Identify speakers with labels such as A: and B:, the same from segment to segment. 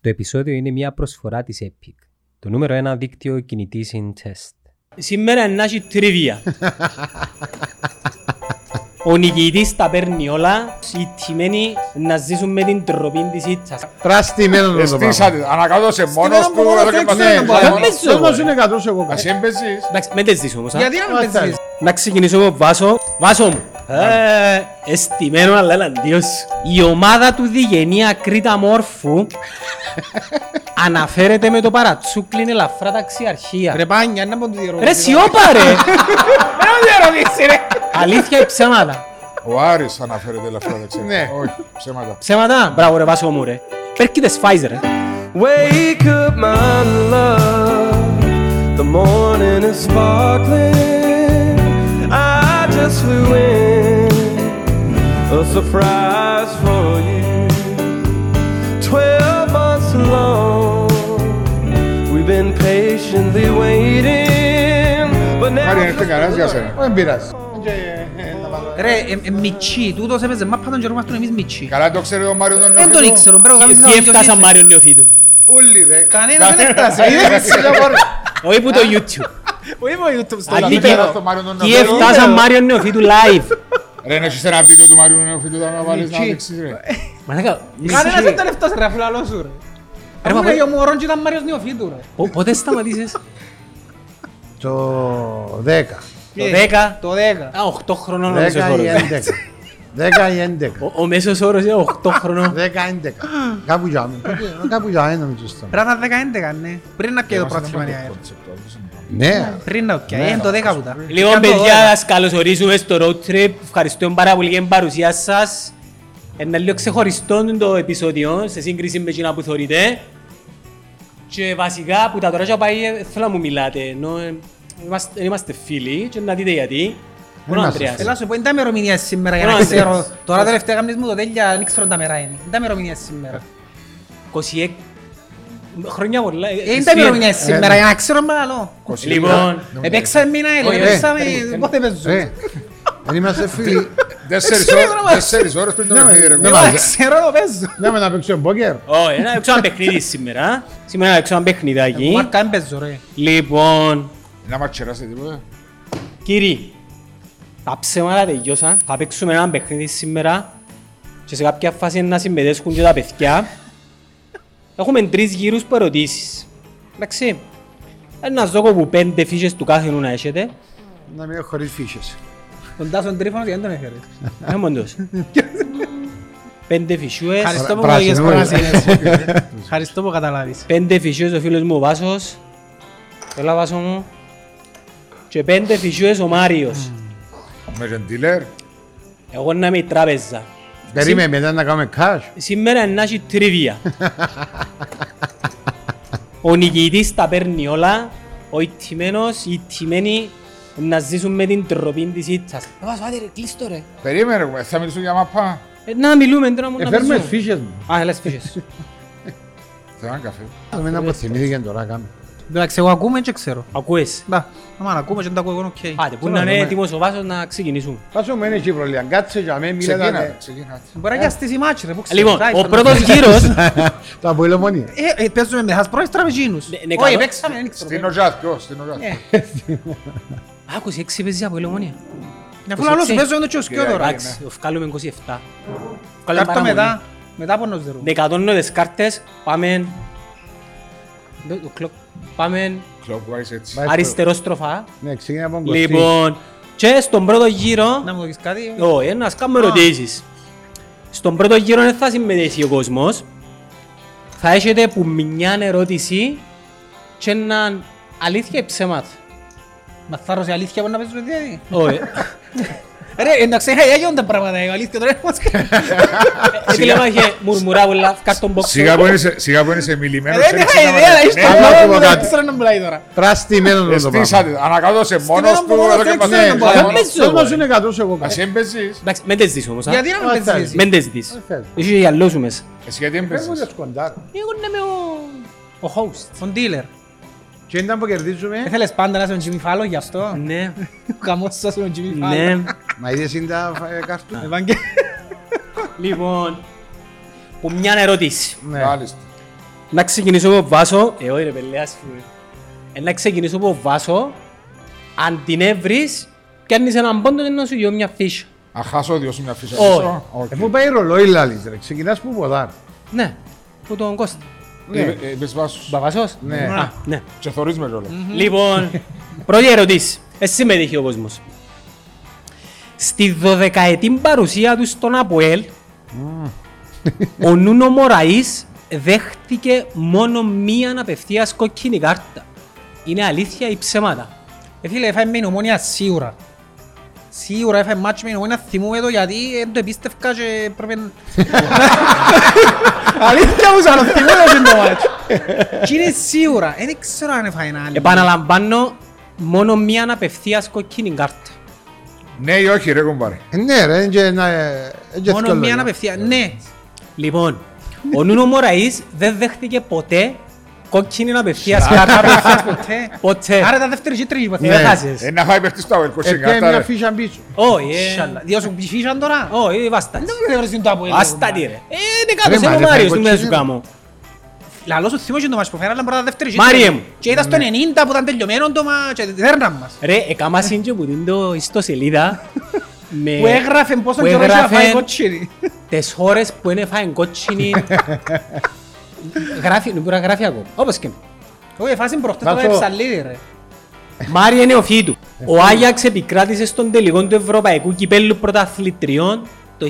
A: Το επεισόδιο είναι μια προσφορά της Epic, το νούμερο 1 δίκτυο κινητής in test.
B: Σήμερα να έχει τριβία. Ο νικητής τα παίρνει όλα, οι τιμένοι να ζήσουν με την τροπή της ίτσας.
C: Τραστημένο το πράγμα.
D: Εστίσατε, ανακάτωσε μόνος
C: Στείλε
D: του,
C: μόνο
D: εδώ
C: το
D: και
C: έξω,
D: πατέρα.
C: ναι,
B: μπορώ.
D: μόνος
C: ναι.
B: Δεν παίζω,
C: Θέλω να
B: μωρέ.
C: σου είναι εκατός εγώ.
D: του. Ας έμπαιζεις.
B: Εντάξει, με τις δεις όμως. α.
C: Γιατί
B: Α,
C: αν
B: θα-
C: παίζεις.
B: Να ξεκινήσω με Βάσο. Βάσο μου.
C: Ναι.
B: Ε, Εστημένο αλλά εναντίον σου. Η ομάδα του Διγενεία Κρήτα Μόρφου αναφέρεται με το παρατσούκλιν ελαφρά ταξιαρχία.
C: Ρε πάνια, να πω τη διερωτήση.
B: Ρε σιώπα ρε! Αλήθεια ή ψέματα.
D: Ο Άρης αναφέρεται ελαφρά δεξιά.
C: Ναι.
D: Όχι, ψέματα.
B: Ψέματα. Μπράβο ρε Βάσο μου ρε. Πέρκητες Pfizer ε. ρε.
E: Wake up, my love. The morning is sparkling. I just flew in a surprise for you. Twelve months long, we've been patiently waiting. But now
D: Άρη,
E: it's
D: έρθει
E: just
D: κανένας για σένα.
C: Δεν πειράζει.
F: Ρε, ε, ε, μητσί, τούτος έπαιζε μάπα τον Γερμάς του εμείς μητσί.
D: Καλά το ξέρει ο Μάριο τον
F: Δεν τον
D: Νεοφύλλο.
F: ήξερα, πρέπει να
B: Τι έφτασα Μάριο Νεοφίτου.
D: Ούλοι ρε.
F: Κανένας δεν έφτασε.
B: Όχι που το YouTube.
F: Όχι μόνο YouTube στο
D: Αλλά
B: Αγγλική.
D: πέρα στο Μάριο Ε, τον
B: Τι
D: Νεοφύλλο.
B: έφτασα Μάριο Νεοφίτου live.
D: Ρε, να έχεις ένα βίντεο του Μάριου Νεοφύλλου να με βάλεις να
C: Μητσί.
D: δείξεις, ρε.
F: Ε,
B: Μαλάκα,
F: Κανένας δεν τον έφτασε ρε, αφού λαλό σου ρε.
B: Ρε, μα
F: Αφού
B: πότε-
F: λέει ο Μωρόν και ήταν Μάριος Νιοφίτου ρε.
B: πο- πότε σταματήσεις.
C: Το 10.
B: Το 10.
F: Το 10.
B: Α, 8 χρονών ο
C: 10
B: μέσος όρος.
C: ή 11. 10 ή 11.
B: Ο- Ο μέσος όρος είναι 8 χρονών.
C: 10 ή 11. Κάπου για μένα. Κάπου για μένα νομίζω στο.
F: Πρέπει να ήταν 11, ναι. Πριν να πιέει το πρόθυμα η ΑΕΛ.
C: Ναι.
F: Πριν να πιέει, είναι το 10 που ήταν.
B: Λοιπόν, παιδιά, σας καλωσορίζουμε στο road trip. Ευχαριστούμε πάρα πολύ για την παρουσία σας. Ένα λίγο ξεχωριστό το επεισόδιο σε σύγκριση με εκείνα που θεωρείτε. Και βασικά που τα τώρα και πάει, ε, θέλω να μου μιλάτε. Ενώ ε, είμαστε- δεν είμαστε φίλοι και να δείτε γιατί. Μόνο ο
C: είμαστε
B: Ανδρέας.
F: Ελά σου πω, είναι τα ημερομηνία σήμερα για
B: Ο
F: να
B: Άντρας.
F: ξέρω. Τώρα τελευταία γάμνης μου το τέλεια, δεν ξέρω τα μερά είναι. Είναι τα ημερομηνία σήμερα.
B: 26 Χρόνια πολλά. ε,
F: Ε, Είναι τα
B: Χριστούγεννα.
F: ημερομηνία σήμερα για να ξέρω με λαλό.
B: Λοιπόν,
F: Επέξα μήνα,
B: Όχι, ε,
F: έλεγε,
B: ρε,
F: παίξαμε,
B: ρε,
F: πότε
B: ε,
F: παίζουμε.
C: Ρε. Ε, Δεν είμαστε φίλοι.
D: Τέσσερις
F: Ε, Ξέρω,
D: ώρες-
F: ρε, μα-
D: τέσσερις ώρες πριν το
C: Ναι,
D: παιχνίδι, ρε.
C: ναι,
B: ε,
F: Εγώ ξέρω το παίζω.
C: Ναι, με να παίξω μπόκερ.
B: όχι, να παίξω ένα παιχνίδι σήμερα. Σήμερα να παίξω ένα
F: Εγώ
B: παιχνιδάκι.
F: Ε, μάρκα δεν παίζω ρε.
B: Λοιπόν,
D: Να μας τσεράσει τίποτα.
B: κύριοι, τα ψέματα τελειώσαν. Θα παίξουμε ένα παιχνίδι σήμερα και σε κάποια φάση να συμμετέσχουν και τα παιδιά. Έχουμε τρεις γύρους που ερωτήσεις. Εντάξει. Ένα ζώο που πέντε φύσες του κάθε νου να έχετε.
C: Να μην έχω χωρίς φύσες.
F: Κοντά στον τρίφωνο και δεν τον έφερες.
B: Ναι, μοντός. Πέντε φυσιούες.
F: Ευχαριστώ που
C: Πρα-
F: μου
C: πράσινο,
F: πράσινες. Ευχαριστώ που καταλάβεις.
B: Πέντε φυσιές ο φίλος μου ο Βάσος. Έλα Βάσο μου. Και πέντε φυσιές ο Μάριος.
D: Με τον dealer.
B: Εγώ να είμαι η τράπεζα.
C: Περίμενε μετά να κάνουμε cash.
B: Σήμερα να έχει τρίβια. ο νικητής τα παίρνει όλα. Ο ηττημένος, οι ηττημένοι να ζήσουν με την τροπή της ήττας. Ε, Βάσο, άντε ρε, κλείσ' το ρε.
D: Περίμενε, ρε, θα μιλήσω για μαπά.
B: Ε, Να μιλούμε τώρα μου να
C: Εφέρουμε
B: παίζουμε.
C: φύσες μου.
F: ε,
B: Α, έλα φύσεις.
D: Θέλω έναν καφέ.
C: Να μην αποθυμήθηκε τώρα κάμε.
F: Εντάξει, εγώ ακούμε και ξέρω.
B: Ακούες.
F: Να, άμα να ακούμε και δεν τα ακούω εγώ, οκ. ναι.
B: Άντε, πού να είναι έτοιμος ο Βάσος να ξεκινήσουμε.
C: Πάσο μου είναι Κύπρολια. Κάτσε για μένα,
D: Ξεκίνα,
C: μίλατε.
D: ξεκίνα.
F: Μπορεί να γιαστείς η μάτς ρε, που ξέρω.
B: Ε, Λοιπόν,
F: Κάτι
B: ο
F: άλλο.
B: πρώτος γύρος...
C: Το αποειλομονία.
F: Ε, ε, Παίζουμε με χασπρόες τραπεζίνους.
B: Ναι, ναι,
F: Όχι,
B: καλό.
F: παίξαμε, δεν
D: Στην
F: ξέρω.
D: οτζά, ποιος, στην οτζά.
F: Ναι.
B: Άκουσε, έξι παίζει από ηλεμονία.
F: Αφού λαλό σου
B: Προσεξέ.
F: παίζουμε το τσιοσκιό τώρα.
B: Εντάξει, βγάλουμε 27. Βγάλουμε
F: Κάρτο
B: παραμονή.
F: μετά, μετά από νοσδερού.
B: Δεκατώνω τις κάρτες, πάμε... Το- το κλοκ. Πάμε
D: Clockwise έτσι.
C: Πάει
B: αριστερόστροφα.
C: Ναι, ξεκινά από τον Κωστή.
B: Λοιπόν, και στον πρώτο γύρο...
F: Να μου δεις κάτι.
B: Όχι, να κάνουμε ερωτήσεις. Στον πρώτο γύρο δεν θα συμμετέχει ο κόσμος. Θα έχετε που μια ερώτηση και έναν αλήθεια ή ψέματα. Ε,
F: Μα θα ρώσει αλήθεια που να παίζουμε δηλαδή.
B: Όχι.
F: Ρε, εντάξει, είχα γιαγιόν τα πράγματα, εγώ αλήθεια τώρα έχουμε
B: Έτσι λέμε, είχε μουρμουρά πολλά, κάρτον box.
D: Σιγά που είσαι- Σιγά που είσαι μιλημένος.
F: Ε, Δεν είχα ιδέα, ρε, είσαι
C: Ναι,
F: απλό,
C: άκουγα
F: δεν
C: κάτι.
F: ξέρω να μιλάει τώρα.
C: Τραστημένος το πράγμα.
D: Εστίσατε, ανακάτωσε μόνος
F: έναν
D: του,
F: μόνο
D: εδώ και
F: δεν
D: πατέρα.
F: ξέρω,
D: Ναι,
F: μπορεί.
B: Δεν
D: μόνος
B: παίζω,
C: Θέλω να
B: ρε.
C: σου είναι εκατός εγώ
D: Ας
C: κάμε.
D: έμπαιζεις.
B: Εντάξει, μην τις δεις όμως, α.
F: Γιατί να μην
C: Α,
F: παίζεις εσύ.
B: Μην τις δεις.
C: Δεν θέλω.
B: Είσαι για λόγους μέσα.
D: Ναι. Εσύ γιατί
C: Φεύγουν
D: έμπαιζες.
C: τις κοντά.
B: Εγώ να είμαι ο... Ο host.
F: Ο dealer.
C: Και ήταν που κερδίζουμε,
F: Έθελες πάντα να είσαι ο Jimmy Fallon γι' αυτό.
B: Ναι,
F: Ο Καμός σας είναι ο Jimmy Fallon.
B: ναι.
C: μα είδες είναι τα ε, καρτούν.
F: Ευάγγε-
B: Λοιπόν, που μια ερώτηση.
C: Ναι.
D: Μάλιστα.
B: να ξεκινήσω από Βάσο. Ε, όχι ρε παιδιά, ε, να ξεκινήσω από Βάσο. Αν την έβρεις, πιάνεις έναν πόντο και να σου γιώ μια φύση.
D: Αχάσω δυο σου μια φύσα.
B: Όχι.
D: πίσω.
F: Ε,
D: Όχι.
C: Εφού πάει ρολόι λαλείς ρε, ξεκινάς που ποδάρ.
B: Ναι, που τον Κώστα.
D: Ε,
F: Ναι.
D: ε, είπες βάσους.
B: Παπασός.
D: Ναι.
B: Α, ναι.
D: Και θωρείς με ρόλο.
B: Λοιπόν, πρώτη ερωτήση. Εσύ συμμετείχε ο κόσμος. Στη δωδεκαετή παρουσία του στον Αποέλ, Mm. ο Νούνο Μωραΐς δέχτηκε μόνο μία απευθείας κόκκινη κάρτα. Είναι αλήθεια ή ψέματα.
F: Ε, φίλε, έφαγε με η ομόνια σίγουρα. Σίγουρα έφαγε μάτσο με η ομόνια, θυμούμαι το γιατί δεν το επίστευκα και πρέπει να... Αλήθεια μου σαν, θυμούμαι το μάτσο. Τι είναι σίγουρα, Ε, δεν ξέρω αν έφαγε ένα άλλο.
B: Επαναλαμβάνω, μόνο μία απευθείας κόκκινη κάρτα.
D: Ναι ή όχι ρε κομπάρε.
C: Ε, Ναι ρε, είναι και να... ε, είναι και
F: Μόνο
C: θκυο
F: μία
C: λόγια.
F: απευθεία, ναι.
B: Λοιπόν, ο Νούνο Μωραΐς δεν δέχτηκε ποτέ κόκκινη απευθείας κάρτα.
F: Απευθείας ποτέ.
B: Ποτέ.
F: Άρα τα δεύτερη και τρίτη
C: Ναι.
F: παθήκαμε.
B: Έχασες.
D: Ε, να φάει παίχτης του Αποέλ,
C: Ε,
D: κοσίκα,
C: πιάνει
D: αυτά,
C: μια
D: ρε.
C: φύσα πίσω.
B: Όχι, ε,
F: Inshallah. Διότι σου ψηφίσαν τώρα.
B: όχι, βάστα.
F: Δεν πρέπει να βρεθούν το Αποέλ.
B: Άστα τι ρε. Ε, είναι κάτω
C: Ρε,
B: σε
C: μα,
B: μου
C: ρε,
B: Μάριος,
C: φάει
B: τι να σου
C: κοτσίνη.
B: κάνω.
F: Λαλό σου θυμώ και το μάτσο που φέραν, αλλά μπορεί να δεύτερη και
B: Μάριε
F: τρίτη.
B: μου.
F: Και είδα στο 90 που ήταν τελειωμένο το μάτσο, και δέρναν μας.
B: Ρε, έκαμα σύντιο που την το ιστοσελίδα με
F: Που έγραφε πόσο
B: που
F: καιρό είχε να
B: έγραφε
F: φάει κότσινη.
B: τις χώρες που είναι φάει κότσινη. Γράφει, μπορεί να γράφει ακόμα. Όπως και με.
F: Όχι, φάση προχτές
C: Να
F: το
C: το-
F: Ευσαλίδη ρε.
B: Μάρι είναι ο του. Ο Άγιαξ επικράτησε στον τελικό του Ευρωπαϊκού Κυπέλλου Πρωταθλητριών το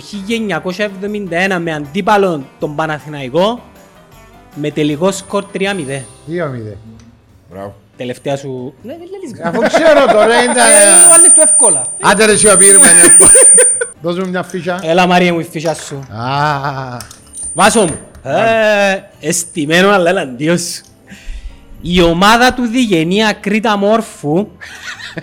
B: 1971 με αντίπαλον τον Παναθηναϊκό με τελικό σκορ 3-0.
C: Δύο μηδέ.
D: Μπράβο.
B: Τελευταία σου... Ναι, δεν λες
C: Αφού ξέρω το ρε, ήταν...
F: Ε,
C: ε,
F: Το βάλεις του εύκολα.
C: Άντε ρε σιωπή ρε μανιά. Δώσ' μου μια φύσα.
F: Ε.
B: Έλα Μαρία μου η φύσια σου.
C: Α,
B: Βάσο μου. Ε, Εστημένο αλλά εναντίον σου. Η ομάδα του Διγενεία Κρήτα Μόρφου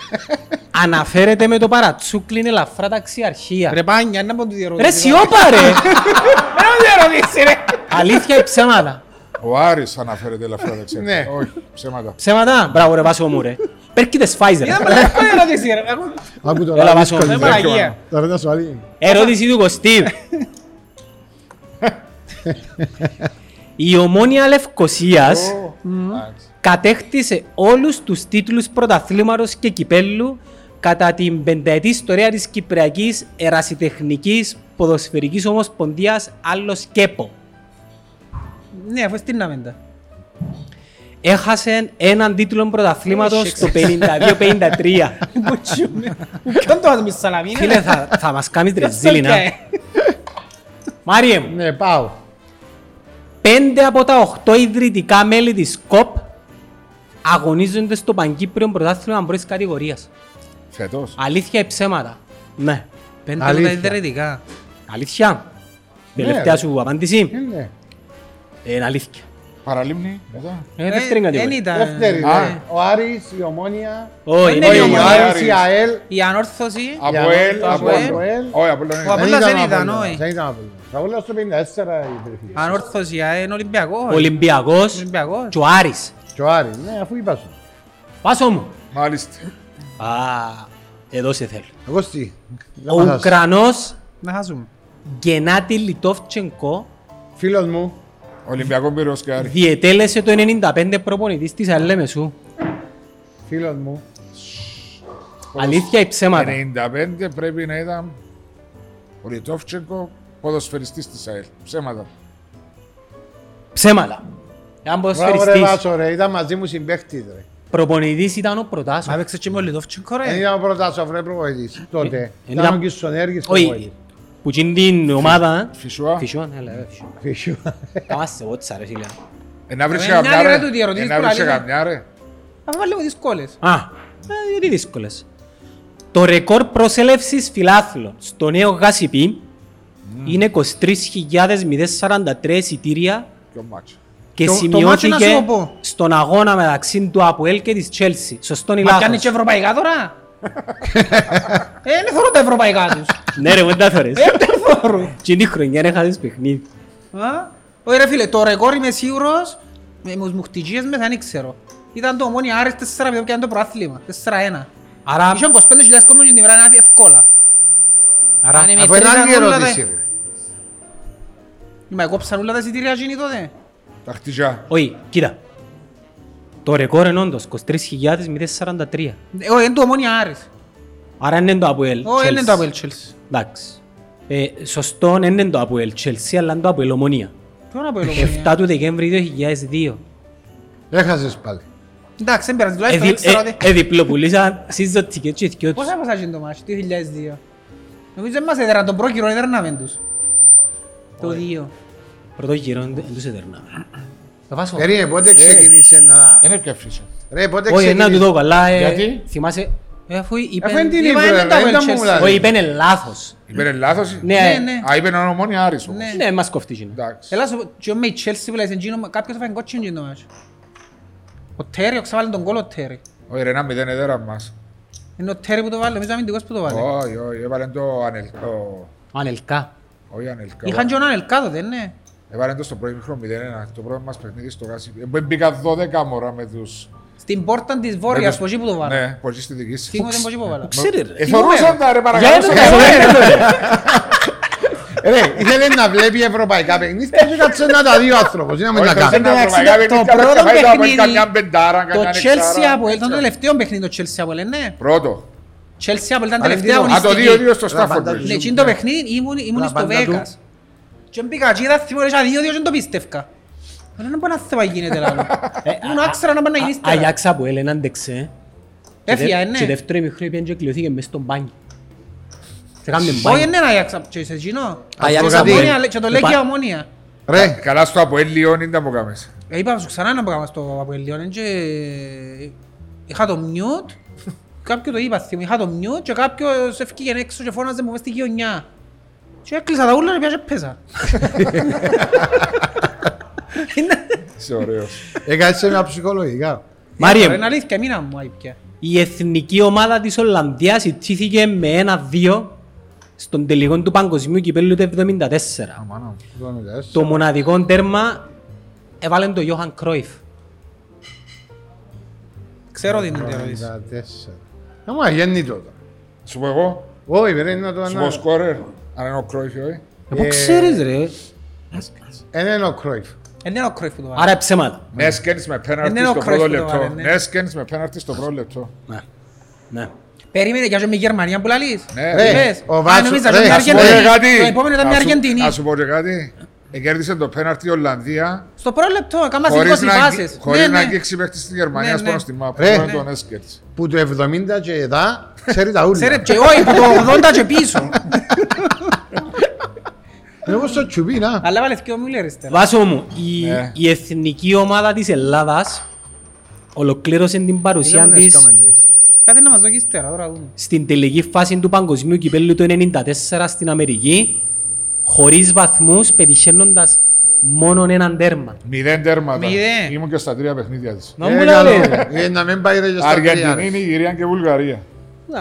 B: αναφέρεται με το παρατσούκλιν ελαφρά ταξιαρχία.
F: Ρε πάνια, να πω του διερωτήσω.
B: Ρε σιώπα ρε!
F: Να μου διερωτήσει ρε.
B: Αλήθεια ή ψέματα.
D: Ο Άρης αναφέρεται ελαφρά δεξιά.
C: Ναι.
D: Όχι, ψέματα.
B: Ψέματα. Μπράβο ρε Βάσο μου ρε. Πέρκητες Pfizer.
F: Για να μου το διερωτήσει ρε. Εγώ-
C: άκου
B: Έλα,
C: τώρα
B: Βάσο,
F: ρε,
C: δύσκολη.
F: Παναγία.
C: Τώρα ήταν σου άλλη.
B: Ερώτηση του Κωστή. Η ομόνια Λευκοσίας
D: Εντάξει.
B: κατέκτησε όλους τους τίτλους πρωταθλήματος και κυπέλου κατά την πενταετή ιστορία της Κυπριακής Ερασιτεχνικής Ποδοσφαιρικής Ομοσπονδίας άλλος ΚΕΠΟ.
F: Ναι, αφού στείλναμε τα.
B: Έχασε έναν τίτλο πρωταθλήματος το 52-53.
F: Ποιον το άτομο στη Σαλαμίνα.
B: Φίλε, θα, θα μας κάνεις τρεζίλινα.
F: Ποιος
B: Μάριε μου,
C: Ναι, πάω.
B: πέντε από τα οχτώ ιδρυτικά μέλη της ΚΟΠ αγωνίζονται στο Παγκύπριο Πρωτάθλημα πρώτης κατηγορίας.
D: Φέτος.
B: Αλήθεια ή ψέματα. Ναι.
F: Πέντε
C: από τα
F: τα
C: Αλήθεια.
F: ιδρυτικά.
B: Αλήθεια. Τελευταία σου απάντηση.
C: Ε, ναι.
B: Ε, Είναι αλήθεια.
D: Παραλίμνη, μετά.
B: Ε, δεύτερη
F: Δεν
B: κατηγορία.
F: ήταν.
C: Δεύτερη,
D: Α.
C: ναι. Ο Άρης, η Ομόνια,
B: Όχι,
F: ε. Δεν
B: είναι
F: είναι
B: η
C: η
B: ομάδα.
D: ομάδα.
C: Άρης, η
D: Άρης.
C: ΑΕΛ,
F: Η ανόρθωση.
D: Από
C: Αποέλ,
D: ελ, από ελ.
C: από ελ.
D: Όχι, από ελ.
F: Από-
D: είναι.
F: Απόλλωνας δεν ήταν,
C: Απόλλωνας,
F: όχι.
C: Δεν ήταν Απόλλωνας. Απόλλωνας το 54 η περιφέρεια.
F: Ανόρθωση, α, είναι Ολυμπιακός. ε.
B: Ολυμπιακός
F: Ολυμπιακός.
B: και ο Άρης.
C: Και ο Άρης, ναι, αφού είπα σου.
B: Πάσο μου.
D: Μάλιστα.
B: Α, εδώ σε θέλω.
C: Εγώ στη.
B: Ο Ουκρανός
F: Να χάσουμε.
B: Γκενάτη Λιτόφτσενκο
C: Φίλος μου,
D: Ολυμπιακό πυρός και Άρης.
B: διετέλεσε το 95 προπονητής της Αλέμεσου.
C: φίλος μου.
B: Αλήθεια ή ψέματα.
D: 95 πρέπει να ήταν ο Λιτόφτσεκο ποδοσφαιριστής της ΑΕΛ. Ψέματα.
B: Ψέματα. Εάν
C: Μπράβο ρε
B: ποδοσφαιριστής,
C: Βάσο ρε, ήταν μαζί μου συμπαίχτης ρε.
B: προπονητής ήταν ο Προτάσος.
F: Μα παίξε και με ο Λιτόφτσικο
C: Δεν
F: ρε.
C: ήταν ο Προτάσοφ ρε προπονητής τότε.
B: ε,
C: Ήταν
B: ήταν-
C: ο Κιστονέργης
B: Όχι,
C: προπονητής.
B: που τσιν την ομάδα... ε.
D: Φυσουά.
B: Φυσιόν, έλα, έλα, φυσιόν.
C: Φύγιο.
B: Κάμας σε βότσα, ρε φίλε.
D: Ε, Να βρεις
F: Ε,
D: και καμιά
F: μια ρε,
D: ρε.
F: του διαρωτήσεις
D: Ε, να
F: που
D: βρεις και
F: αλήθεια.
D: καμιά ρε.
F: Αφού βάλουμε δύσκολες.
B: Α, ε, γιατί δύσκολες. Το ρεκόρ προσέλευσης φιλάθλων στο νέο Γασιπί είναι 23.043 εισιτήρια
D: Ποιο μάτσο.
B: και
F: Το- το μάτσο να
B: σημειώθηκε
F: σου πω.
B: στον αγώνα μεταξύ του Αποέλ και της Τσέλσι. Σωστό ή
F: Μα κάνει και
B: λάθος.
F: ευρωπαϊκά τώρα. Ε, δεν θεωρώ τα ευρωπαϊκά τους.
B: Ναι ρε, δεν τα θωρείς.
F: Ε, δεν θεωρώ.
B: Τι είναι η χρονιά να χάσεις παιχνίδι.
F: Α, Όχι ρε φίλε, το ρεκόρ είμαι σίγουρος, Ε, με τους μουχτιτζίες μες δεν ξέρω. Ήταν το ομόνι Άρης 4-0 που πιάνε το πρωτάθλημα, 4-1.
B: Άρα,
F: Είχε 25.000 κόσμο την ημέρα είναι εύκολα.
B: άρα,
F: Αν
C: Αφού είναι
F: μετρήσαν
C: άλλη
F: όλα τα-
C: ερώτηση ρε.
F: Μα κόψαν όλα τα εισιτήρια γίνει τότε.
D: Τα χτυζιά.
B: Όχι, κοίτα. Το ρεκόρ είναι όντως 23.043.
F: Ε, Όχι, είναι το ομόνια Άρης.
B: Άρα είναι το Αποέλ.
F: Όχι, είναι
B: Chelsea.
F: το Αποέλ Chelsea.
B: Εντάξει. Ε, σωστό είναι το Αποέλ Τσέλσι, αλλά είναι το Αποέλ Ομονία.
F: Ποιον Αποέλ Ομόνια.
B: 7 του Δεκέμβρη 2002.
C: Έχασες πάλι.
F: Εντάξει, δεν πειράζει,
B: Ε,
F: τουλάχιστον
B: δι-
F: δεν ξέρω ότι...
B: ε, Ε, διπλό πουλήσα σύζο τικέτ και δυο τους.
F: Πώς έπασα γίνει το μάτσι, 2002. Νομίζω δεν μας έδεραν τον πρόκυρο, έδερναμε τους. Το 2.
B: Πρώτο γύρο δεν τους έδερνα.
C: Ρε, πότε ξεκίνησε να...
D: Δεν έπια φύσα.
C: Ρε, πότε
B: Ε. Όχι, να του
C: ξεκίνησε...
B: δω καλά. ε,
D: Γιατί?
B: Θυμάσαι, ε, αφού
C: Αφού είναι
B: είπαν...
C: την
F: Είπα,
C: ίδια,
F: είναι
C: ρε,
F: τα
C: δεν
F: Αποέλ
C: τα μου
F: Chelsea.
C: λαλείς.
B: Όχι, είπαν λάθος.
D: Υπήρε λάθος.
B: Ναι,
F: ναι.
D: ε, Α, είπε ο Ομόνια Άρης
F: Ε.
D: όμως.
B: ναι, μας κοφτεί εκείνο.
D: Εντάξει.
F: Έλα σου, και με η Chelsea που λέει, «Εγγύνο, κάποιος έφαγε κότσινο γίνει το μάτσι. Ο Τέρι, ξαβάλει τον κόλλο ο Τέρι.
D: Όχι ρε, ένα μηδέν έδερα μας.
F: Είναι ο Τέρι που το βάλει, νομίζω αμυντικός που το βάλει.
D: Όχι, όχι, έβαλε το ανελκό.
B: Ανελκά.
D: Όχι ανελκό.
F: Είχαν και ο Νανελκά τότε, ναι.
D: Έβαλε το στο πρώτο μήχρονο 0-1. Το πρώτο μας παιχνίδι στο Γάσι. Ε, Μπήκα 12 μωρά με τους...
F: Στην πόρτα της
D: με
F: Βόρειας,
D: τους-
F: που εκεί που το βάλει.
D: Ναι, πως στη δική σας.
F: Θυμούνται που εκεί που το βάλει.
B: Ξέρει ρε.
D: Ε, θωρούσαν τα ρε παρακαλώ.
B: Για
F: ε,
D: σε-
B: να το
C: Ρε, ήθελε να βλέπει ευρωπαϊκά παιχνίδια και κάτσε να τα δει ο άνθρωπος. Είναι να μην τα
D: Όχι,
C: κάνει.
D: δεν τα
F: Εντάξει,
D: ευρωπαϊκά
F: το
D: παιχνίδια,
F: πρώτο
D: καμιά
F: παιχνίδι,
D: πέντα, καμιά πεντάρα,
F: Το
D: καμιά
F: Chelsea
D: εξάρα.
F: Αποέλ, ήταν το τελευταίο παιχνίδι το Chelsea Αποέλ, ναι.
D: Πρώτο.
F: Chelsea Αποέλ ήταν
C: Αν
F: τελευταία
C: είναι
D: Α, το
F: αγωνιστική.
D: 2-2 στο Στάφορντ.
C: Λαμπάντα
F: Ναι, εκείνο το παιχνίδι ήμουν, ήμουν στο
C: Λαμπάντα του.
F: Βέγας. Και μπήκα και είδα θυμώ, είχα δύο-δύο και δεν το πίστευκα. Αλλά δεν μπορεί να θέμα γίνεται λάλλον. Ήμουν άξερα να πάει να γίνει ύστερα.
B: Αγιάξα που έλεγε άντεξε.
F: Έφυγα,
B: Και
F: ναι.
B: δεύτερο ημιχρό είπαν και κλειωθήκε μες στον μπάνι. Σε κάμνε
F: Όχι, ναι.
B: μπάνι.
F: δεν αγιάξα. Και σε εκείνο.
C: Αγιάξα
F: Στην
C: τι?
F: Ομόνια, Και το λέει
B: Επα-
F: και η ομόνια.
C: Ρε,
D: Καλά στο Αποέλ Λιόν είναι τα που κάμες.
F: Ε, Είπα σου ξανά να πάμε στο Αποελιόν και είχα το μιούτ, κάποιο το είπα, θυμ- είχα το μιούτ και κάποιος έφυγε έξω και φώναζε μου μες στη γειτονιά. Και έκλεισα τα ούλα και πια και πέσα.
D: Είσαι ωραίος.
C: έκανες ένα ψυχολογικά.
B: Μάριε μου,
F: Είναι αλήθεια, μήνα μου έπια.
B: η εθνική ομάδα της Ολλανδίας ιτήθηκε με ένα-δύο στον τελικό του παγκοσμίου κυπέλλου του 74.
D: Αμάνα.
B: Το μοναδικό τέρμα έβαλε το Johan Cruyff.
F: Ξέρω τι είναι η ερώτηση.
C: Να μου αγέννη τώρα.
D: Σου πω εγώ.
C: Όχι, ρε, είναι το
D: Σου πω
C: ένα.
D: σκόρερ. Αν είναι ο Κρόιφ, ή όχι.
B: Ε, Πού ξέρεις ρε.
C: Ένα είναι ο Κρόιφ.
F: Εν Είναι Ε, ναι, ο Κρόιφ που το βάλε.
B: Άρα ψέματα.
D: Νέσκενς με πέναρτι
F: Ε, Είναι ο
D: στο
F: Cruyff
D: πρώτο
F: που το
D: λεπτό.
F: βάλε, ναι.
D: Νέσκενς με πέναρτι στο πρώτο λεπτό.
B: Ναι. Ναι.
F: Περίμενε για με Γερμανία που λαλείς. Ε,
D: Ναι,
C: ρε,
F: Λες.
C: ο
F: Α,
C: Βάτσο-
F: νόμιζα,
C: ρε,
F: ήταν μια
C: ας
D: Ε, Ας πω
F: Αργεντινή.
D: και κάτι.
F: Το επόμενο ήταν μια
D: Ας σου-
F: Αργεντινή.
D: Ας σου πω και κάτι. Εκέρδισε το πέναρτι η Ολλανδία
F: Στο πρώτο λεπτό, έκανα
D: χωρίς
F: 20
D: να,
F: πάσες.
D: χωρίς
F: Ναι,
D: να
F: ναι.
D: αγγίξει παίχτη της Γερμανίας
F: Ναι,
D: πάνω
F: ναι.
D: στη μάπα.
C: Ρε.
D: Πρέπει να
C: Ναι.
D: τον έσκερτς.
C: Που του 70 και μετά ξέρει τα ούλα.
F: Ξέρετε, και όχι, που το 80 και πίσω.
C: Είναι όπως το τσουπί, να.
F: Αλλά βάλε δυο μιλέρες τώρα.
B: Βάσο μου, η,
D: Ναι.
B: η εθνική ομάδα της Ελλάδας ολοκλήρωσε την παρουσία
C: Δεν
B: της
C: έσκαμε τες.
F: Κάτι να μας δω και ύστερα, τώρα δούμε.
B: στην τελική φάση του παγκοσμίου κυπέλλου του 1994 στην Αμερική χωρίς βαθμούς πετυχαίνοντας μόνο έναν τέρμα.
D: Μηδέν τέρματα.
F: Μηδέν.
D: Ήμουν και στα τρία παιχνίδια της.
B: Να
C: Ε,
B: μου
C: καλό.
B: λέει.
C: Ε, Να μην πάει ρε και στα τρία,
D: Αργεντινή,
C: ρε.
D: Νιγηρία και Βουλγαρία.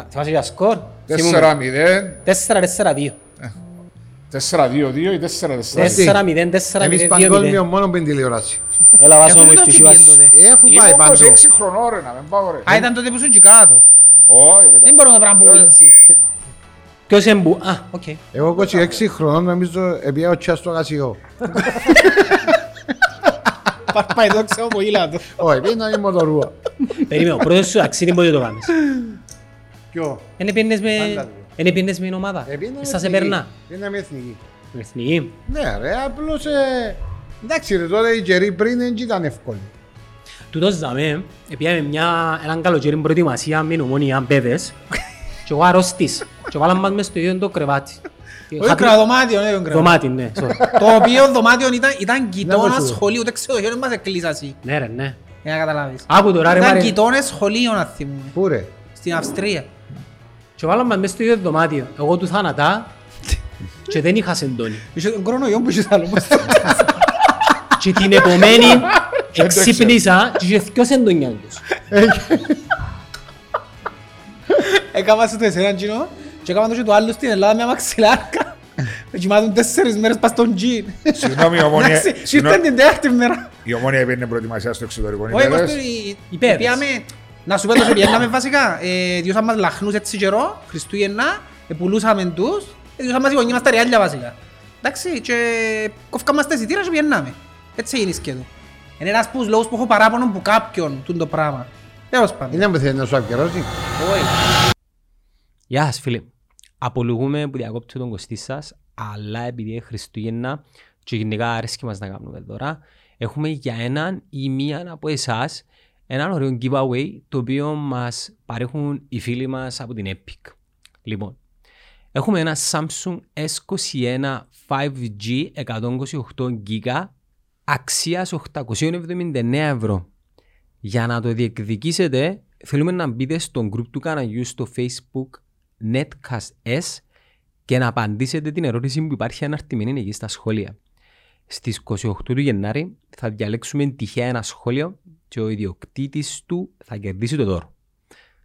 B: Θυμάσαι για σκορ.
D: 4-0,
B: 4-4-2.
D: 4-2-2 ή 4-4.
C: Έτσι.
B: 4-0, 4-0.
C: Εμείς παγκόσμιο μόνο με την τηλεόραση.
B: Έλα
F: Ε,
B: βάσο μου,
F: αφού το
B: ήρθε η
F: πήγαινε
B: Σιβάς.
F: τότε.
C: Ε, αφού πάει
D: Είμαι
C: παντού.
D: 26 χρονών ρε να μην πάω ρε.
F: Α, ήταν τότε που ήσουν και
B: Ε.
F: κάτω.
D: Όχι ρε.
F: Δεν μπορώ να το πράγμα που βουλήσει.
B: Ποιος εμπού... Α, οκ.
C: Εγώ 26 χρονών νομίζω επειδή ο τσιάς στο γασιό.
F: Πάει εδώ ξέρω από ήλα του.
C: Όχι, πήγαινε να είναι μοτορούα.
B: Περίμενε, ο πρώτος σου ταξίδι πότε το κάνεις.
C: Ποιο.
B: Εν επήρνες με...
C: Πάντα δύο.
B: Εν επήρνες με την ομάδα.
C: Ε, Επειδή
B: Στα σε περνά.
C: Είναι μια εθνική.
B: Με Εθνική.
C: Ναι ρε, απλώς... ε, Εντάξει ρε, τότε οι καιροί πριν δεν ήταν εύκολοι.
B: Τούτος δαμε, επήγαμε μια, έναν καλοκαίρι προετοιμασία με νομόνια μπέδες και εγώ αρρώστης και βάλαμε μας μες στο ίδιο το κρεβάτι.
F: Όχι
B: Είχα-
F: κραδομάτιο, ναι, τον κραδομάτιο.
B: Δωμάτι, ναι, sorry.
F: Το οποίο δωμάτιο ήταν, ήταν
C: Να
F: γειτόνας
C: σου πω.
F: σχολείου, δεν ξέρω, δεν μας εκλείσασαι.
B: Ναι ρε, ναι.
F: Για να καταλάβεις.
B: Άκου τώρα ρε
F: Ήταν
B: Μάρε.
F: γειτόνες σχολείων, να θυμούμε.
C: Πού ρε.
F: Στην Αυστρία.
B: Και βάλαμε μας μες στο ίδιο δωμάτιο. Εγώ του θάνατα και δεν είχα σεντόνι.
F: Είχε τον κορονοϊό που είχες άλλο. πώς το-
B: Και την επομένη εξύπνησα και είχε δυο σεντόνια τους.
F: Έκανα σου το εσένα κοινό και έκανα το και το άλλο στην Ελλάδα μια μαξιλάρκα. Με κοιμάτουν τέσσερις μέρες πας στον τζιν.
D: Συγγνώμη, η ομόνια.
F: Εντάξει, και ήταν την τέταρτη μέρα.
D: Η ομόνια έπαιρνε προετοιμασία στο εξωτερικό.
F: Όχι,
D: είδες.
F: πως το οι- οι
B: Υπέρες.
F: πήγαμε- Να σου πω τόσο πιέναμε βασικά, ε, διούσαν μας λαχνούς έτσι καιρό, Χριστούγεννα, ε, πουλούσαμε τους, ε, διούσαν μας οι γονείς μας τα ριάλια βασικά. Εντάξει, και κόφκαμε μας τα εισιτήρια και πιέναμε. Έτσι έγινε η σκέτο. Είναι ένας από τους λόγους που έχω παράπονο που κάποιον τούν το πράγμα. Τέλος πάντων.
C: Είναι που θέλει να σου ακυρώσει.
A: Γεια σας φίλε. Απολογούμε που διακόπτω τον Κωστή σας, αλλά επειδή είναι Χριστούγεννα και γενικά αρέσκει μας να κάνουμε δώρα, έχουμε για έναν ή μία από εσάς έναν ωραίο giveaway το οποίο μας παρέχουν οι φίλοι μας από την Epic. Λοιπόν, έχουμε ένα Samsung S21 5G 128GB αξίας 879 ευρώ. Για να το διεκδικήσετε, θέλουμε να μπείτε στο group του καναγιού στο facebook Netcast S και να απαντήσετε την ερώτηση που υπάρχει αναρτημένη εκεί στα σχόλια. Στις 28 του Γενάρη θα διαλέξουμε τυχαία ένα σχόλιο και ο ιδιοκτήτης του θα κερδίσει το δώρο.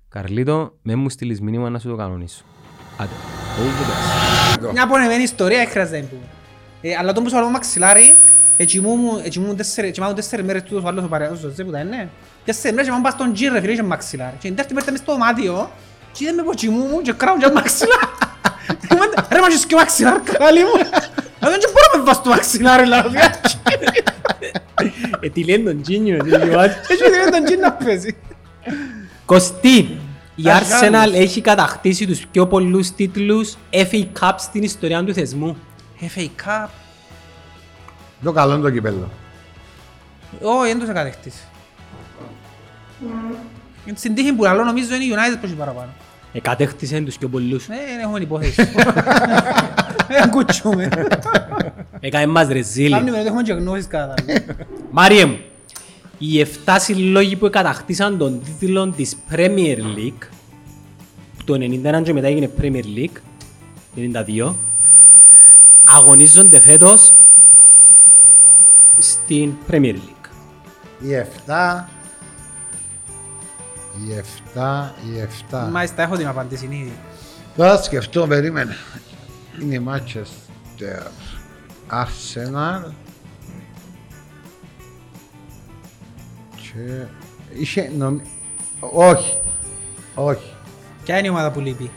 A: Καρλίτο, με μου στείλεις μήνυμα να σου το κανονίσω. Άντε, all the best.
F: Μια πονεμένη ιστορία έχραζε να την πούμε. Ε, αλλά τον που σου αρρώμα μαξιλάρι, ε, ετσιμούν τέσσερις μέρες τούτος ο άλλος ο παρέας, ο Ζε, που τα είναι. Τέσσερις μέρες και πάμε στον τζι ρε φίλε είχε μαξιλάρι. Και την τέταρτη μέρα ήταν μες στο δωμάτιο και είδαμε που τσιμούν μου και κράουν και μαξιλάρι. Και μου είπαν, Ρε μα έχεις και μαξιλάρι καλή μου. Αλλά δεν μπορώ να με βάζω το μαξιλάρι λάθος.
B: Ε, τι λένε τον Τζίνιο, τι λένε τον
F: Και έτσι δεν τον τζι να παίζει.
B: Κωστή, η
F: Τα
B: Arsenal
F: σκάλες.
B: έχει κατακτήσει τους πιο πολλούς τίτλους FA Cup στην ιστορία του θεσμού.
F: FA Cup.
C: Το καλό είναι το κυπέλο.
F: Όχι, δεν τους εκατέχτης. Στην τύχη που λαλώ νομίζω είναι η United που έχει παραπάνω.
B: Ε, κατέκτησε τους πιο πολλούς.
F: Ε, δεν έχουμε υπόθεση. Δεν κουτσούμε.
B: Έκανε μας ρε
F: Κάνουμε
B: ζήλι.
F: ότι έχουμε και γνώσεις κατά. τα άλλα.
B: Μάριε μου, οι 7 συλλόγοι που κατακτήσαν τον τίτλο της Premier League, που το 91 και μετά έγινε Premier League, 92, αγωνίζονται φέτος στην Premier League.
C: Η 7. Η 7. Η 7.
F: Μάλιστα, έχω την απάντηση ήδη.
C: Τώρα σκεφτώ, περίμενα. Είναι η Manchester Arsenal και είχε νομι... Όχι, όχι,
F: Ποια είναι η ομάδα που λείπει.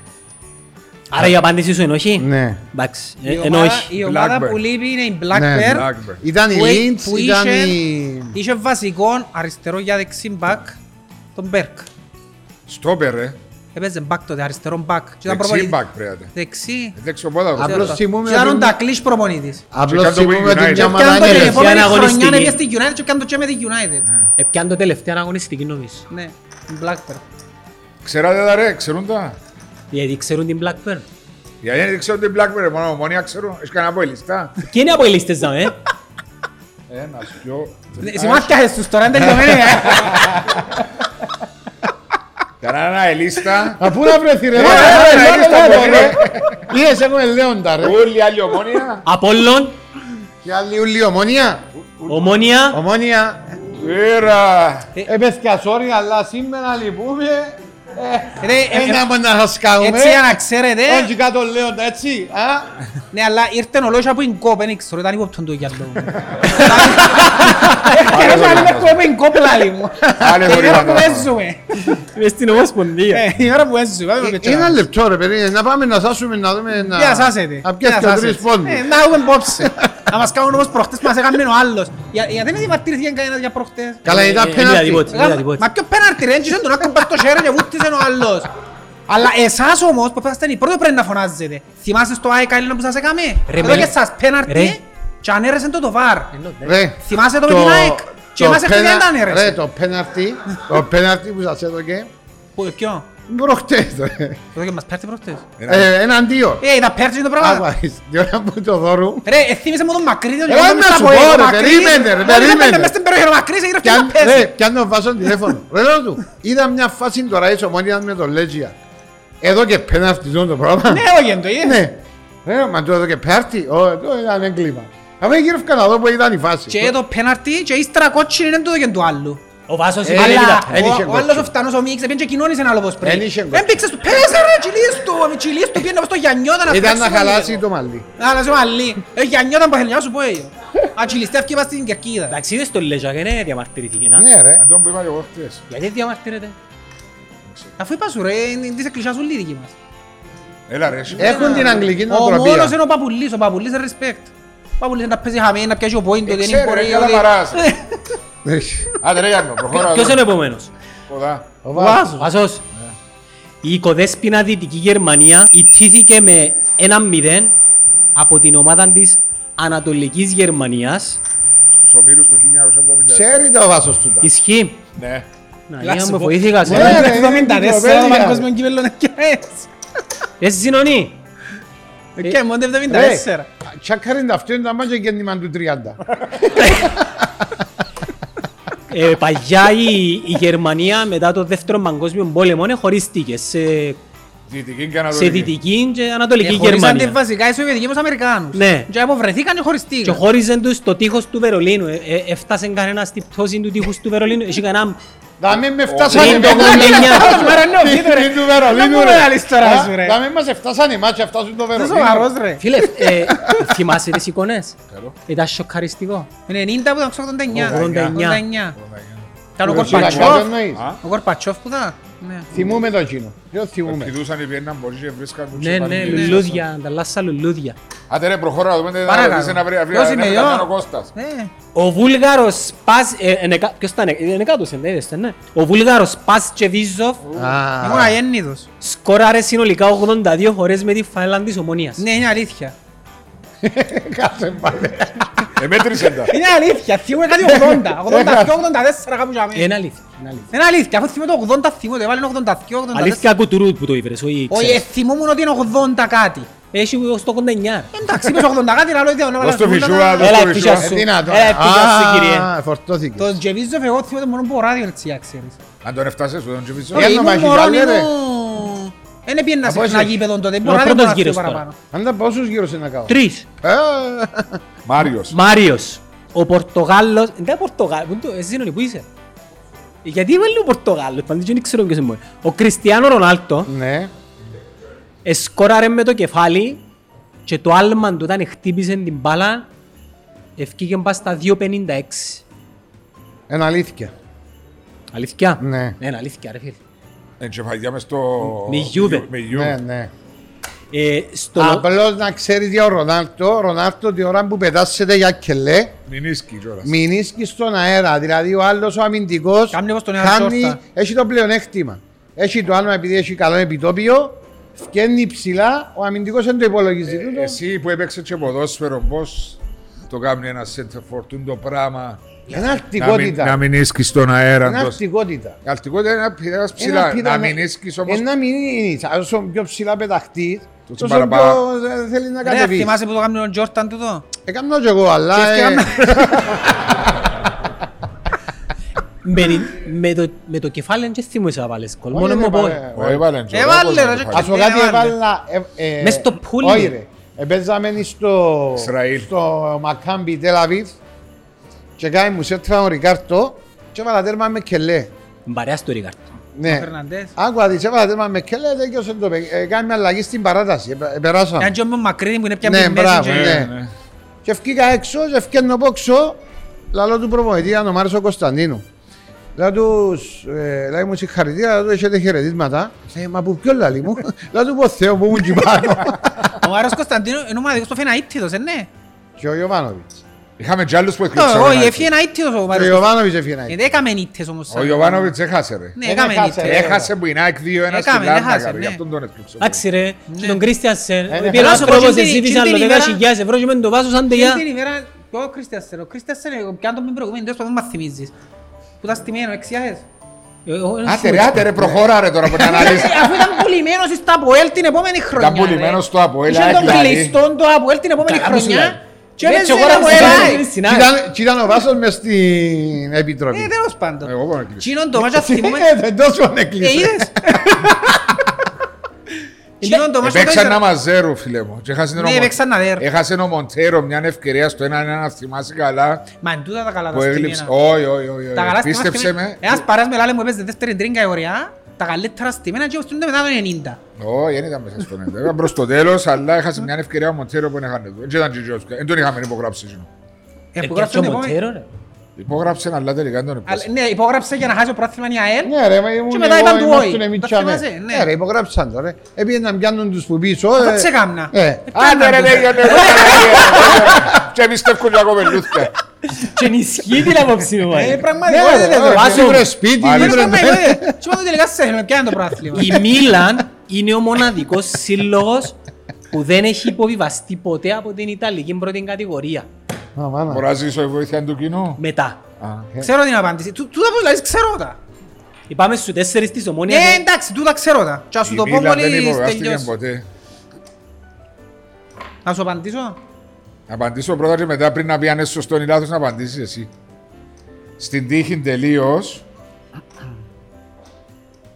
B: Άρα η απάντησή σου είναι όχι.
C: ναι.
B: Εντάξει,
F: Η
B: ε, ενώ
F: ομάδα-
B: όχι.
F: Η ομάδα
D: Blackburn.
F: που λείπει είναι η
C: Ναι,
F: Blackburn.
D: Blackburn.
C: Ήταν η
F: που-
C: Leeds,
F: που
C: ήταν
F: είχε-
C: η...
F: Είχε βασικό αριστερό για δεξί μπακ τον Μπέρκ.
D: Στόπερ, ρε.
F: Έπαιζε μπακ τότε, αριστερό μπακ. Και ήταν
D: Δεξί
F: προπονητής.
D: μπακ πρέπει να είναι.
F: Δεξί.
D: Δεξιό πόδαρο.
C: Απλώς
F: Ξέρω το.
C: θυμούμαι
F: Και ήταν ο
C: ότι-
F: Ντακλής προπονητής.
C: Απλώς
D: Chicago
C: θυμούμε
D: United.
C: ότι
D: Και
C: μια
F: Και αν
C: ομάδα
F: το
C: είναι
F: την
C: ρε.
B: τελικό-
F: επόμενη
B: αγωνιστική.
F: χρονιά είναι στη este United και αν το και με τη United.
B: Επιάν Ε, το τελευταίο αγωνιστική νομίζω.
F: Ναι, η Blackburn.
D: Ξέρατε τα ρε, ξέρουν τα.
B: Γιατί ξέρουν την Blackburn.
D: Γιατί δεν ξέρουν την Blackberry, μόνο ομονία ξέρουν. Έχεις κανένα από η λίστα.
B: Ποιοι είναι από οι λίστες δάμε, ε?
D: Ένας, δυο,
F: Ε, Σημάδια έχεις τους τώρα, είναι τελειωμένοι. ε.
D: κανένα η λίστα.
C: Απού να βρεθεί ρε,
D: Ε,
C: ρε,
D: ε,
C: ρε,
D: ε, ε,
C: ρε, ρε,
D: ε,
C: ρε,
D: ε,
C: ρε. Λίγες έχουμε λέοντα ρε.
D: Όλοι άλλη ομόνια.
B: Απόλλων,
C: Και άλλη ούλη ομόνια.
B: Ομόνια,
C: Ομόνια.
D: Βέρα.
F: Ε,
C: Έπες Ε, και ασόρι, αλλά σήμερα λοιπόν, ε, λυπούμε.
F: Ρε, ε, ε,
C: Ένα μόνο να σας κάνουμε.
F: Έτσι για να ξέρετε,
C: Όχι κάτω λέοντα, έτσι. Α,
F: ναι, αλλά ήρθε ο λόγος από την κόπ, δεν ξέρω, ήταν υποπτών το γυαλό μου. Καιρός να λέμε κόπ, είναι κόπ, λαλί μου.
D: Άλλη
F: Την ώρα
D: χωρίς
F: που έζουμε.
B: είμαι στην Ομοσπονδία.
F: Ε, Την ώρα που έζουμε. πάμε
C: ε,
F: πετρά.
C: Ένα λεπτό ρε περίμενε, να πάμε να σάσουμε να δούμε να...
F: Για να σάσετε.
C: Να
F: Για
C: πιάσει
F: να
C: και
F: σάσετε.
C: τρεις πόντους.
F: Ε, Να έχουμε υπόψη. Να μας κάνουν όπως προχτές που μας έκανε ο άλλος. Για- Γιατί δεν διαμαρτύρθηκε κανένας για προχτές.
C: Καλά
B: Ε,
C: ήταν
B: ε, είδα τίποτα.
C: πέναλτι.
B: Δεν ήταν τίποτα.
F: Μα ποιο πέναρτη ρε, έτσισε τον άκουμπα στο χέρι και βούτησε ο άλλος. Αλλά εσάς όμως που ήσασταν οι πρώτοι πρέπει να φωνάζετε. Θυμάστε στο ΑΕΚ Έλληνα που σας έκαμε.
B: Ρε,
F: Εδώ
B: με-
F: και σας
B: ρε.
F: πέναρτη και ανέρεσε το το βαρ.
C: Ρε,
F: Θυμάσαι το με την ΑΕΚ. Και
C: το
F: μας έφυγε
C: πένα-
F: ήταν
C: Ρε
F: ρε.
C: το πέναρτι, το πέναρτι που σας έδωκε,
F: Πού, Ποιο.
C: προχτές ρε.
F: Εδώ και μας πέρτε προχτές.
C: Ε, Έναν δύο.
F: Ε, ήταν πέρτε το πράγμα.
C: Άκουα, την ώρα που το δώρουν.
F: Ρε, ε, θύμισε μου τον Μακρύ, τον
C: Ρε,
F: Γιώργο
C: να σου
F: Μισθαποέλη,
C: πω,
F: τον
C: ρε,
F: Μακρύ.
C: περίμενε, ρε,
F: ε, Μα,
C: περίμενε.
F: μες στην περιοχή, ο Μακρύς έγινε
C: Κι
F: αυτό
C: αν-
F: να παίζει.
C: Ρε, πιάνω ο Βάσον τηλέφωνο. Ρε λέω του, είδα μια φάση τώρα έτσι ομόνια με τον Λέτζια. Εδώ και πέναρτι ζουν το πράγμα.
F: Ναι, όχι, εν το είδες.
C: Ναι. Ρε, μα το εδώ και πέναρτι. Ω, εδώ ήταν έγκλημα. Αμέ γύρω να δω που ήταν η φάση.
F: Και το πέναρτι και ύστερα κότσινη είναι τούτο και του άλλου.
B: Ο Βάσος
C: Ε,
B: είναι
F: Αλλά
B: λίγα.
C: Εν είχε
F: ο- ο άλλος
C: κότσινη.
F: ο φτανός ο Μίξ επήγαινε και κοινώνησε ένα άλλο πως πριν.
C: Εν είχε κότσινη.
F: Έμπηξε του, πέσε ρε, τσιλίες του, ο τσιλίες του πήγαινε στο Γιαννιώτα να
C: Ήταν να
F: φτιάξει το
C: χαλάσει
F: λίγο.
C: το μαλλί.
F: Να χαλάσει το μαλλί. Ε, Γιαννιώτα που θέλει να σου πω εγώ. Αν τσιλιστεύει και πας στην Κερκίδα.
B: Εντάξει, είδες τον Λέζα και δεν διαμαρτυρήθηκε, να.
C: Ναι ρε.
D: Αν τον πήγα εγώ χτες.
B: Γιατί δεν διαμαρτύρεται.
F: Αφού είπα σου ρε, είναι της εκκλησιάς ουλή δική μας.
D: Έλα ρε. εσύ.
C: Έχουν την αγγλική
F: Ο μόνος
C: νοοτροπία.
F: είναι ο Παπουλής, ο Παπουλής respect. Ο Παπουλής είναι δηλαδή. να παίζει χαμένη, να πιάσει ο point, ότι δεν
D: Ξέρει,
F: μπορεί,
D: καλά
F: ότι-
D: παράς.
C: Έχει.
D: Άντε ρε Γιάννο, προχώρα.
B: Ποιος είναι ο επόμενος.
D: Κοντά.
C: Ο
B: Ο Βάσος. Η οικοδέσποινα Δυτική Γερμανία ιτήθηκε με 1-0 από την ομάδα της Ανατολικής Γερμανίας.
D: Στους ομίλους το 1970.
C: Ξέρει το βάσος του τα.
B: Ισχύει.
D: Ναι.
B: Να, με βοήθηκας.
C: Ναι,
B: ε.
C: ρε,
F: Το 74 το
C: Κυκλοπαίδεια.
F: παγκόσμιο κύπελλο να κέρδισε.
B: Εσύ συνονί.
F: Και μόνο το
C: Ρε,
F: 74.
C: τσακάριν τα αυτό είναι τα μάτια γέννημα του 30.
B: Ε, Παγιά η, η Γερμανία μετά το δεύτερο παγκόσμιο πόλεμο ε, χωρίστηκες σε,
D: Δυτική και
B: σε
D: Ανατολική.
B: δυτική και ανατολική
F: Ε, χωρίσαν τη
B: Γερμανία.
F: βασικά οι Σοβιετικοί με τους Αμερικάνους.
B: Ναι.
F: Και αποβρεθήκαν και
B: Και
F: χωριστήκαν.
B: χώριζαν τους το τείχος του Βερολίνου. Ε, ε, Έφτασε κανένας στη πτώση του τείχους του Βερολίνου. Έχει κανένα
C: Να μην με φτάσανε
B: Πριν το
C: εμένα.
B: 89.
F: Ρε, ναι, ο
C: Τι-
F: Πίτρο, ρε.
C: τι του Βερολίνου,
F: Να
C: ρε.
F: μου βγάλεις τώρα,
C: Α,
F: σου, ρε.
C: Να μην μας εφτάσανε οι μάτια, φτάσουν το
F: Είσαι
C: Βερολίνο.
F: σοβαρός ρε.
B: Φίλε, ε, θυμάσαι τις εικόνες.
D: Καλό.
B: Ήταν σοκαριστικό.
F: Είναι 90 που ήταν στο 89.
B: 89.
F: 89. Ήταν ο
C: Ο Σιλακάκης,
F: Κορπατσόφ.
C: εννοείς.
D: Α.
F: Ο Κορπατσόφ που ήταν. Ναι.
C: Θυμούμε το εκείνο. Ποιος θυμούμε.
D: Κοιτούσαν οι Βιέννα μπορείς και βρίσκαν τους
B: Ναι, ναι,
D: επανειλημμένους.
B: λουλούδια, ανταλλάσσα λουλούδια.
D: Άντε ρε, προχώρα να δούμε τι θα
F: Παρακαλώ.
D: ρωτήσει να βρει αύριο.
F: Ποιος
D: αν
F: είμαι
D: έφτανε
F: εγώ?
D: ο Κώστας.
F: Ναι.
B: Ο Βούλγαρος Πας... ε, ενεκα- Ποιος ήταν, ε, ενεκάτος, ε, είδες, ε, ναι. Ο Βούλγαρος Πας Τσεβίζοφ
C: Α,
F: Ήμουν αγέννητος.
B: σκόραρε συνολικά 82 φορές με τη Φαϊλάνδη της Ομονίας.
F: Ναι, είναι αλήθεια.
C: Κάθε πάλι.
D: Εμέτρησε Ε, τα.
F: Είναι αλήθεια, θυμούμαι κάτι 80, 82, 84 κάπου για μένα.
B: Ε, Είναι αλήθεια. είναι αλήθεια.
F: Είναι αλήθεια, αφού θυμούμαι το 80 θυμούμαι, το έβαλε 82, 84.
B: Αλήθεια κουτουρού που το ήβρες, όχι
F: ναι. Όχι, ε,
B: ξέρεις.
F: θυμούμουν ότι είναι 80 κάτι.
B: Έχει βγει στο 89.
F: Εντάξει, είπες 80 κάτι, αλλά όχι, δεν
D: Δώσ' το φυσούα,
B: Έλα,
D: δώσ' το
B: ευτυχία
D: φυσούα.
B: σου.
C: Ε, τι να το-
B: Έλα, ευτυχία σου,
C: Α,
B: κύριε.
C: φορτώθηκες.
F: Το Τζεβίζοφ εγώ θυμούμαι το μόνο που ο ράδιο έτσι για ξέρεις.
D: Αν τον εφτάσεις, τον Τζιβιτσό.
C: Ε,
F: Όχι,
C: έμνομα,
F: ήμουν
C: έχει
F: μωρό,
C: βάλει, ρε.
F: ήμουν... Ε, Δεν πήγαινα σε
C: Από
F: ένα
C: εσύ.
F: γήπεδο τότε,
B: Είναι ο
F: μπορεί να
B: πρώτος
F: δεν
B: γύρος τώρα.
F: παραπάνω.
C: Αν ήταν πόσους γύρω σε να κάνω.
B: Τρεις.
C: Ε,
D: Μάριος.
B: Μάριος. Ο Πορτογάλος... Ε, Δεν Πορτογάλος, πού είναι το- Ζήνωνη, πού είσαι. Ε, Γιατί βάλει ο Πορτογάλος, πάντως δεν ξέρω ποιος είναι μόνο. Ο Κριστιανό Ρονάλτο
C: Ναι.
B: εσκόραρε με το κεφάλι και το άλμα του όταν χτύπησε την μπάλα ευκήγε μπα στα 2.56.
C: Εναλήθηκε.
B: Αλήθεια.
C: Ναι.
B: Ναι, είναι αλήθεια ρε φίλε.
D: Εντσεφαλιά Ε, μες στο...
B: Με Γιούβε.
D: Με
C: Ναι,
D: Γιούβε.
C: ναι.
B: Ε, στο...
C: Απλώς να ξέρεις για ο Ρονάλτο, ο Ρονάλτο την ώρα που πετάσσεται για κελέ,
D: Μινίσκι κιόλας.
C: μην ίσκει στον αέρα. Δηλαδή ο άλλος ο αμυντικός
F: Κάμνει όπως τον Ιαν
C: κάνει,
F: Τζόρτα.
C: έχει το πλεονέκτημα. Έχει το άλμα επειδή έχει καλό επιτόπιο, φκένει ψηλά, ο αμυντικός δεν το
D: Ε,
C: υπολογίζει. τούτο.
D: Εσύ που έπαιξες και ποδόσφαιρο, πώς το κάνει ένα center for το πράγμα.
C: Είναι
D: Να μην- Να
C: αρτικότητα.
D: μην ίσκεις στον αέρα.
C: Είναι
D: τόσο.
C: αρτικότητα.
D: Η Αρτικότητα είναι ένας πειράς
C: Ένα
D: ψηλά.
C: πείραμα-
D: Να μην ίσκεις όμως.
C: Ε, Να μην ίσκεις. Όσο πιο ψηλά πεταχτείς,
D: Τόσο
C: τόσο
D: παραπάνω.
C: πιο ε, θέλεις
B: Ναι,
C: να
F: Ρε,
C: κατεβείς.
F: θυμάσαι που το κάνουν τον Τζόρταν τούτο.
C: Έκανα κι εγώ, αλλά... ε,
B: Με, με, το, με το κεφάλι δεν θυμούμαι να βάλεις κολ.
C: Όχι,
B: Μόνο
C: ρε,
B: μου πω.
C: παρέ.
D: Ο, έβαλε τζο,
F: Έβαλε,
D: έβαλε
F: ρε,
D: τζο,
F: και-
C: Ας
D: έβαλε.
C: πω
F: Ε,
C: κάτι
F: ε,
C: έβαλα... ε, ε,
B: Μες στο πουλί.
C: Όχι ρε. Επέζαμε στο...
D: Ισραήλ.
C: Στο Μακάμπι Τελαβίβ και κάνει μου σε ο Ρικάρτο και έβαλα τέρμα με κελέ.
B: Μπαρέας στο Ρίγαρτο.
C: Ναι.
F: Φερναντές.
C: Άκουα δεις, έβαλα τέρμα με κελέ, τέκειωσε το παί- ε, Κάνει μια αλλαγή στην παράταση, ε, ε, περάσαμε.
F: Ήταν και ο Μακρύδη που είναι πια
C: Ναι,
F: πριν μέση
C: μπράβο,
F: και-
C: ναι. Και βγήκα έξω και βγαίνω πόξω. Λαλό του προπονητή ήταν ο Μάριος ο Κωνσταντίνου. Λέω τους, ε, λέει μου συγχαρητήρια, λέω του έχετε χαιρετίσματα. Λέει, μα που ποιο λαλί μου. Λέω του πω Θεός που ήμουν εκεί πάνω.
F: Ο Άρος Κωνσταντίνου είναι ο μοναδικός που φέρει ένα ήττητος, ε, ναι.
C: Και ο Ιωβάνοβιτς.
D: Είχαμε κι άλλους που
F: Ε,
D: έκλειψαν.
F: Όχι,
D: ένα
F: έφυγε ένα ήττητος ο
C: Και ο
F: Μάριος.
C: Ιωβάνοβιτς έφυγε να
F: Ε,
C: είναι.
F: Δεν έκαμε ήττες όμως.
D: Ο
F: σαν-
D: Ιωβάνοβιτς έχασε ρε.
F: Ναι,
C: Δεν
F: έκαμε
C: έχασε,
F: ήττες.
C: ρε.
D: Έχασε που είναι ΑΕΚ 2-1 στην
F: Έκαμε, έχασε,
D: Λάρνακα.
F: ναι.
D: Γι' αυτόν τον έκλειψε.
B: Εντάξει ρε, και τον Κρίστιασεν.
C: Ε, ναι,
B: Πήρε ένας
F: χαλάσω,
B: τρόπος,
F: την-
B: εσύ
F: την-
B: βίζα άλλο
F: την
B: 10.000
F: ημέρα-
B: ευρώ και με το βάζω σαν
F: Εκείνη
B: τελιά.
F: την ημέρα, ποιο Κρίστιασεν, ο Κρίστιασεν, εγώ πιάνω τον πριν προηγούμενη, τέλος πάντων, μ' θυμίζεις. Που ήταν στημένο, εξιάζες.
B: Ε, εγώ δεν
D: Άτε ρε,
F: ναι,
B: θυμούμαι.
D: άτε ρε, προχώρα ρε τώρα που τα
F: Ε,
D: αναλύσεις.
F: Αφού ήταν πουλημένος στα Αποέλ την επόμενη χρονιά. ρε.
D: πουλημένος στο Αποέλ,
F: ναι, Είχε τον
D: Άγλαρη.
F: κλειστόν το Αποέλ την επόμενη
B: Καλά που σου
F: χρονιά.
B: λέει.
F: Και
B: Ναι,
F: έπαιζε
B: και εγώ
F: ένα
B: να μου
F: Αποέλ,
B: θυμάμαι.
F: Άγλαρη.
B: Στην άλλη.
C: Κι ήταν- Κι ήταν ο Βάσος μες στην
F: Ε,
C: Επιτροπή.
F: τέλος πάντων.
D: Εγώ μπορώ να κλείσω.
F: Εκείνον το μάτσα θυμούμαι.
C: Ε, Δεν τόσο
F: Ε,
C: έκλεισε.
F: είδες. Εκείνον το μάτσα
D: Επέξαν να
F: ήταν-
D: μαζέρω, φίλε μου. Και έχασε
F: Ναι,
D: ο Μον-
F: παίξαν να δέρουν.
D: έχασε ο Μοντέρο μια ευκαιρία στο 1-1 να θυμάσαι καλά.
F: Μα εν τούτα τα καλά τα
D: Που έγλειψε.
F: στημένα.
D: Όχι, όχι, όχι.
F: Τα καλά
D: Πίστεψε
F: στημένα-
D: με.
F: Ένας παράς με λάλε μου έπαιζε δεύτερη τρίνκα η ωραία, τα καλύτερα στημένα και όπως μετά το 90.
D: Όχι, δεν ήταν μέσα στον έντα. Ήταν προς το τέλος, αλλά έχασε μια ευκαιρία ο Μοντέρο που έχανε του. Δεν ήταν και Τζιόσκι. Δεν τον είχαμε υπογράψει. εκείνο.
F: Ε,
B: Ε, πιάσε
F: που γράψε
B: ο
F: την επόμενη-
B: Μοντέρο, ρε.
D: Υπόγραψε, αλλά τελικά δεν τον
F: Αλλά,
D: έπιασε.
F: Ναι, υπόγραψε για να χάσει το πρόθυμα η ΑΕΛ.
C: Ναι ρε, μα ήμουν
F: Και μετά
C: εγώ,
F: είπαν του
C: ήμασταν
F: όχι.
C: εμείς
F: Το
C: τσάμε.
F: θυμάσαι, ναι. Ε,
C: Ε, ρε, υπογράψαν το ρε. Επήγαιναν να πιάνουν τους που πίσω.
F: Θα
C: ε,
F: σε κάμνα.
C: ε.
F: Άντε
D: Άντε ναι, ρε,
F: ρε,
D: λέγε, ναι, Και πιστεύω και ακόμα λούθια.
B: Και ενισχύει την άποψη μου.
F: Ε,
B: μάλλον.
F: πραγματικά,
C: Ναι,
F: δεν
C: ρε,
F: το
C: ρε,
F: βάζω.
C: βρε σπίτι,
D: Μάλιστα.
C: βρε-
F: Πραγματικά, ε, τι είπα το τελικά σε θέλουμε, ποια είναι το πράθλημα.
B: Η Μίλαν είναι ο μοναδικός σύλλογος που δεν έχει υποβιβαστεί ποτέ από την Ιταλική πρώτη κατηγορία.
C: Α, μάνα.
D: Μπορώ να ζήσω η βοήθεια του κοινού.
B: Μετά.
F: Ξέρω την απάντηση. Του- Τούτα που λες, ξέρω τα.
B: Είπαμε στους τέσσερις της ομόνιας.
F: Ναι, εντάξει, τούτα ξέρω τα. Και θα σου
D: Η
F: το πω
D: Μίλαν δεν
F: μόλις
D: υπογράφηκε
F: τελειώσει.
D: ποτέ.
F: Να σου απαντήσω.
D: Να απαντήσω πρώτα και μετά πριν να πει αν είναι σωστό ή λάθος να απαντήσεις εσύ. Στην τύχη τελείως.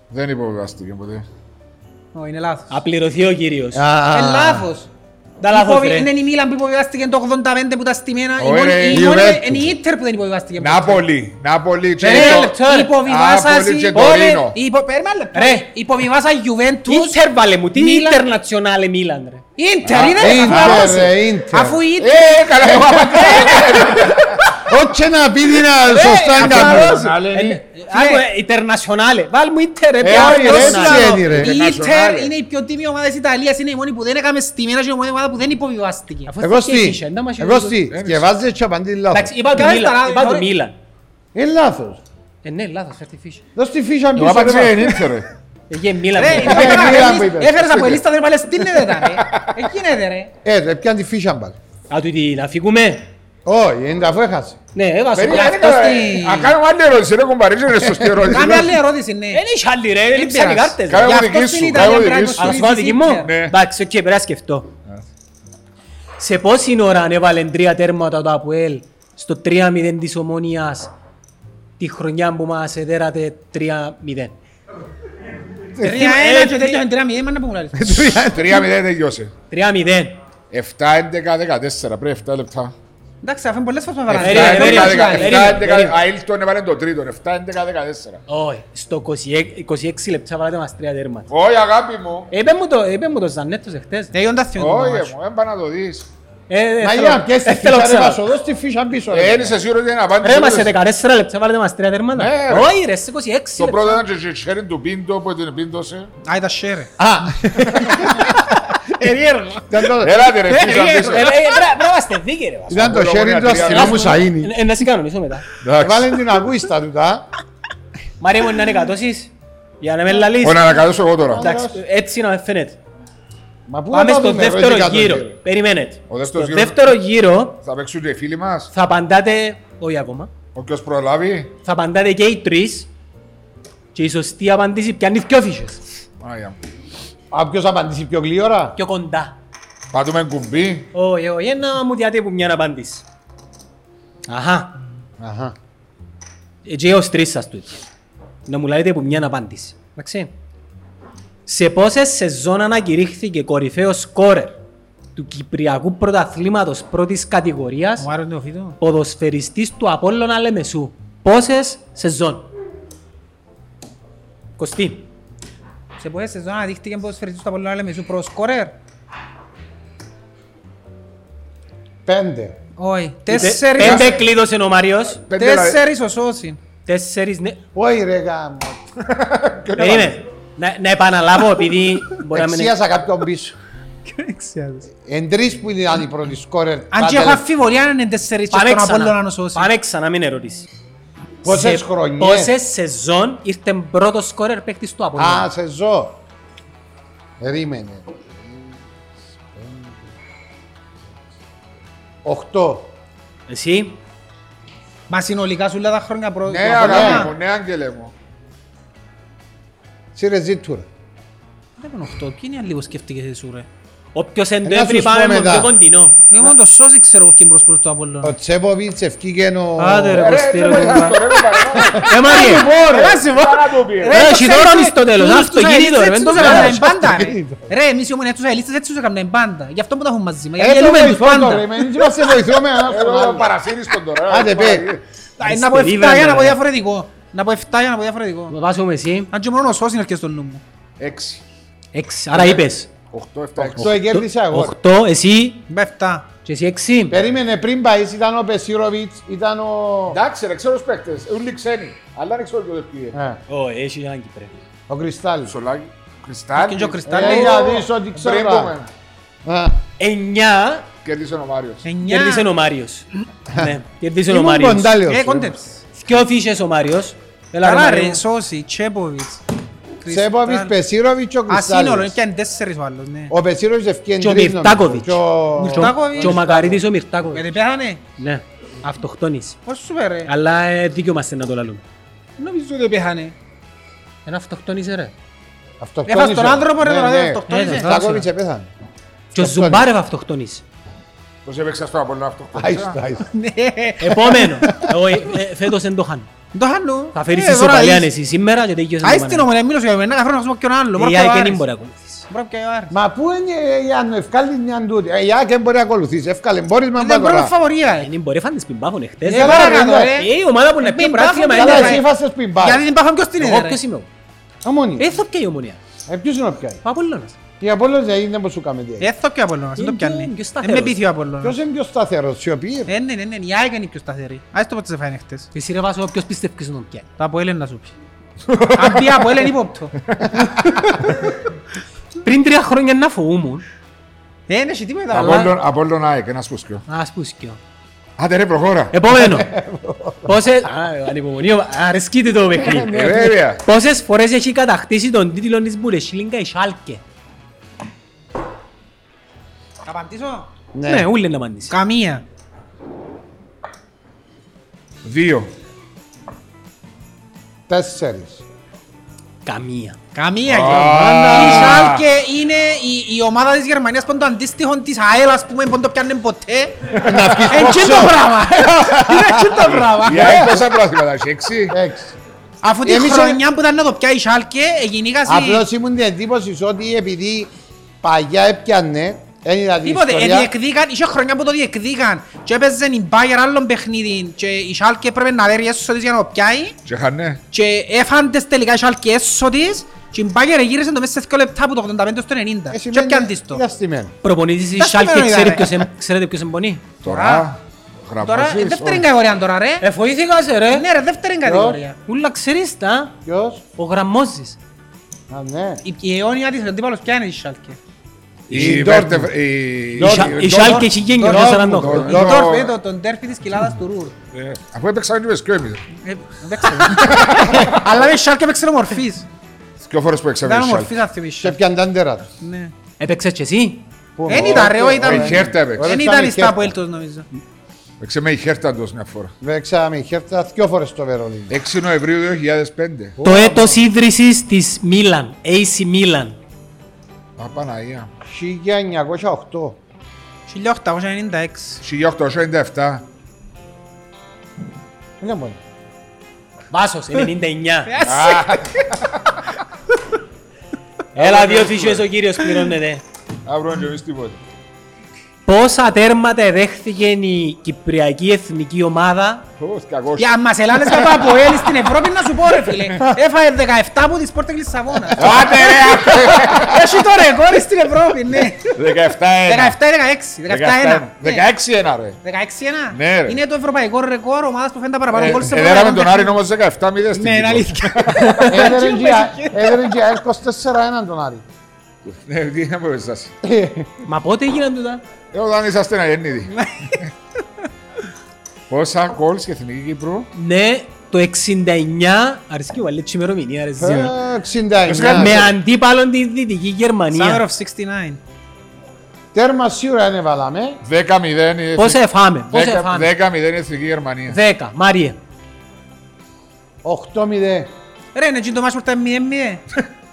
D: δεν υποβιβάστηκε ποτέ.
F: Όχι, είναι λάθος.
B: Απληρωθεί ο κύριος.
C: Α,
F: Είναι λάθος.
B: Τα λάθος,
F: Υποβι-
B: ρε.
F: Είναι η Μίλαν που υποβιβάστηκε το 85 που τα στημένα. Η
D: Ωραία,
F: μόνη- η
D: η
F: μόνη-
D: Juventus.
F: Είναι η Ίντερ που δεν υποβιβάστηκε. Ε,
D: Νάπολη, Νάπολη,
F: Ρε,
D: Τσέλσι.
F: λεπτό, ρε.
D: Νάπολη
F: Υποβιβάσασαι.
D: και
F: Όλε-
D: Τωρίνο.
F: η υπο- Περίμενε λεπτό.
B: Ρε.
F: Υποβιβάσα η Juventus.
B: Ίντερ βάλε μου, τι
F: Μίλαν.
B: Ιντερνατσιονάλε Μίλαν ρε.
F: Ίντερ, είδες,
C: Ίντερ,
F: αφού άκουσε.
C: ρε, Ίντερ.
F: Αφού η Ίντερ.
D: Ε, καλά, εγώ απαντήσω.
C: Όχι να πει την α- σωστά είναι
F: αφαλώς.
C: καλό.
B: Άκου, Ιντερνασιονάλε, βάλ μου Ίντερ ρε.
D: Ε,
B: ποια
D: όχι,
B: είναι
D: ρε,
B: το
C: έτσι
B: σύνολο.
C: είναι, ρε.
F: Η Ίντερ
D: Internazionale.
F: είναι η πιο τίμη ομάδα της Ιταλίας. Είναι η μόνη που δεν έκαμε στημένα και η μόνη ομάδα που δεν υποβιβάστηκε.
B: Αφού
C: Εγώ
B: έφυγε η
C: στη,
B: Χισεν, να μας
C: εγώ
B: χειρίζεται.
C: στη, διαβάζεις και απαντήσεις λάθος.
B: Εντάξει, είπα το
F: Κάνεις τα
B: Μίλαν,
F: λάθη,
B: είπα το
F: ωραία.
B: Μίλαν.
C: Είναι λάθος.
B: Ε, ναι, λάθος, φέρτε φύση.
C: Δώσ' τη φύσα
D: Εγώ
C: πίσω. ρε,
D: απαντήσα
C: μα.
D: δεν ήρθε.
B: Εγέ Μίλαν.
F: Ρε, ναι,
B: ρε.
F: είπα,
D: Ναι,
C: Ε,
F: έφερες-
C: μίλα που είπες.
F: Έφερες από ελίστα, δεν πάλες, τι είναι δε τα, ρε. Ε, γίνεται, ρε.
C: Ε, ρε, πιάνε τη φύσα πάλι.
B: Α, του τι, να φύγουμε.
C: Όχι, είναι αφού έχασες.
B: Ναι, έβασε.
D: Περίμενε,
B: μπράβο.
F: αυτό στη-
D: Α, κάνω άλλη ερώτηση, ρε κουμπαρίζε, είναι σωστή ερώτηση.
F: Κάμε άλλη ερώτηση, ναι.
B: Δεν Ε, έχει άλλη ρε, λείψαν οι
F: πειράζει.
B: κάρτες. ρε.
D: Κάνε
F: Γι'
D: μου
F: αυτό
D: δική
F: στην
D: σου,
F: Ιταλία
D: κάνε μου
F: πρέπει
D: δική
F: να
D: σου.
B: Α, σου
F: στηρίζεις
B: πάω δική μου.
F: Ίντερ.
D: Ναι.
B: Εντάξει, οκ, πρέπει να σκεφτώ. Σε πόση ώρα ανέβαλε τρία τέρματα το Αποέλ στο 3-0 της Ομόνιας τη χρονιά που μας εδέρατε Ε, 3-0.
F: Τρία-ένα και τέλειωσε τρία-μηδέν, μα να πούμε άλλη.
D: 3-0 τελειώσε.
B: 3-0.
D: 7-11-14, πρέπει 7 λεπτά.
F: Εντάξει, αφού πολλές φορές με
D: Εφτά,
F: βάλανε.
B: Περίμενε,
F: Τρία,
D: έντεκα,
B: περίμενε,
D: δέκα,
B: περίμενε,
D: εφτά,
B: περίμενε,
D: έντεκα,
B: περίμενε.
D: Αίλτον έβαλε το τρίτο, 7-11-14.
B: Όχι, στο 26 26 λεπτά βάλατε μας τρία τέρματα.
D: Όχι, αγάπη μου.
B: Είπε μου το, είπε μου το Ζανέτος εχθές.
F: Ναι, γιόντα θύμιο το μάτσο.
D: Όχι, μου, έμπα να το δεις.
B: Ε, δεν
C: Μα
B: θέλω-
C: για να πιέσεις τη
B: δεν θέλω
C: φύσα, ρε,
B: ξανά.
C: Βάσο, δώσ' τη φύσα πίσω. ρε.
D: Ένισε σίγουρο ότι είναι απάντηση.
B: Ρε, μας σε 14 λεπτά βάλετε μας τρία τέρματα.
D: Ναι, ρε.
B: Όχι ρε, σε 26
D: Το
B: λεπτά.
D: πρώτο ήταν και η χέρι του Πίντο που την πίντωσε.
F: Άι, τα share.
C: Ήταν το-
D: Έλατε ρε, πίσω
B: Ε,
D: πίσω.
B: ε, ε, πρέ- Πρέπει να είμαστε δίκαιοι ρε. Βάσο.
C: Ήταν το
D: Ακούω
C: χέρι
D: λόγια
C: του
D: τρία
C: αστυνόμου
D: λάθη.
C: Σαΐνη.
B: Ε, Να σε κανονίσω μετά.
C: Έβαλε την ακούεις τα τούτα.
B: Μαρία μου, να είναι κατώσεις, για να με λαλείς.
D: Όχι, να ανακαλέσω εγώ τώρα.
B: Εντάξει, έτσι να με φαίνεται.
C: Μα πού
B: Πάμε
C: να
B: στο
C: πάμε, ρε,
B: δεύτερο
C: δέκατο
B: γύρο. Περιμένετε.
D: Ο δεύτερος
B: Στο
D: γύρος-
B: δεύτερο γύρο
D: Θα παίξουν και οι φίλοι μας.
B: θα απαντάτε, όχι ακόμα,
D: Όποιος προλάβει.
B: θα απαντάτε και οι τρεις και η σωστή απαντήση πιάνει δυο φύσες.
D: Άγια μου.
C: Α, ποιος απαντήσει πιο γλύωρα.
B: Πιο κοντά. ε,
D: Πατούμε κουμπί.
B: Όχι, όχι, ένα μου διατύπου μια απάντηση. Αχα,
C: Αχα.
B: έτσι ως Ε, τρεις σας τούτοι. Να μου λέτε που μια απάντηση. Εντάξει. Σε πόσες σεζόν ανακηρύχθηκε κορυφαίος σκόρερ του Κυπριακού Πρωταθλήματος πρώτης κατηγορίας
F: Μου άρεσε το φίτο.
B: ποδοσφαιριστής του Απόλλωνα Λεμεσού. Πόσες σεζόν. Κωστή.
F: Σε πολλές σεζόν αναδείχτηκε πως φερθείς το Απολλώνα Λεμεσού προς σκορέρ.
C: Πέντε.
F: Όχι.
B: Ε, Τε-
F: Τέσσερις.
B: Πέντε κλείδωσε ο Μάριος.
D: Πέντε λα-
F: Τέσσερις ως όσοι.
B: Τέσσερις ναι.
C: Όχι ρε γάμο.
B: Περίμενε. Να, να επαναλάβω επειδή μπορεί να μην...
C: Εξίασα κάποιον πίσω. Εν τρεις που ήταν η πρώτη σκόρερ.
F: Αν και έχω αφιβολία αν είναι τέσσερις και
B: Πάμε
F: στον Απολλώνα
B: ξανά.
F: ως όσοι.
B: Πάμε ξανά, μην ερωτήσεις.
C: Πόσες
B: Σε
C: χρονιές.
B: Πόσες σεζόν ήρθε πρώτος σκόρερ παίκτης του Απόλλωνα.
C: Α, σε ζω. Περίμενε. Οχτώ.
B: Εσύ.
F: Μα συνολικά σου λέω τα χρόνια προ...
D: Ναι, αγάπη μου, ναι, άγγελε μου.
C: Σύρε ζήτουρα.
F: Δεν είναι οχτώ, ποιοι είναι οι άλλοι που σκέφτηκες εσύ ρε.
B: Όποιος εν το
C: Ένα
B: έβρι
C: σου πω
B: πάμε με
C: μετά.
B: πιο κοντινό.
F: Εγώ μόνο το σώσι ξέρω ποιοι είναι προσκρούτου του Απολλώνα.
C: Ο Τσέποβιτς ευκήγεν ο...
B: Άντε ρε,
D: Ρε,
B: Κωστή, ρε,
D: ρε,
B: κουμπά.
D: ρε, ρε,
B: Ε, Μάριε.
F: Ε,
B: Ρε, έχει δώρο στο τέλος.
F: Τούτους
B: Αυτό
F: τους
B: γίνεται, ρε. Δεν το καταλαβαίνω.
F: αελίστες έτσι τους έκαναν πάντα, ρε. Ρε, εμείς οι ομονιατούς αελίστες έτσι τους έκαναν πάντα. Γι' αυτό που τα έχουμε μαζί μας.
C: Ε,
F: Γιατί
C: το
F: ελούμε τους
C: βοηθώ τώρα,
F: πάντα.
C: ρε, εμείς είμαστε βοηθούμενοι ένας τον
D: Εδώ
C: άλλον.
D: παρασύρεις τον τώρα.
C: Άντε, πέ.
F: Ε, Να πω
B: Αριστερή
F: 7
B: βρε,
F: για να πω
B: ρε.
F: διαφορετικό. Να πω 7 για να πω διαφορετικό.
B: Το βάζω με εσύ.
F: Αν και μόνο ο σώσι είναι έρχεται στο νου μου.
D: 6,
B: Έξι. Άρα είπες.
D: 8, 7, 6.
C: Το Ε, κέρδισα εγώ.
B: Οχτώ, εσύ
F: Είπα 7.
B: και εσύ έξι.
C: Περίμενε πριν πάεις, ήταν ο Πεσίροβιτς, ήταν ο...
D: Εντάξει, ρε, ξέρω τους παίκτες. Όλοι ξένοι. Αλλά δεν ξέρω ποιος ευκήγε.
C: Ε,
B: Ω, έχει ανάγκη πρέπει.
C: Ο Κρυστάλλης.
D: Σολάκι.
F: Και
D: Κρυστάλλι.
F: ο
C: Ε,
F: Κρυστάλλι.
C: για δεις ότι ξέρω.
D: Μπρέμπομεν.
C: Ε,
B: Εννιά
D: Κέρδισε ο Μάριος.
F: Εννιά.
B: Κέρδισε ο Μάριος. Ναι, κέρδισε ο
C: Ήμουν
B: Μάριος.
C: κοντάλιος.
F: Ε, κόντεψε.
B: Δυο φύσες ο Μάριος. Έλα,
F: Καλά
B: Μάριο.
F: ρε, Σόση, Τσέποβιτς.
C: Τσέποβιτς, Πεσίροβιτς και ο
F: Ασύνολο,
C: Κρυστάλλιος.
F: έπιανε τέσσερις ο άλλος, ναι.
C: Ο Πεσίροβιτς ευκαιρία
B: Και ο Μυρτάκοβιτς. Και ο- Και ο Μακαρίτης ο
F: Γιατί
C: Ε,
B: Μυρτάκοβιτς.
F: πέθανε.
B: Ναι, αυτοκτόνης.
F: Πώς σου πέρε.
B: Αλλά ε, δίκιο μας είναι να το λαλούμε.
F: Νομίζω ότι πέθανε.
B: Ένα αυτοκτόνησε ρε.
F: Έχασε τον άνθρωπο,
C: Ναι,
F: ρε, τώρα, αυτοκτόνησε.
C: Ο Μυρτάκοβιτς επέθανε.
B: Και ο Ζουμπάρευ αυτοκτόνησε.
D: Πώς έπαιξε αυτό από όλο αυτό.
C: Άιστο, άιστο.
F: Ναι.
B: Επόμενο. Ε, ε, Φέτος δεν το χάνω.
F: Το χάνω.
B: Θα φέρεις
F: Ε,
B: τις
F: τώρα,
B: ισοπαλιάν
F: δεις.
B: εσύ σήμερα και τέτοιος
F: Α, είστε νομονέ, μίλωσε για εμένα, καθόλου να σου πω ποιον άλλο. Μπορεί
B: Η
F: να
B: ΑΕΚ
F: πιάει ο
B: δεν ε,
F: Άρης.
B: μπορεί να ακολουθήσει.
F: Μπορεί να πιάει ο Άρης.
C: Μα πού είναι ε, η Άννα, ευκάλλει μια τούτη. Ε, Η Άκη μπορεί να ακολουθήσει, ευκάλλει. Μπορείς να
F: Δεν
C: πάει
F: πρώτη
C: τώρα.
F: Ε, φαβορία. ε.
B: Δεν μπορεί, έφανες πιμπάφωνε χτες.
F: Ε,
B: Ε,
C: καλά,
F: παρακάτω,
C: ρε,
F: ρε.
B: Ε, η ομάδα που να πιει
F: Μην
B: πράγμα
F: πάφωνε,
B: είναι...
C: Καλά,
F: ρε.
C: εσύ έφασες πριν πάει.
F: Ε, Γιατί την πάχαμε ποιος την
B: Εγώ
F: είναι. ρε.
B: ποιος είμαι εγώ.
C: Αμόνι.
B: Ε, θα πιάει η ομονία.
C: Ε, ποιος είναι ο πιάει.
B: Ο Απολλώνας.
C: Η Απόλλωνας δεν είναι που σου κάμε τι.
F: Ε, θα πιει ο Απολλώνας, δεν το
B: Είναι πιο-
F: πιάνει.
B: πιο
F: Δεν με
B: σταθερός.
F: πείθει ο Απολλώνας.
C: Ποιος είναι πιο σταθερός, σιωπή.
F: Ε, ναι, ναι, ναι, η ΑΕΚ είναι η πιο σταθερή. Ας το πότε σε φάνε χτες.
B: Εσύ ρε Βάσο, ποιος πιστεύεις να τον πιάει.
F: Το Αποέλ να σου πει. Αν πει Αποέλ είναι ύποπτο.
B: Πριν τρία χρόνια να φοβούμουν.
F: Ε, ναι, έχει τίποτα. αλλά-
D: Απόλλων- Απόλλων ΑΕΚ, ένας φούσκιο.
B: Ας πού σκιώ.
D: Άντε ρε, προχώρα.
B: Επόμενο. Πόσες... Α, ανυπομονία, αρεσκείται το παιχνίδι.
D: Ε, Βέβαια.
B: Πόσες φορές έχει κατακτήσει τον τίτλο της Μπουρεσλίνκα η Σάλκε.
F: Θα απαντήσω.
B: Ναι, ούλε να απαντήσεις.
F: Καμία.
D: Δύο.
C: Τέσσερις.
B: Καμία.
F: Καμία.
D: Α.
F: Γερμανία. Η Σάλκε είναι η, η ομάδα της Γερμανίας που είναι το αντίστοιχο της ΑΕΛ, ας πούμε, που δεν το πιάνουν ποτέ. Ε, Εν τσιν το πράγμα. Είναι τσιν το πράγμα.
D: Η ΑΕΚ πόσα προάθληματα έχεις, έξι.
C: Έξι.
F: Αφού τη
C: Εμείς-
F: χρονιά που ήταν να το πιάει η Σάλκε, γενίκασε...
C: Απλώς ήμουν την εντύπωση ότι επειδή παγιά έπιανε, δεν είδα την
F: Τίποτε, ε,
C: ιστορία.
F: διεκδίκαν, είχε χρονιά που το διεκδίκαν και έπαιζε η Bayern άλλων παιχνίδι και η Schalke έπρεπε να δέρει έσω της για να το πιάει
D: Και χανέ.
F: και έφαντες τελικά η Schalke έσω της και η Bayern γύρισε το μέσα σε δύο λεπτά από το 85 στο 90
C: Ε,
F: και
C: σημαίνει-
F: έπιαν της το.
C: είδα στημένο.
B: Προπονητής η
F: Τα
B: Σάλκε
F: σπέρα
B: ξέρει
F: ήταν,
B: ποιος εμ- ξέρετε ποιος εμπονεί.
D: Τώρα.
F: Τώρα, ε,
D: Γραμμάζεις.
F: δεύτερη κατηγορία τώρα ρε.
B: Εφοήθηκα σε ρε.
F: Ναι ρε, δεύτερη κατηγορία.
B: Ούλα ξέρεις τα.
C: Ποιος.
B: Ο Γραμμόζης.
C: Α, ναι.
F: Η- Η αιώνια της αντίπαλος ποια είναι η Schalke.
D: Η Βέρτε- η-
B: Η Σα- Η Σάλκε έχει γίνει
C: Τώρα,
B: το
D: τώρα.
B: 48.
F: Η
D: Τώρα-
F: Dortmund, ε, το- τον τέρφι της κοιλάδας του Ρουρ.
D: Ε, Αφού έπαιξαν και και εμείς.
F: Ε, δεν ξέρω. Αλλά η Schalke έπαιξε ομορφής.
D: Δυο φορές που έξαμε
F: Ήταν
D: η Schalke.
F: ομορφής να θυμίσεις.
C: Και πιάνε τα ντέρα του.
F: Ναι.
B: Έπαιξες και εσύ.
C: Πού,
F: Δεν
C: ο-
F: ήταν ρε, ο,
D: Ο- Ε, Η
F: ήταν...
D: Χέρτα έπαιξε.
F: Δεν
C: Ρωτάμε
F: ήταν
C: η
F: στα
C: Χέρτα.
F: Αποέλτος νομίζω.
D: Έπαιξε με η Χέρτα εντός μια φορά.
C: Βέξαμε, η χέρτα δυο φορές το Βερολίνο.
D: 6 Νοεμβρίου 2005.
B: Το έτος ίδρυσης της Μίλαν. AC Μίλαν.
D: Απαναία.
C: 1908.
F: 1896.
D: 1897.
C: Είναι μόνο.
B: Βάσος, 99. Έλα δύο φύσες ο κύριος πληρώνεται.
D: Αύριο είναι και εμείς τίποτα.
B: Πόσα τέρματα εδέχθηκε η Κυπριακή Εθνική Ομάδα
D: Ω, κακός.
F: Για μας ελάλες κάτω από Αποέλ στην Ευρώπη να σου πω ρε φίλε. Έφαγε 17 από τη Σπόρτα Λισαβόνας.
D: Άντε ρε!
F: Έχει το ρεκόρ στην Ευρώπη, ναι. 17-16.
D: 17-1.
F: 17-1.
D: 16 ένα ρε.
F: 16-1.
D: Ναι, ρε.
F: Είναι το ευρωπαϊκό ρεκόρ ομάδας που φαίνεται παραπάνω γκολ σε
D: Εδέραμε Ε, τον
F: ευρωπαϊκό
D: Άρη όμως 17-0
F: παιχνίδι.
D: στην
F: Ναι, είναι
D: Κύπρο.
F: αλήθεια. Ε,
C: Έδερε και η Α- Έδερε και η ΑΕΛ 24-1 τον Άρη. Ε,
D: Ναι, τι να πω εσάς.
B: Μα πότε έγιναν τούτα.
D: Ε, Όταν είσαστε αγέννητοι.
F: Ναι.
D: Πόσα γκολ στην Εθνική Κύπρου.
B: Ναι, το 69 αρισκεί βάλει έτσι ημερομηνία ρε σήμερα.
C: Ε,
B: Με
C: 69.
B: αντίπαλον τη Δυτική
F: Summer
B: Γερμανία.
F: of 69.
C: Τέρμα σίγουρα δεν έβαλαμε.
D: 10-0 η Εθνική-
B: Πόσα εφάμε, πόσα
D: 10
B: εφάμε.
D: 10-0 η Εθνική Γερμανία.
B: 10, Μάριε.
C: 8-0.
F: Ρε, είναι εκείνο το μάτς που ήταν 0-0.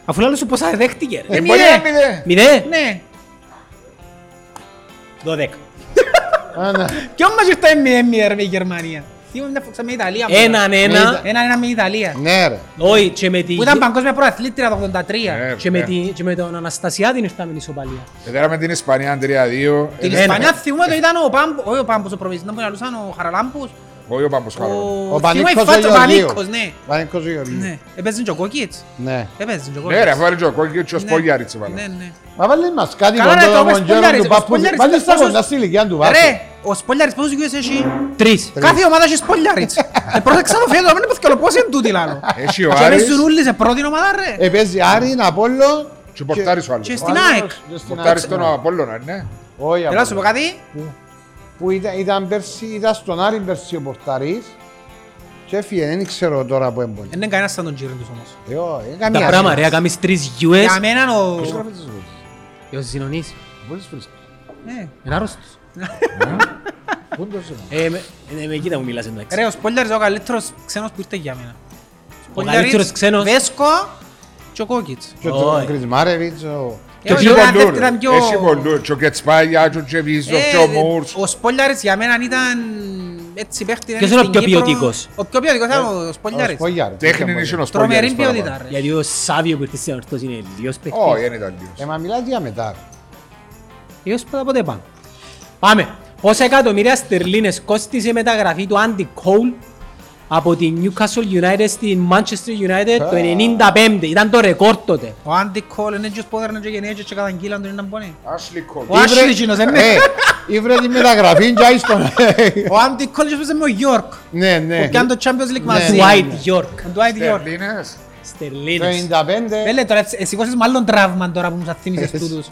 B: Αφού λέω σου πόσα δέχτηκε ρε.
D: Ε,
F: μηδέν.
D: μπορεί να είναι μηδέν.
B: Μηδέ.
F: Ναι.
B: 12.
C: Ε, ναι.
F: Κι όμως ήρθαν 0-0 ρε με η Γερμανία. Θυμούμαι μια φορά με Ιταλία.
B: Έναν ένα.
C: Μηδέν.
F: Ένα είναι με Ιταλία.
C: Ναι ρε.
B: Όχι, και με τη...
F: Που ήταν παγκόσμια προαθλήτρια το 83.
D: Ε,
B: Και με,
D: ε.
B: τη, και με τον Αναστασιάδη ήρθαμε την ισοπαλία.
D: Εδέραμε Ε, την Ισπανία 3-2.
F: Την
D: Ε,
F: Ισπανία θυμούμε το ήταν ο Πάμπος, όχι ο Πάμπος ο προβεσινός που λαλούσαν ο Χαραλάμπος.
D: Όχι ο Παπος Χαράλαμπος.
C: Ο
F: θυμούμε η
C: Πανίκος
F: φάτσα,
C: ο
F: ο Πανίκος,
C: Γεωργίου.
F: ναι.
C: Πανίκος ο Γεωργίου.
F: Ναι, έπαιζε και ο Κόκκιτς.
C: Ναι.
F: Έπαιζε και ο
D: Ναι ρε,
F: Κόκκιτς.
D: αφού βάλει και ο Κόκκι και ο
F: Ναι.
D: Σπόγιαριτς έβαλε.
F: Ναι, ναι.
C: Μα βάλει μας κάτι
F: Καλά, ρε,
C: κοντό
F: το
C: με
F: είπες,
C: τον Γέρο
F: σπολιάρης,
C: του
F: ο
C: Παππούδη.
F: σπολιάρης
C: Βάλει
F: ήταν
C: στα
F: πόσος-
C: κοντά στη ηλικία του Βάσου.
F: Ρε, ο Σπόλιαρης πόσους γιουές έχει.
B: Τρεις.
F: Κάθε ομάδα έχει Σπόλιαρης. Ε, Πρόσεξα το φέτο, να μην πεθκολο πώς είναι τούτη λάλο.
D: Έχει ο
F: Και με
D: Άρης
F: Σουρούλης σε πρώτη ομάδα
B: Ε,
F: ρε.
C: Ε, παίζει Άρη, Απόλλων
D: και ο Πορτάρης ο άλλος.
F: Και
D: Ο
F: στην
C: άλλος
F: ΑΕΚ.
C: και στην
D: Πορτάρης
C: ΑΕΚ.
D: τον Απόλλωνα, ναι.
C: Όχι,
F: Θέλω Ε, να σου πω
C: Απολλώνα.
F: κάτι.
C: Που ήταν, ήταν, πέρσι, ήταν στον Άρη πέρσι ο Πορταρής και έφυγε, δεν ξέρω τώρα που έμπονε.
F: Δεν είναι κανένας σαν τον κύριο τους όμως.
C: Ε, όχι, δεν
B: Τα
C: καμία
B: πράγματα,
C: σχέση.
B: ρε, κάνεις τρεις
F: Για
B: US.
F: μένα ο...
C: Πώς γράφεις τις βόλτες.
B: Ο Ζηνονής,
C: Μπορείς να βρίσκεις.
F: Ναι.
B: είναι άρρωστος.
C: Πού είναι το σήμα.
B: Ε, με- ε, με κοίτα μου μιλάς εντάξει.
F: Ρε, ο Σπόλιαρης είναι ο καλύτερος ξένος που ήρθε για μένα. Σπόλιαρης,
B: καλύτερος ξένος.
F: Βέσκο και ο Κόκκιτς.
C: Και ο
B: Όχι.
C: Κρισμάρεβιτς, ο...
F: Ε,
D: Έχει
F: ο Γιωάννης
D: πολλούς,
F: ήταν
D: ρε.
F: πιο-
D: Έχει πολλούς. Και ο Κετσπάγια, και ο Τσεβίζος,
F: Ε,
D: και ο Μούρς.
F: Ο Σπόλιαρης για μένα ήταν έτσι παίχτη.
B: Ποιος
F: στην
B: είναι ο πιο
F: Κύπρο.
B: ποιοτικός? Ε,
F: Ο πιο ποιοτικός ήταν ο Σπόλιαρης.
C: Σπόγιαρης.
D: Τέχνη είναι ο
F: Τρομερή
D: Σπόγιαρης
F: ποιότητα
D: παραπάνω.
F: ρε.
B: Γιατί ο Σάβιο που ήρθε στην ορθός είναι λίγος παίκτης.
D: Όχι, δεν ήταν λίγος.
C: Ε, μα μιλάς για μετά. ρε.
B: Λίγος πρώτα ποτέ πάνω. Πάμε. Πόσα εκατομμύρια στερλίνες κόστιζε η μεταγραφή του Άντι Κόλ από τη Newcastle United στην Manchester United το 95. Ήταν το ρεκόρ τότε.
F: Ο Άντι Κόλ είναι και ο Σπόδερ, είναι και γενναίες και καταγγείλαν τον έναν πόνι.
D: Ashley Cole.
F: Ο Άσλι εκείνος, δεν είναι.
C: Ε, ήβρε τη μεταγραφή και άεις τον...
F: Ο Άντι Κόλ και με ο Γιόρκ.
C: Ναι, ναι.
F: Που πιάνε το Champions League μαζί.
B: Dwight York.
F: Ο Dwight
D: Ναι,
F: York.
D: Στερλίνες.
B: Στερλίνες.
C: Το 95...
F: Πέλε τώρα, ε, σηκώσες μάλλον τραύμα τώρα που μου σας θύμισες τούτους.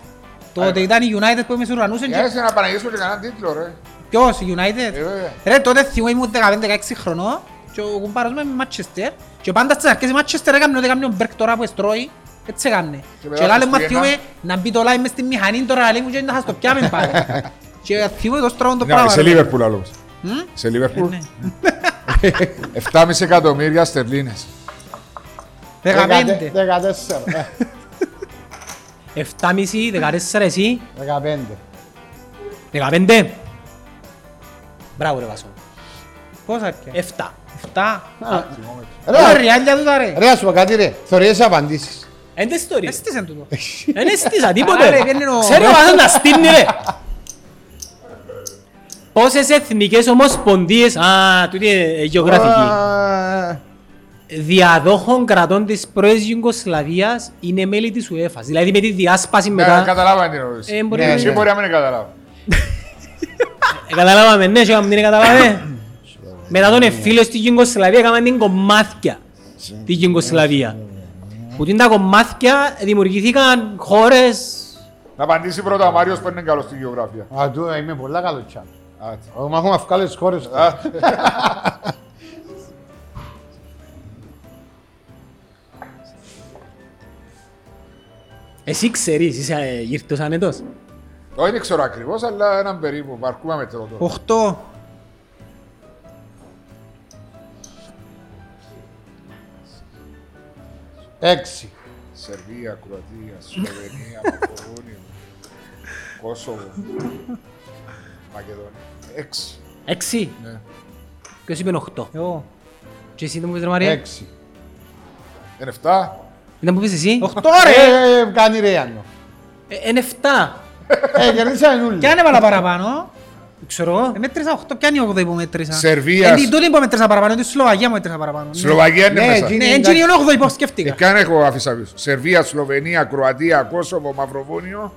F: Τότε ήταν η United που με σουρανούσαν και...
D: Κάτσε να παναγήσουμε και κανέναν τίτλο, ρε.
F: Ποιος, η United.
D: Ε, βέβαια.
F: Ρε, τότε θυμώ ήμουν 15-16 χρονών και ο κουμπάρος μου με Manchester και πάντα στις αρχές η Manchester έκαμε ό,τι έκαμε ο Μπερκ τώρα που εστρώει. Έτσι έκαμε.
D: μετά
F: Και λάλε
D: τα
F: μα
D: Χριστούγεννα.
F: θυμούμε να μπει το live μες στη μηχανή τώρα λέει μου και να σας το πιάμε πάλι. Και θυμώ το στρώμα το
D: Ναι,
F: πράγμα.
D: σε
F: ρε. Ε, ναι.
D: Λίβερπουλ άλλος. Σε Λίβερπουλ. 7,5 εκατομμύρια στερλίνες.
F: 15.
C: 14. ε,
B: 7,5, 14 εσύ.
C: 15.
B: 15. Μπράβο ρε Βάσο.
F: Πόσα
D: Ε,
F: πια.
B: 7.
F: 7. Ρε,
C: Ρε,
F: ρε, άλια τούτα ρε.
C: Ρε, να σου πω κάτι ρε. Θωρίες απαντήσεις.
B: Εν τες ιστορίες.
F: Έστησεν τούτο.
D: Ε,
B: Δεν αισθήσα
F: Άρα,
B: τίποτε.
F: ρε, βγαίνει ο-
B: Ξέρει ο Βάσος να στείλει ρε. Πόσες εθνικές ομοσπονδίες, α, τούτη είναι ε, γεωγραφική,
C: Α,
B: διαδόχων κρατών της πρώης Ιουγκοσλαβίας είναι μέλη της UEFA. Δηλαδή με τη διάσπαση
D: Ναι,
B: μετά.
D: καταλάβαμε την ερώτηση.
B: Ε, μπορεί
D: Ναι,
B: να-
D: εσύ μπορεί να μην την καταλάβω.
B: Ε, Καταλάβαμε, ναι, και δεν καταλάβαμε. Μετά τον εφήλιο στη Γιουγκοσλαβία έκαναν την κομμάτια. Τη Γιουγκοσλαβία. Που την τα κομμάτια δημιουργηθήκαν χώρες...
D: Να απαντήσει πρώτα ο Μάριος που είναι καλός στη γεωγραφία.
C: Α, του, ε, είμαι πολλά καλός τσάμ.
D: Άτε.
C: Μα έχουμε αυκάλες τις χώρες.
B: Εσύ ξέρεις, είσαι ε, γύρτος ανέτος.
D: Όχι, δεν ξέρω ακριβώς, αλλά έναν περίπου. Βαρκούμε με τρόπο τώρα.
F: 8.
C: Έξι.
D: Σερβία, Κροατία, Σλοβενία, Μακεδόνια, Κόσοβο, Μακεδονία. Έξι.
B: Έξι.
D: Ναι.
B: Ποιος είπε οχτώ.
F: Εγώ.
B: Και εσύ δεν μου πες ρε Μαρία.
C: Έξι.
D: Είναι εφτά.
B: Ήταν που πες εσύ.
F: Οχτώ ρε.
C: Ε, ε, Κάνει ρε Ιάννο.
B: Ε, Εν εφτά.
C: Ε, κερδίσαμε
F: Κι
C: όλοι.
F: αν έβαλα παραπάνω.
B: Ξέρω εγώ.
F: Ε, μέτρησα 8, ποια είναι η 8η που μέτρησα.
D: Σερβίας.
F: Είναι η τούτη που μέτρησα παραπάνω, είναι η Σλοβακία που μέτρησα παραπάνω. Ναι.
D: Σλοβακία είναι
C: Ναι,
D: μέσα.
C: εκεί-
F: Ναι, έτσι είναι η 8η που σκέφτηκα.
D: Ποια έχω αφήσει πίσω. Σερβία, Σλοβενία, Κροατία, Κόσοβο, Μαυροβούνιο,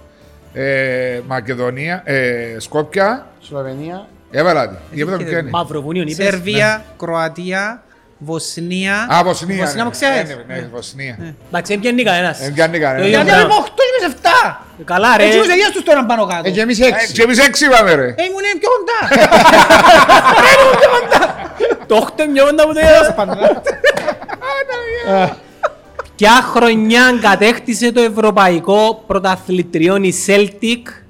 D: ε, Μακεδονία, ε, Σκόπια.
C: Σλοβενία.
D: Έβαλα τη. Η έβαλα ποια είναι.
B: Μαυροβούνιον είπες.
F: Σερβία, Κροατία, Βοσνία.
D: Α, Βοσνία.
F: Βοσνία
D: ναι.
F: μου ξέρεις. ναι,
D: Ε, ναι, Ναι, Βοσνία.
B: Ναι. Εντάξει, δεν πιάνει κανένας.
D: Δεν πιάνει κανένας.
B: Το ίδιο
F: Γιατί
D: Γιατί
B: πράγμα.
F: είμαι 8 είμαι σε 7.
B: Καλά ρε.
F: Έτσι μου σε τους τώρα πάνω κάτω.
C: Ε, και
F: Ε,
C: εμείς
D: Ε,
C: έξι.
D: Και εμείς έξι είπαμε ρε.
F: ήμουν πιο κοντά.
B: Το οχτώ είναι πιο κοντά που το είδα. Ποια χρονιά κατέκτησε το ευρωπαϊκό πρωταθλητριόν η Celtic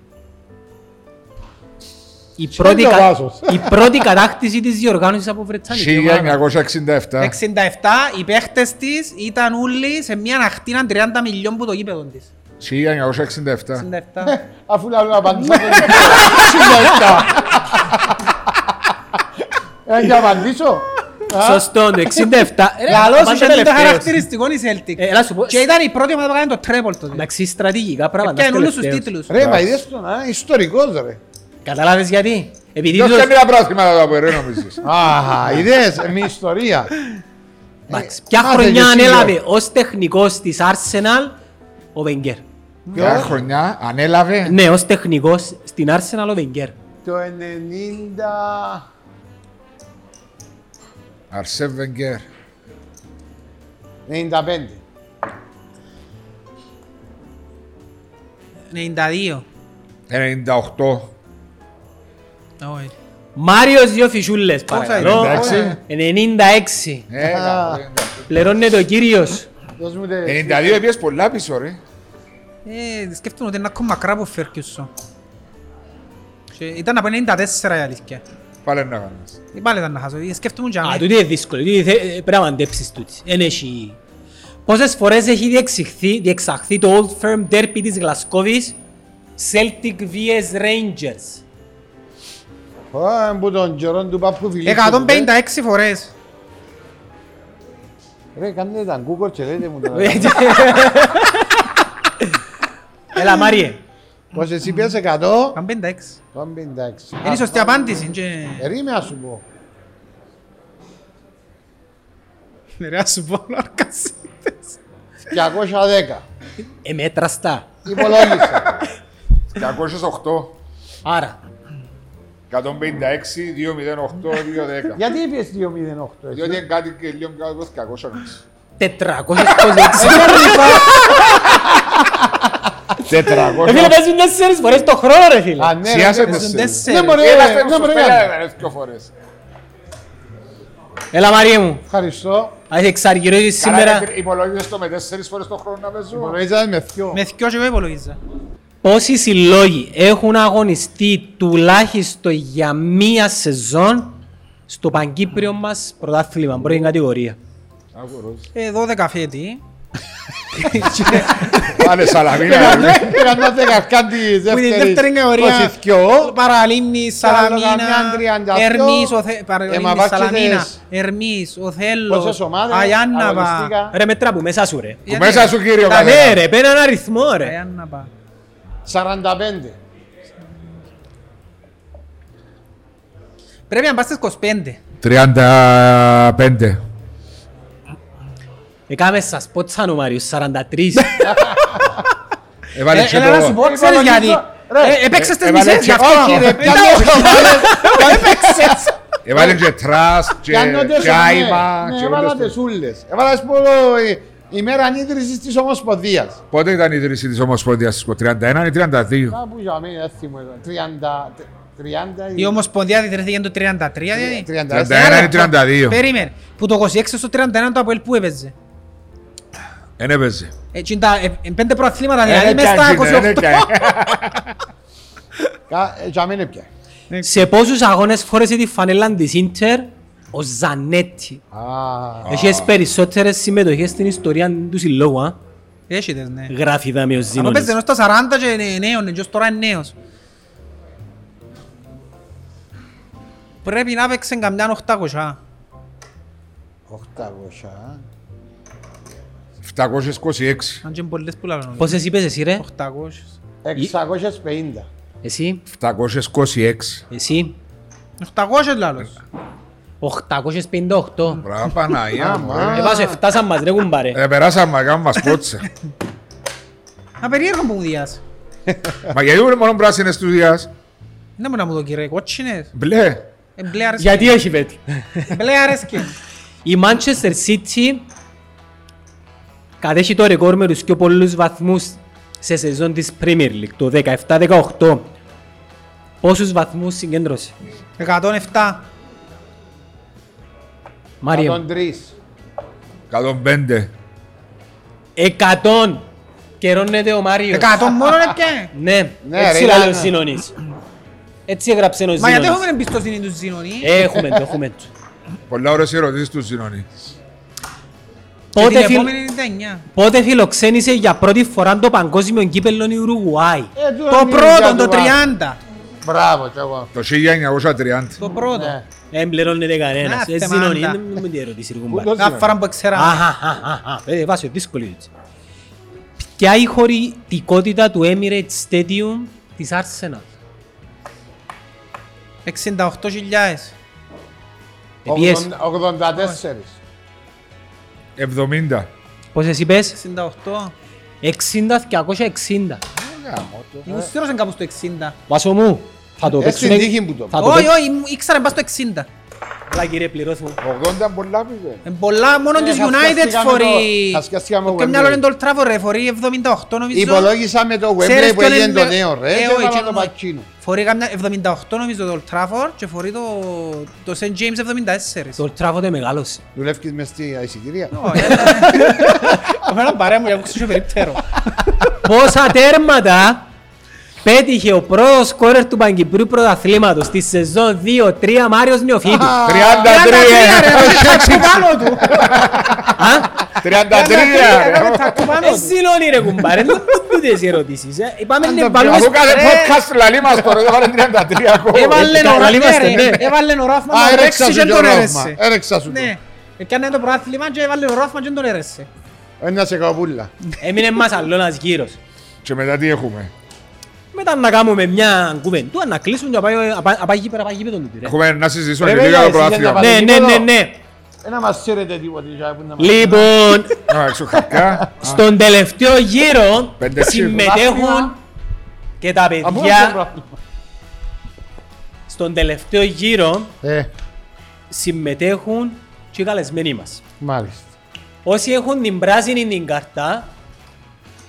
B: η πρώτη,
C: είναι ο
B: κα...
C: Βάσος.
B: η πρώτη κατάκτηση της διοργάνωσης από Βρετσάνη.
D: 1967.
F: 67, οι παίχτες της ήταν όλοι σε μια αχτίνα 30 μιλιών που το γήπεδο της.
D: Ε. 1967.
F: 67.
C: Αφού λαλούν απαντήσω. Ε, και απαντήσω.
B: Σωστό, ναι, το 67.
F: Λαλό σου
B: πάντα
F: ήταν το
B: τελευταίος.
F: χαρακτηριστικός η Celtic.
B: Ε, Έλα σου πω,
F: Και ήταν η πρώτη ομάδα που έκανε το τρέπολ τότε.
B: εντάξει, στρατηγικά πράγματα.
F: Έπιανε Ε, όλους τους
B: τελευταίος.
F: τίτλους.
C: Ρε, μα είδες τον, α, ιστορικός ρε.
B: Καταλάβες γιατί. Επειδή
D: Ποιος
B: το...
D: κάνει τα πρόθυμα εδώ από ρε νομίζεις.
C: Α, είδες, ε, μια ιστορία.
B: Εντάξει, Ποια
C: Άντε,
B: χρονιά
C: και εσύ,
B: ανέλαβε ως τεχνικός της Arsenal ο Βενγκέρ.
D: Μια χρονιά ανέλαβε.
B: Ναι, ως τεχνικός στην Arsenal ο Βενγκέρ.
C: Το 90...
D: Αρσέβ Βενγκέρ.
C: 95.
F: 92.
D: 98.
F: Α, όχι.
B: Μάριος δύο φυσούλες παρακαλώ.
D: είναι,
B: 96.
D: εντάξει. Ε,
C: Α.
B: Πληρώνεται ο κύριος.
C: Δώσ' μου τε-
D: 92 έπιες πολλά πίσω ρε.
F: Ε, σκέφτομαι ότι είναι ακόμα μακρά από Φέρκιουσο. Και Ήταν από 94 η αλήθεια.
D: Πάλι να κάνεις.
F: Ε, Πάλι ήταν να χάσω. Ε, Σκέφτομαι και
B: Α,
F: αμέ.
B: τούτη είναι δύσκολο. τούτη θε- ε, Πρέπει να μαντέψεις τούτη. Εν έχει... Πόσες φορές έχει διεξαχθεί, διεξαχθεί το Old Firm Derby της Γλασκόβης Celtic vs Rangers.
C: Α, που τον καιρό του παππού Φιλίππου.
F: 156 φορές.
C: Ρε, κάντε τα Google και λέτε μου τώρα.
B: Έλα Μάριε.
C: Πώς εσύ πιες
F: 156.
C: 100, τον 56.
F: Είναι η σωστή απάντηση. και-
C: Περίμενε να σου πω.
B: Ναι,
F: Ρε, ας σου πω να αρκασίτες.
C: 210.
B: Εμέτραστα.
C: Υπολόγισα.
D: 208.
B: Άρα.
D: 156, 208, 210.
C: Γιατί είπες 208
D: Διότι
C: εσύ.
D: είναι κάτι και λίγο κάτω από τους 200 νομίζω.
B: 426.
D: 400.
F: Ε,
B: Ρε Ε, φίλε παίζουν τέσσερις φορές το χρόνο ρε φίλε.
C: Α, ναι, ρε,
D: Σιάσε
C: ναι,
D: το σε. Ε,
C: Ναι, μωρέ,
D: Έλατε
C: ναι,
D: μου
C: μωρέ,
D: στο
C: ναι.
D: πέρα δύο Ε, φορές. ναι.
B: Έλα Μάριε μου.
C: Ευχαριστώ.
B: Ας εξαργυρώσεις σήμερα.
D: Σήμερα... Υπολόγιζες το με 4 φορές το χρόνο να παίζω.
C: Υπολογίζαμε με δυο.
F: Με θκυο και εγώ υπολογίζα.
B: Πόσοι συλλόγοι έχουν αγωνιστεί τουλάχιστον για μία σεζόν στο Παγκύπριο μας πρωτάθλημα, πρώτη κατηγορία.
D: Αγορός.
F: Ε, 12 φέτη.
D: Πάλε σαλαμίνα. ρε.
C: Πήραν τα δεκαρκάντη
F: ναι. Που είναι η δεύτερη κατηγορία. Παραλίμνη,
C: Σαλαμίνα,
F: Σαλαμίνα,
C: 32.
F: Ερμής, Οθε-
C: Ε, μα
F: Παραλίμνη,
C: βάξτε
F: Σαλαμίνα,
C: τες.
F: Ερμής, Οθέλος,
C: Πόσες ομάδες
F: Αγιάνναβα.
C: αγωνιστήκα.
B: Ρε μετρά που μέσα σου ρε.
F: Γιατί-
D: Μέσα σου
B: Τα
D: κύριο. Βαλέρα.
B: ναι ρε, παίρνει έναν αριθμό ρε.
F: Αγιάνναβα.
C: 45.
F: Πρέπει να πας στις 25.
D: 35.
B: Εκάμε Ε, σας πότσαν ο Μάριος, 43.
D: Έβαλε
F: Ε,
D: και
F: Έλα να σου
D: το...
F: πω, ξέρεις
C: Υπολογίζω-
F: γιατί.
C: ρε,
F: Ε, Επέξες τις
D: έβαλε
F: μισές
D: και-
F: γι' αυτό.
C: Όχι ρε, πιάνω
F: Επέξες.
D: Έβαλε και τρας και
C: πιάνω τέσσερα, ναι.
D: τσάιμα.
C: Ναι,
D: και
C: έβαλα
D: όλες
C: τις
D: το-
C: ούλες. Έβαλα ας πω, ε, η μέρα ανίδρυσης της Ομοσπονδίας.
D: Πότε ήταν η ίδρυση της Ομοσπονδίας στις 31 ή 32.
C: Κάπου για μένα, δεν θυμούμαι τώρα. 30, 30
F: Η
C: ή-
F: Ομοσπονδία ιδρύθηκε το 33, δηλαδή.
C: 31.
D: 31 ή 32.
F: Περίμενε. Που το 26 στο 31 το Αποέλ που έπαιζε.
D: Δεν έπαιζε.
F: Έτσι είναι τα ε, ε, πέντε προαθλήματα,
D: Ε,
F: δηλαδή μες
D: πιάνει,
F: στα
D: ναι,
F: 28.
D: πιάνει.
C: Κα- ε, Για μένα πια.
B: Σε πόσους αγώνες φόρεσε τη φανέλα της Ίντερ ο Ζανέτη.
C: Α,
B: Έχεις περισσότερες συμμετοχές στην ιστορία του συλλόγου, α.
F: Έχει τες, ναι.
B: Γράφει δάμε ο
F: Αν
B: Ζήνωνης.
F: παίζει ενώ στα 40 και είναι νέος, είναι και τώρα είναι νέος. Πρέπει να παίξει καμιά 800.
C: 800.
D: 726.
F: Αν και είναι πολλές που λάβαινε.
B: Πόσες είπες εσύ ρε,
F: 800.
C: 650.
B: εσύ,
D: 726.
B: εσύ.
F: 800 λάλλος.
B: 858.
D: Μπράβο, Παναγία μου.
C: Άμα.
D: ρε.
B: Εβάζω 7 Ε, σαν μας ρε κουμπάρε.
D: Ε, περάσαμε, κάνουμε μας πότσα.
F: Α, περίεργο που μου διάσει.
D: Μα γιατί είναι μόνο πράσινες του Δίας.
F: Δεν μπορεί να μου το κύριε, κότσινες.
D: Μπλε.
F: Ε, Μπλε αρέσκει.
B: Γιατί έχει πέτει.
F: Μπλε αρέσκει.
B: Η Manchester City κατέχει το ρεκόρ με τους πιο πολλούς βαθμούς σε σεζόν της Premier League το 17-18. Πόσους βαθμούς συγκέντρωσε.
F: E 107.
B: Μάριο.
C: 103.
D: 105.
B: 100. Καιρώνεται ο Μάριος.
F: 100 μόνο ρε πια.
B: Ναι,
C: Ναι,
B: έτσι
C: ρε,
B: λέει
C: ήταν-
B: ο Ζήνωνης. Έτσι έγραψε ο
F: Μα γιατί
B: Ζήνωνης. Ε,
F: έχουμε εμπιστοσύνη τους Ζήνωνη.
B: Έχουμε το, έχουμε το.
D: Πολλά ωραίες ερωτήσεις του Ζήνωνη.
F: Και την
B: Πότε, φιλ...
F: επόμενη είναι 99.
B: πότε φιλοξένησε για πρώτη φορά το παγκόσμιο κύπελλο η Ουρουγουάη.
C: Ε,
F: Το
C: είναι
F: πρώτο,
C: για
F: το
C: του βάρου.
F: 30.
C: Μπράβο, κι εγώ.
D: Το 1930.
F: Το πρώτο.
C: Ναι.
B: Δεν πληρώνεται
F: Να,
B: κανένας.
F: τε
B: Έτσι είναι
F: μάντα.
B: Δεν μου τι ερωτήσει ρε
C: Πού
B: κουμπάρε.
C: το
F: Κάθε
C: σημαίνει.
F: φορά που
B: Ah.
F: ξέρα.
B: Αχαχαχαχα. Ε, Βάσιο, δύσκολη έτσι. Ποια η χωρητικότητα του Emirates Stadium της Arsenal.
F: 68.000. Ε,
B: Επίες.
C: 84.
D: 70.
B: Πόσες είπες.
F: 68.
B: 60-260.
F: Ήμουν σίγουρος είναι κάπου στο 60.
B: Βάσο μου. Θα το
C: Ε,
B: παίξουν.
C: στην τύχη μου το
B: Θα το
F: Όχι,
B: παίξουν.
F: όχι, ήμουν- ήξερα να πάω στο 60.
B: Αλλά κύριε πληρώθ μου.
D: 80 πολλά πήγε.
F: Εν πολλά, μόνο της United
C: χασκιαστήκαμε
F: φορεί.
C: το- χασκιαστήκαμε
F: Και
C: Wembley.
F: μυαλό είναι το Old Trafford, ρε, φορεί 78 νομίζω.
C: Υπολόγισα με το Wembley
F: Ξέρεις
C: που
F: ποιον
C: έγινε
F: είναι-
C: το νέο ρε
F: Ε,
C: και
F: όχι,
C: έβαλα
F: εκείνο
C: το
F: μου-
C: Πακίνο.
F: Φορεί καμιά 78 νομίζω το Old Trafford και φορεί το, το St. James 74.
B: Το Old Trafford μεγάλωσε.
C: Δουλεύκεις μες στη εισιτηρία.
F: Όχι, αλλά- Εμένα ε. παρέα μου για να ακούσω πιο περίπτερο.
B: Πόσα τέρματα πέτυχε ο πρώτος σκόρερ του Παγκυπρίου πρωταθλήματος στη σεζόν 2-3 Μάριος Νιοφίτης.
D: 33!
F: πάνω του.
D: 33! ρε.
B: Εσύ λόνι Ε, ρε κουμπάρε, δεν μου τούτες οι ερωτήσεις. ε. Είπαμε να βάλουμε...
D: Αφού κάθε
B: ρε,
D: podcast λαλεί μας τώρα, δεν βάλε 33 ακόμα.
B: Έβαλε
F: Έβαλε ο
B: καλά
F: Ράφμα,
B: είμαστε, ναι.
F: ρε. Ε, Έβαλε ο Ράφμα
C: Α,
F: να
C: έρεξα
F: παίξει
C: σου
F: και
C: το
F: τον
C: ρόφμα.
F: έρεσε.
C: Έρεξα σου το.
F: Ναι. Επιάνε το πρωτάθλημα και έβαλε ο Ράφμα και τον έρεσε.
C: Ένα Ε, σε καπούλα.
B: Έμεινε μας άλλο ένας γύρος.
D: Και μετά τι έχουμε.
B: Μετά να κάνουμε μια κουβεντούα, να κλείσουν και να πάει- να πάει- να πάει γήπεδο, να πάει γήπεδο τούτη, ρε.
D: Έχουμε να συζητήσουμε
C: Ρε,
D: και
C: βέβαια,
D: λίγα το
C: εσύ για
D: προάθλιο.
C: να
B: Ναι, ναι, ναι,
C: γήπεδο.
B: ναι.
C: Ένα Ε, μας ξέρετε τίποτε. για που να μας-
B: Λοιπόν,
D: Να έξω χαρτιά.
B: στον τελευταίο γύρο
D: Πέντε ψήφους.
B: συμμετέχουν και τα
C: Από ένα στο
B: παιδιά.
C: πρόβλημα.
B: Στον τελευταίο γύρο
C: Ε,
B: συμμετέχουν και οι καλεσμένοι μας.
C: μάλιστα.
B: Όσοι έχουν την πράσινη την κάρτα,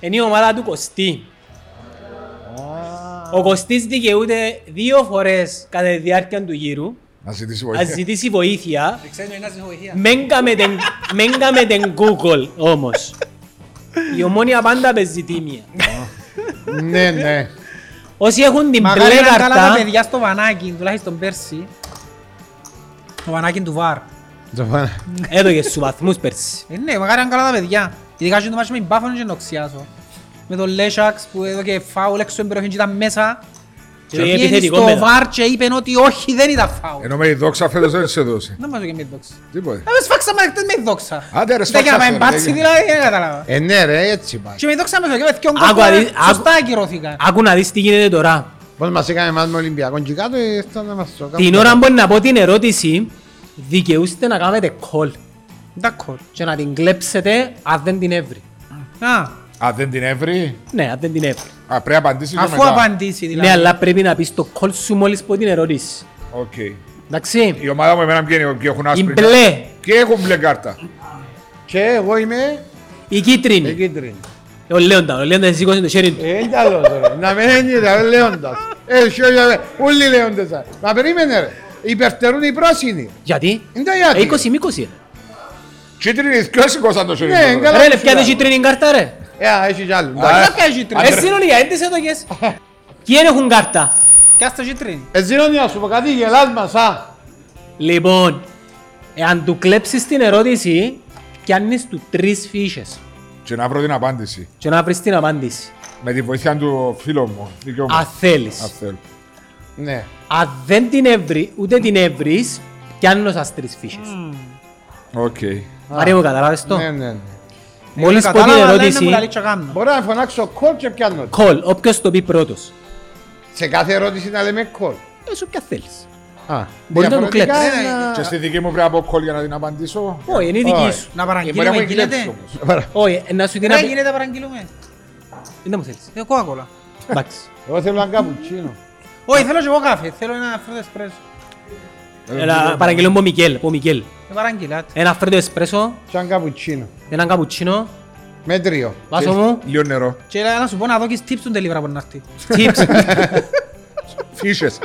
B: είναι η ομάδα του Κωστή. Ο Κωστής δικαιούται δύο φορές κατά τη διάρκεια του γύρου.
D: Να ζητήσει
B: Α
D: βοήθεια.
B: ζητήσει βοήθεια. Μέγκα με την- Μέγκα με την Google όμως. Η ομόνια πάντα παίζει τίμια.
C: Ναι, ναι.
B: Όσοι έχουν την
F: Μακάρι
B: μπλε
F: να είναι καλά τα
B: κάρτα,
F: παιδιά στο Βανάκι, τουλάχιστον πέρσι. Το Βανάκι του Βαρ.
C: Το πάνε.
B: έδωκε στους βαθμούς πέρσι.
F: Ε, ναι, μακάρι να είναι καλά τα παιδιά. Ειδικά και το μάτσο με την Πάφωνο και νοξιάζω. Με τον Λέσσαξ που έδωκε φάουλ έξω στην περιοχή και ήταν μέσα.
B: Και
F: Και πήγαινε
B: επιθετικό
F: στο
B: μετά. Ε.
F: Βαρ και είπε ότι όχι δεν ήταν φάουλ.
D: Ενώ με η δόξα φέτος δεν σε δώσει.
F: Δεν μας έκανε δόξα.
D: Τίποτε.
F: Να με σφάξαμε εκτός με δόξα.
D: Άντε, ρε,
F: Δεν
D: σφάξαμε,
F: έκανα
D: ρε,
F: μπάτσι
D: έγινε.
F: δηλαδή, δεν κατάλαβα.
C: Ε, ναι ρε, έτσι πάει.
F: Και με δόξα μέσα και με δυο
B: Άκου, αδει-
F: κόμματα
B: άκου.
F: σωστά ακυρώθηκαν.
B: Άκου να δεις τι γίνεται τώρα.
C: Πώς μας έκανε εμάς με Ολυμπιακόν και κάτω, ε, ήρθαν να μας το κάνουν.
B: Την ώρα μπορεί να πω την ερώτηση, δικαιούστε να κάνετε call
F: D'accord.
B: και να την κλέψετε αν δεν την έβρει.
F: Α,
D: Α, δεν την έβρει.
B: Ναι, αν δεν την έβρει.
D: Α, πρέπει να απαντήσει και
F: αφού
D: μετά.
F: απαντήσει
B: Ναι,
F: δηλαδή.
B: αλλά πρέπει να πεις το call σου μόλις πω την ερώτηση.
D: Οκ.
B: Εντάξει.
D: Η ομάδα μου εμένα ποιοι είναι, ποιοι έχουν
B: Η
D: άσπρη.
B: μπλε,
D: Και έχουν μπλε κάρτα.
C: Και εγώ είμαι
B: η κίτρινη. Ε,
C: κίτρινη.
B: Ο Λέοντας, ο Λέοντας σήκωσε το χέρι του.
C: Ε, είναι καλός ρε. Να μην έγινε ρε, λέοντας. Ε, σιόλια, ρε. Όλοι λέοντες. ρε. Μα περίμενε ρε. Υπερτερούν οι πράσινοι.
B: Γιατί?
C: Είναι τα γιατί.
B: Ε, 20 με 20 είναι.
D: Τσίτρινοι, ποιος σηκώσαν το χέρι
C: Ναι,
D: τώρα.
C: είναι καλά.
B: Ρε, ρε,
C: σου
B: πιάτε
C: λέω.
B: κίτρινη κάρτα ρε. Ε,
C: Ε, α, έχει κι άλλο.
D: Α,
C: εντάξει.
B: Εσύ είναι όλοι οι αέντες έτογες. Ποιοι δεν έχουν κάρτα.
F: Κι ας το κίτρινη.
C: Ε, Ζήνωνη, να σου πω κάτι, γελάς μας, α.
B: Λοιπόν, εάν του κλέψεις την ερώτηση, πιάνεις του τρεις φύσες
D: Και να βρω την απάντηση.
B: και να βρεις την απάντηση.
D: Με τη βοήθεια του φίλου μου. δικού μου.
B: Αν
D: Αν
B: θέλεις.
D: θέλω.
C: Ναι.
B: Αν δεν την έβρει, ούτε την έβρεις, πιάνω σας τρεις φύσες.
D: Οκ.
B: Μαρία μου, καταλάβες το.
C: Ναι, ναι, ναι.
B: Μόλις πω την
F: Ε, Κατάλαβα, αλλά είναι
B: ερώτηση,
F: μου τα λίτσια γάμνα.
C: Μπορώ να φωνάξω κόλ και πιάνω. το.
B: call, όποιος το πει πρώτος.
C: Σε κάθε ερώτηση να λέμε κόλ.
B: Ε, Σου ποια θέλεις.
C: Α,
B: Μπορεί να το
C: διαφορετικά
B: κλέψεις.
C: να-
D: Και στη δική μου πρέπει να πω call για να την απαντήσω.
B: Όχι, είναι η δική
C: Όχι.
B: σου.
F: Ε, Να
D: Η μέρα μου
F: παραγγείλουμε,
D: έχει κλέψει
F: γίνεται.
D: όμως.
B: Όχι, ε, να σου την
F: Ρε,
B: απε-
F: γίνεται παραγγείλουμε.
B: Δεν μου θέλεις.
F: Ε, κόκακολα.
B: Εντάξει.
C: Εγώ θέλω έναν καπουτσίνο.
F: Όχι, θέλω και εγώ καφέ. Θέλω ένα φρούτο εσπρέσο.
B: Ένα- Παραγγελώ μου Μικέλ, πω Μικέλ.
F: Ε, παραγγείλατε.
B: Ένα φρέτο εσπρέσο,
C: Κι έναν καπουτσίνο.
B: έναν καπουτσίνο,
C: Μέτριο.
B: βάσο μου,
D: Λίγο νερό.
F: Και να σου πω να δώκεις tips στον τελείβρα που να έρθει.
B: tips.
D: Φύσες.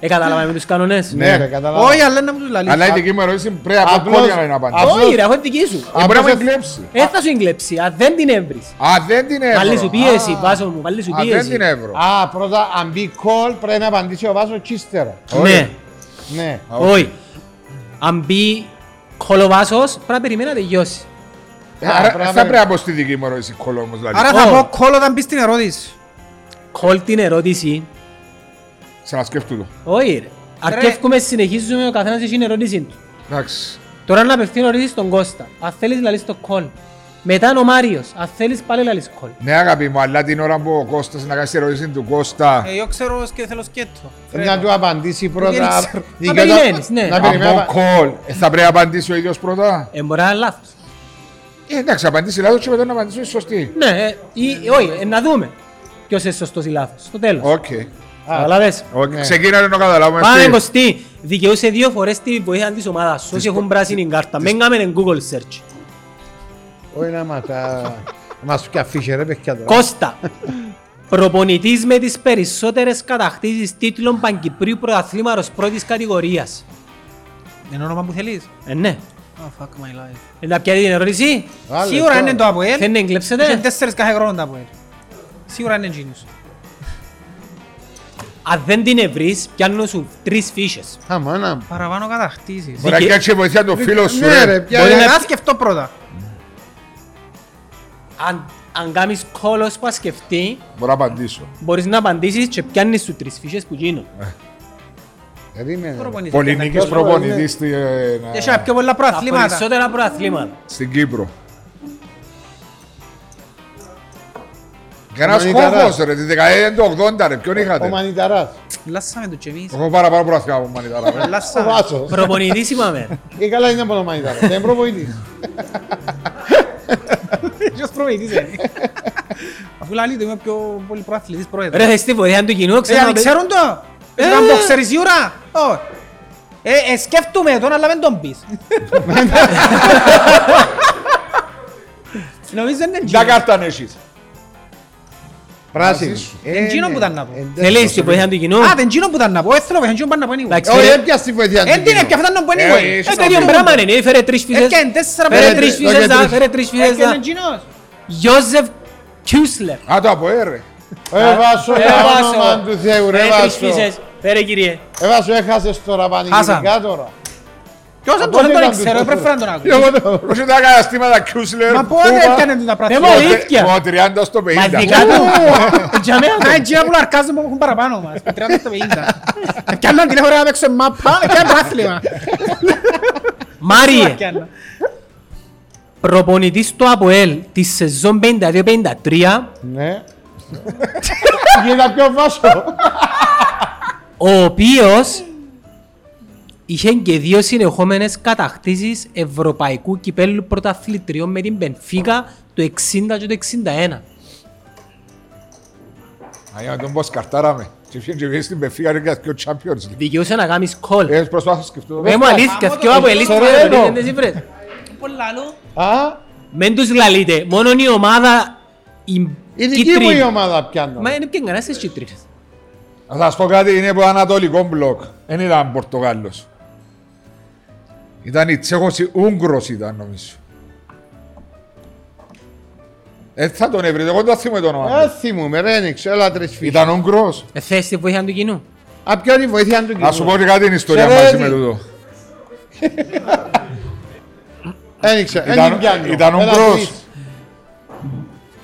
B: Ε, καταλάβαμε τους κανονές.
C: Ναι, ρε, καταλάβα.
F: Όχι, αλλά να μου τους λαλείς.
D: Αλλά η δική μου ερώτηση πρέπει να πω
C: Απλώς-
D: call για να την απαντήσω.
C: απλώς-
B: Όχι ρε, έχω δική σου.
D: Ε, Μπορεί να μου κλέψει.
B: Ε, θα σου εγκλέψει, αν δεν την έβρεις.
D: Α, δεν την έβρω.
B: Βάλει σου
D: Α,
B: πίεση, βάσο μου, βάλει σου
D: Α, δεν
B: πίεση.
D: την έβρω.
C: Α, πρώτα, αν μπει κόλ, πρέπει να απαντήσει ο Βάσος κι ύστερα.
B: Ναι,
C: Ναι.
B: όχι. Αν μπει κολοβάσος, πρέπει να περιμένει να τελειώσει.
D: Ε, Άρα
C: πρέπει να-
D: θα πρέπει να πω στη δική μου ερώτηση call όμως. δηλαδή.
F: Άρα θα
B: Ω.
F: πω κόλλο όταν πεις την ερώτηση.
B: Κόλ την ερώτηση.
D: Ξανασκεφτού το.
B: Όχι ρε. Αρκεύκουμε, συνεχίζουμε, ο καθένας έχει την ερώτηση του.
D: Εντάξει.
B: Τώρα να απευθύνω ερώτηση στον Κώστα. Αν θέλεις λαλείς το κόλ. Μετά είναι ο Μάριος. Αν θέλεις πάλι λαλείς κόλ.
D: Ναι, αγάπη μου, αλλά την ώρα που ο Κώστας να κάνει την ερώτηση του Κώστα.
F: Ε, Εγώ ξέρω σκέ- θέλω σκέτο.
C: Να του απαντήσει
F: Δεν
C: πρώτα.
F: ξέρω.
C: δικαιώτα-
B: Να περιμένεις, ναι.
C: Να
D: Από
C: περιμένεις.
D: call. Ε, θα πρέπει να απαντήσει ο ίδιος πρώτα.
B: Ε, μπορεί να είναι λάθος.
D: Ε, εντάξει, απαντήσει λάθος και μετά να απαντήσει σωστή.
B: Ναι, ε, ή, ε, όχι, ε, να δούμε ποιος είναι σωστός ή λάθος. Στο τέλος.
D: Οκ.
B: Καταλάβες.
D: Ο- Ξεκίνανε να καταλάβουμε.
B: Πάμε
D: εσύ.
B: Κωστή, δικαιούσε δύο φορές τη βοήθεια της ομάδας σου, όσοι έχουν πράσινη κάρτα. Μην κάνουμε Google search.
C: Όχι να μα τα... Μας και αφήχε ρε παιδιά τώρα.
B: Κώστα, προπονητής με τις περισσότερες κατακτήσεις τίτλων Παγκυπρίου Πρωταθλήματος πρώτης κατηγορίας.
F: Είναι όνομα που θέλεις.
B: Ε, ναι.
F: Oh, fuck my life.
B: Ε, Να πιάτε την ερώτηση.
C: Βάλε
F: Σίγουρα
C: τώρα.
F: είναι το Αποέλ.
B: Θέλει να
F: Είχε
B: εγκλέψετε.
F: τέσσερις κάθε χρόνο το Αποέλ. Σίγουρα είναι εκείνος.
B: Αν δεν την ευρείς, πιάνουν σου τρεις φύσες.
C: Χαμάνα μου.
F: Παραπάνω κατακτήσεις.
D: Μπορεί να
B: Δικαι-
D: κάτσει βοηθιά το φίλο σου. ρε.
C: Ναι ρε, πια
F: Μπορεί
C: ρε.
F: να σκεφτώ πρώτα.
B: Αν, αν κάνεις κόλος που ασκεφτεί,
D: Μπορώ να απαντήσω.
B: μπορείς να απαντήσεις και πιάνεις σου τρεις φύσες που γίνουν.
C: Περίμενε. ρε.
F: Προπονητής.
D: Πολυνίκη
C: ποιος
D: προπονητής
C: είναι.
D: στη, ε, να-
F: Έχει πιο πολλά
B: Τα
F: προαθλήματα.
B: περισσότερα προαθλήματα.
D: στην Κύπρο.
C: Ο
D: Κανένα
C: Μανιταράς.
D: κόμπος ρε, τη δεκαετία του 80 ρε, ποιον
C: Ο
D: είχατε.
C: Μανιταράς.
F: Λάσσαμε το κι εμείς.
D: Έχω παραπάνω προαθλικά από Μανιταρά. ρε.
C: Ο
F: Λάσσαμε.
C: Βάσος.
B: Προπονητής είπαμε.
C: Ή καλά είναι από τον Μανιταρά. Δεν είναι προπονητής.
F: Ποιος προπονητής είναι. Αφού λαλεί το είμαι πιο πολύ προαθλητής
B: Ρε,
F: πρόεδρε.
B: θες τη βοήθεια του κοινού,
F: Ε,
B: ξέρω.
F: αν ξέρουν το.
B: Ε,
F: Ήταν
B: ε.
F: boxer Oh. σίγουρα. Όχι. Ε, ε, σκέφτομαι τον, αλλά δεν τον πεις. Νομίζω δεν είναι
D: Ποια
F: εκείνο.
D: κάρτα αν έχεις.
C: Πράσινη.
F: Είναι
C: ναι.
F: εκείνο που ήταν να πω. Ε,
B: Θέλεις τη βοήθεια του κοινού.
F: Α, δεν εκείνο που ήταν να πω. Ε, θέλω, δεν εκείνο που ήταν να πω anyway. Eh,
B: Εντάξει,
C: Όχι,
B: φέρε-
C: έπιασε τη βοήθεια του
F: Ε, την
C: κοινού.
F: έπια, φτάνει να πω
D: Ε,
F: anyway. Eh,
D: ε,
B: Ε,
D: ίσως
B: τέτοιο
D: να
B: πράγμα είναι, ναι, φέρε τρεις φύσες.
F: Έπιανε τέσσερα
B: Φέρε
F: πέντε.
B: τρεις
C: το
B: φύσες,
C: κεντρικό.
B: δα, φέρε τρεις φύσες,
F: Έπιανε
B: δα.
F: εκείνος.
B: Γιώσεφ Κιούσλερ.
D: Α, το από ε, ρε.
C: Ε, Βάσο,
B: Ε,
C: για
B: Βάσο.
C: όνομα του Θεού, ρε
F: Ε,
B: Φέρε τρεις
C: Βάσο.
B: φύσες. Φέρε κύριε.
C: Ε, Βάσο, έχασες τώρα πανηγυρικά
F: Χάσαμε.
C: τώρα.
F: Ποιος δεν τον- δεν τον ξέρω, έπρεπε να τον ακούω.
D: Όσο τα καταστήματα Κιούσλερ.
F: Μα πότε έπιανε του
B: Δεν
F: τα πράσινα.
B: μου αλήθεια.
D: Από 30 στο
B: Μα
D: 50.
B: δικά του. Για μένα
F: Α,
B: το.
F: έτσι απλά αρκάζουν που έχουν παραπάνω μας. 30 στα 50. Πιάνναν την ώρα να παίξουν μάπα, πιάνναν πράθλημα.
B: Μάριε, προπονητής του ΑΠΟΕΛ της σεζόν 52-53,
C: Ναι. Γίνεται πιο Βάσο.
B: ο οποίος είχε και δύο συνεχόμενες κατακτήσεις ευρωπαϊκού κυπέλου πρωταθλητριών με την Πενφύκα το 60 και το 61.
D: Αγία, τον πως καρτάραμε. Και φύγει και βγαίνει στην πεφύγα ρε και ο Champions League.
B: Δικαιούσε να κάνεις κόλ.
D: Ε, προσπάθω να σκεφτώ.
B: Ε, μου αλήθεια, και ο Αποελής
C: Ξέρω,
B: πρέπει
C: εγώ.
B: να τις βρες.
C: Α,
B: Μεν τους λαλείτε, μόνο η ομάδα η
C: η δική μου η ομάδα πιάνω.
B: Μα είναι και κανένας στις κίτρινες.
D: Να σας πω κάτι, είναι από ανατολικό μπλοκ. Δεν ήταν Πορτογάλος. Ήταν η Τσέχος, η Ούγγρος ήταν νομίζω. Ε, θα τον έβρετε, εγώ δεν το θυμούμαι το όνομα.
C: Ε,
D: του.
C: θυμούμαι, ρε, δεν ξέρω, αλλά τρεις φύγει.
D: Ήταν Ούγγρος.
B: Ε, Θες τη βοήθεια του κοινού.
C: Α, ποιο είναι η βοήθεια του κοινού.
D: Να σου πω και κάτι την ιστορία
C: Ξέρω
D: μαζί
C: ότι-
D: με τούτο.
C: Δεν ξέρω,
D: Ήταν-
C: δεν την πιάνω.
D: ήταν ο
C: Έλα,
D: Μπρος.
C: τρεις.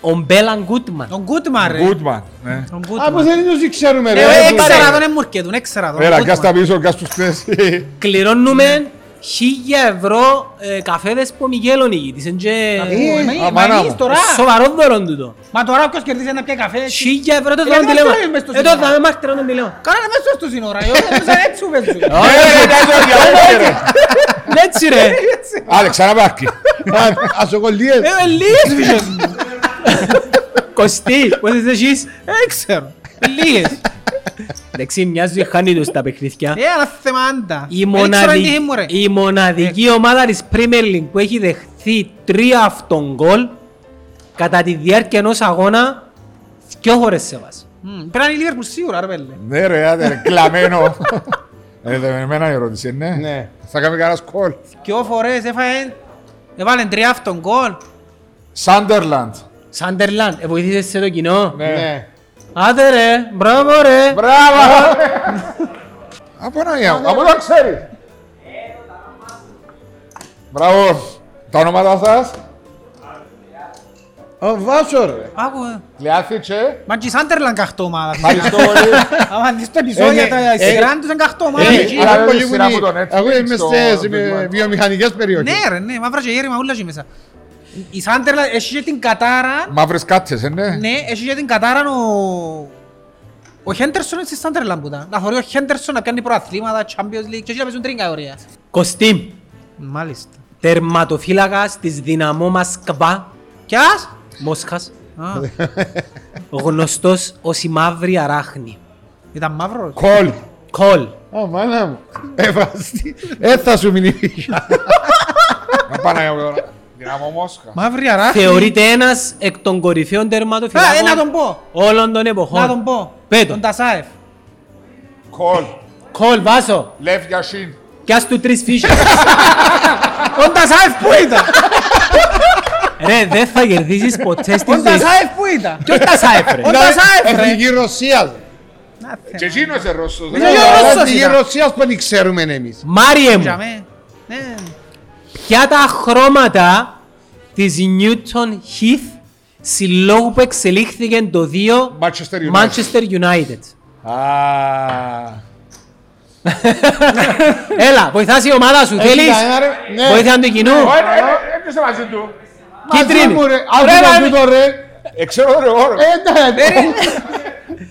B: Ο Μπέλαν Γκούτμαν.
F: Τον Κούτμα ρε.
D: Γκούτμαν.
C: Ε,
D: ναι.
F: Τον
C: Α,
F: Κούτμα.
C: που δεν τους ξέρουμε,
F: Ε,
C: ρε.
F: ε,
C: ρε,
F: Έξερα
C: ρε.
F: τον έμουρκε του, έξερα τον.
D: Έλα,
F: Κούτμα.
D: κιάς τα πίσω, κιάς τους
C: Ε,
D: Ε, πες.
B: Κληρώνουμε 1000 ευρώ ε, καφέδες που Μιγέλο νικητής. Είναι και
F: Ε, μα είναι-
D: α,
F: Μα
D: μάνα
F: είναι
D: μου.
F: τώρα.
B: σοβαρό δώρο τούτο.
F: Μα τώρα όποιος κερδίζει ένα πια καφέ.
B: 1000 ευρώ το
F: Ε,
B: δώρο
F: γιατί
B: τηλέμα.
F: δεν θέλει μες στο
B: Ε, το
F: σύνομα.
B: θα με μάρτυρα τον τηλέμα.
F: Κάνα να μέσα στο σύνορα. ε, όχι, τους αρέσει, σου παίζουν.
B: Ναι, Έτσι
F: Ε,
B: ρε.
D: Άντε, ξαναπάρκει.
C: Ας, ασοκολλίες.
B: Ε, ε, λίγες φύσες. Κωστή, πόσες έχεις.
F: Ε, ξέρω. Λίγες.
B: Εντάξει, μοιάζει χάνει τους τα παιχνίδια.
F: Ε, αλλά Ε, θεμάντα.
B: Η,
F: Ε, Δεν ξέρω αν τύχει
B: μοναδική,
F: μου, ρε. Ε.
B: η μοναδική ομάδα της Premier League που έχει δεχθεί τρία αυτόν γκολ κατά τη διάρκεια ενός αγώνα δυο φορές σε μας.
F: Μμ, πρέπει να είναι η Liverpool σίγουρα, ρε, πέλε.
D: Ναι ρε, άντε ρε, κλαμμένο. Ε, δε- Εμένα η ερώτηση, ναι.
C: Ναι.
D: Θα κάνει κανένας κόλ.
F: Δυο φορές έφαγε- έβαλε τρία αυτόν γκολ.
D: Σάντερλαντ.
B: Σάντερλαντ, ε, βοήθησες σε το κοινό.
C: Ναι.
B: Άντε ρε, μπράβο ρε.
D: Μπράβο! Από να είμαι, από να ξέρεις. Μπράβο. Τα ονόματα σας.
C: Ο Βάσο, ρε.
F: Άκου, ε.
D: Κλειάθηκε.
F: Μα και η Sunderland καχτώ ομάδα.
D: Ευχαριστώ πολύ.
F: Αν δεις το επεισόδιο,
C: Ε,
F: τα
C: ε, ναι,
F: Instagram τους είναι καχτώ ομάδα.
D: ε,
F: εκεί.
D: ε,
C: Αλλά
D: ε,
C: πολύ
D: ε,
C: που
D: σειρά
C: είναι-
D: από το Netflix,
C: εγώ είμαι
D: το-
C: στις
D: το
C: ε,
D: Big Mac.
C: βιομηχανικές περιοχές.
F: Ναι ρε, ναι, μαύρα και γέρημα, ούλα και μέσα. Η Sunderland έχει και την Κατάρα,
D: Μαύρες κάτσες, ε, ναι.
F: ναι, έχει και την Κατάρα ο... Ο Χέντερσον είναι στη Sunderland που ήταν. Να θωρεί ο Χέντερσον να πιάνει προαθλήματα, Champions League και έτσι να παίζουν τρίγκα ωραία.
B: Κωστή,
F: Μάλιστα.
B: τερματοφύλακας της δυναμό Μασκβά,
F: Κιάς?
B: Μόσχας,
F: Α,
B: γνωστός ως η μαύρη αράχνη.
F: Ήταν μαύρος.
C: Κόλ.
B: Κολ.
C: Ω, μάνα μου. Έβαστη. Ε, θα σου μείνει φύγια.
D: Να πάνε τώρα. Δυναμό Μόσχα.
F: Μαύρη αράχη.
B: Θεωρείται ένας εκ των κορυφαίων
F: Α, ε, να
B: τερματοφυλάκων
F: τον πω.
B: όλων των εποχών.
F: Να τον πω.
B: Πέτω.
F: Τον Τασάεφ.
D: Κολ.
B: Κολ, βάσο.
D: Λεύ Γιασίν.
B: Πιάσ' του τρεις φύσεις.
F: Τον Τασάεφ που ήταν.
B: Ρε, δεν θα κερδίσεις ποτέ στη
F: Τον
B: ζωή σου.
F: Τασάεφ που ήταν.
B: Ποιος τα σάεφ, ρε.
F: Ο Τασάεφ ρε.
C: Εθνική Ρωσία.
F: Να θε,
D: Και εκείνος είναι Ρώσος.
F: Ναι, ναι,
D: δεν-
F: ναι. Ρώσος
C: Εθνική
F: ήταν.
C: Ρωσία που δεν ξέρουμε εμείς.
B: Μάριε μου,
F: τζαμέ. Ναι.
B: ποια τα χρώματα της Newton Heath συλλόγου που εξελίχθηκε το 2
D: Manchester United.
B: Manchester United.
D: Α.
B: Έλα, βοηθάς η ομάδα σου, θέλεις.
C: Κοίτα, ένα ρε. Ναι.
B: Βοήθεια του κοινού.
D: Ω, ε, ε, ε, Έπιασε μαζί του.
C: Μαζί
B: Κίτρινη.
C: μου, ρε. Αφού
B: Ρε,
C: το
B: ρε.
C: τούτο, ρε.
D: Ε, Ξέρω ρε όρο.
C: Ε, ναι, ναι.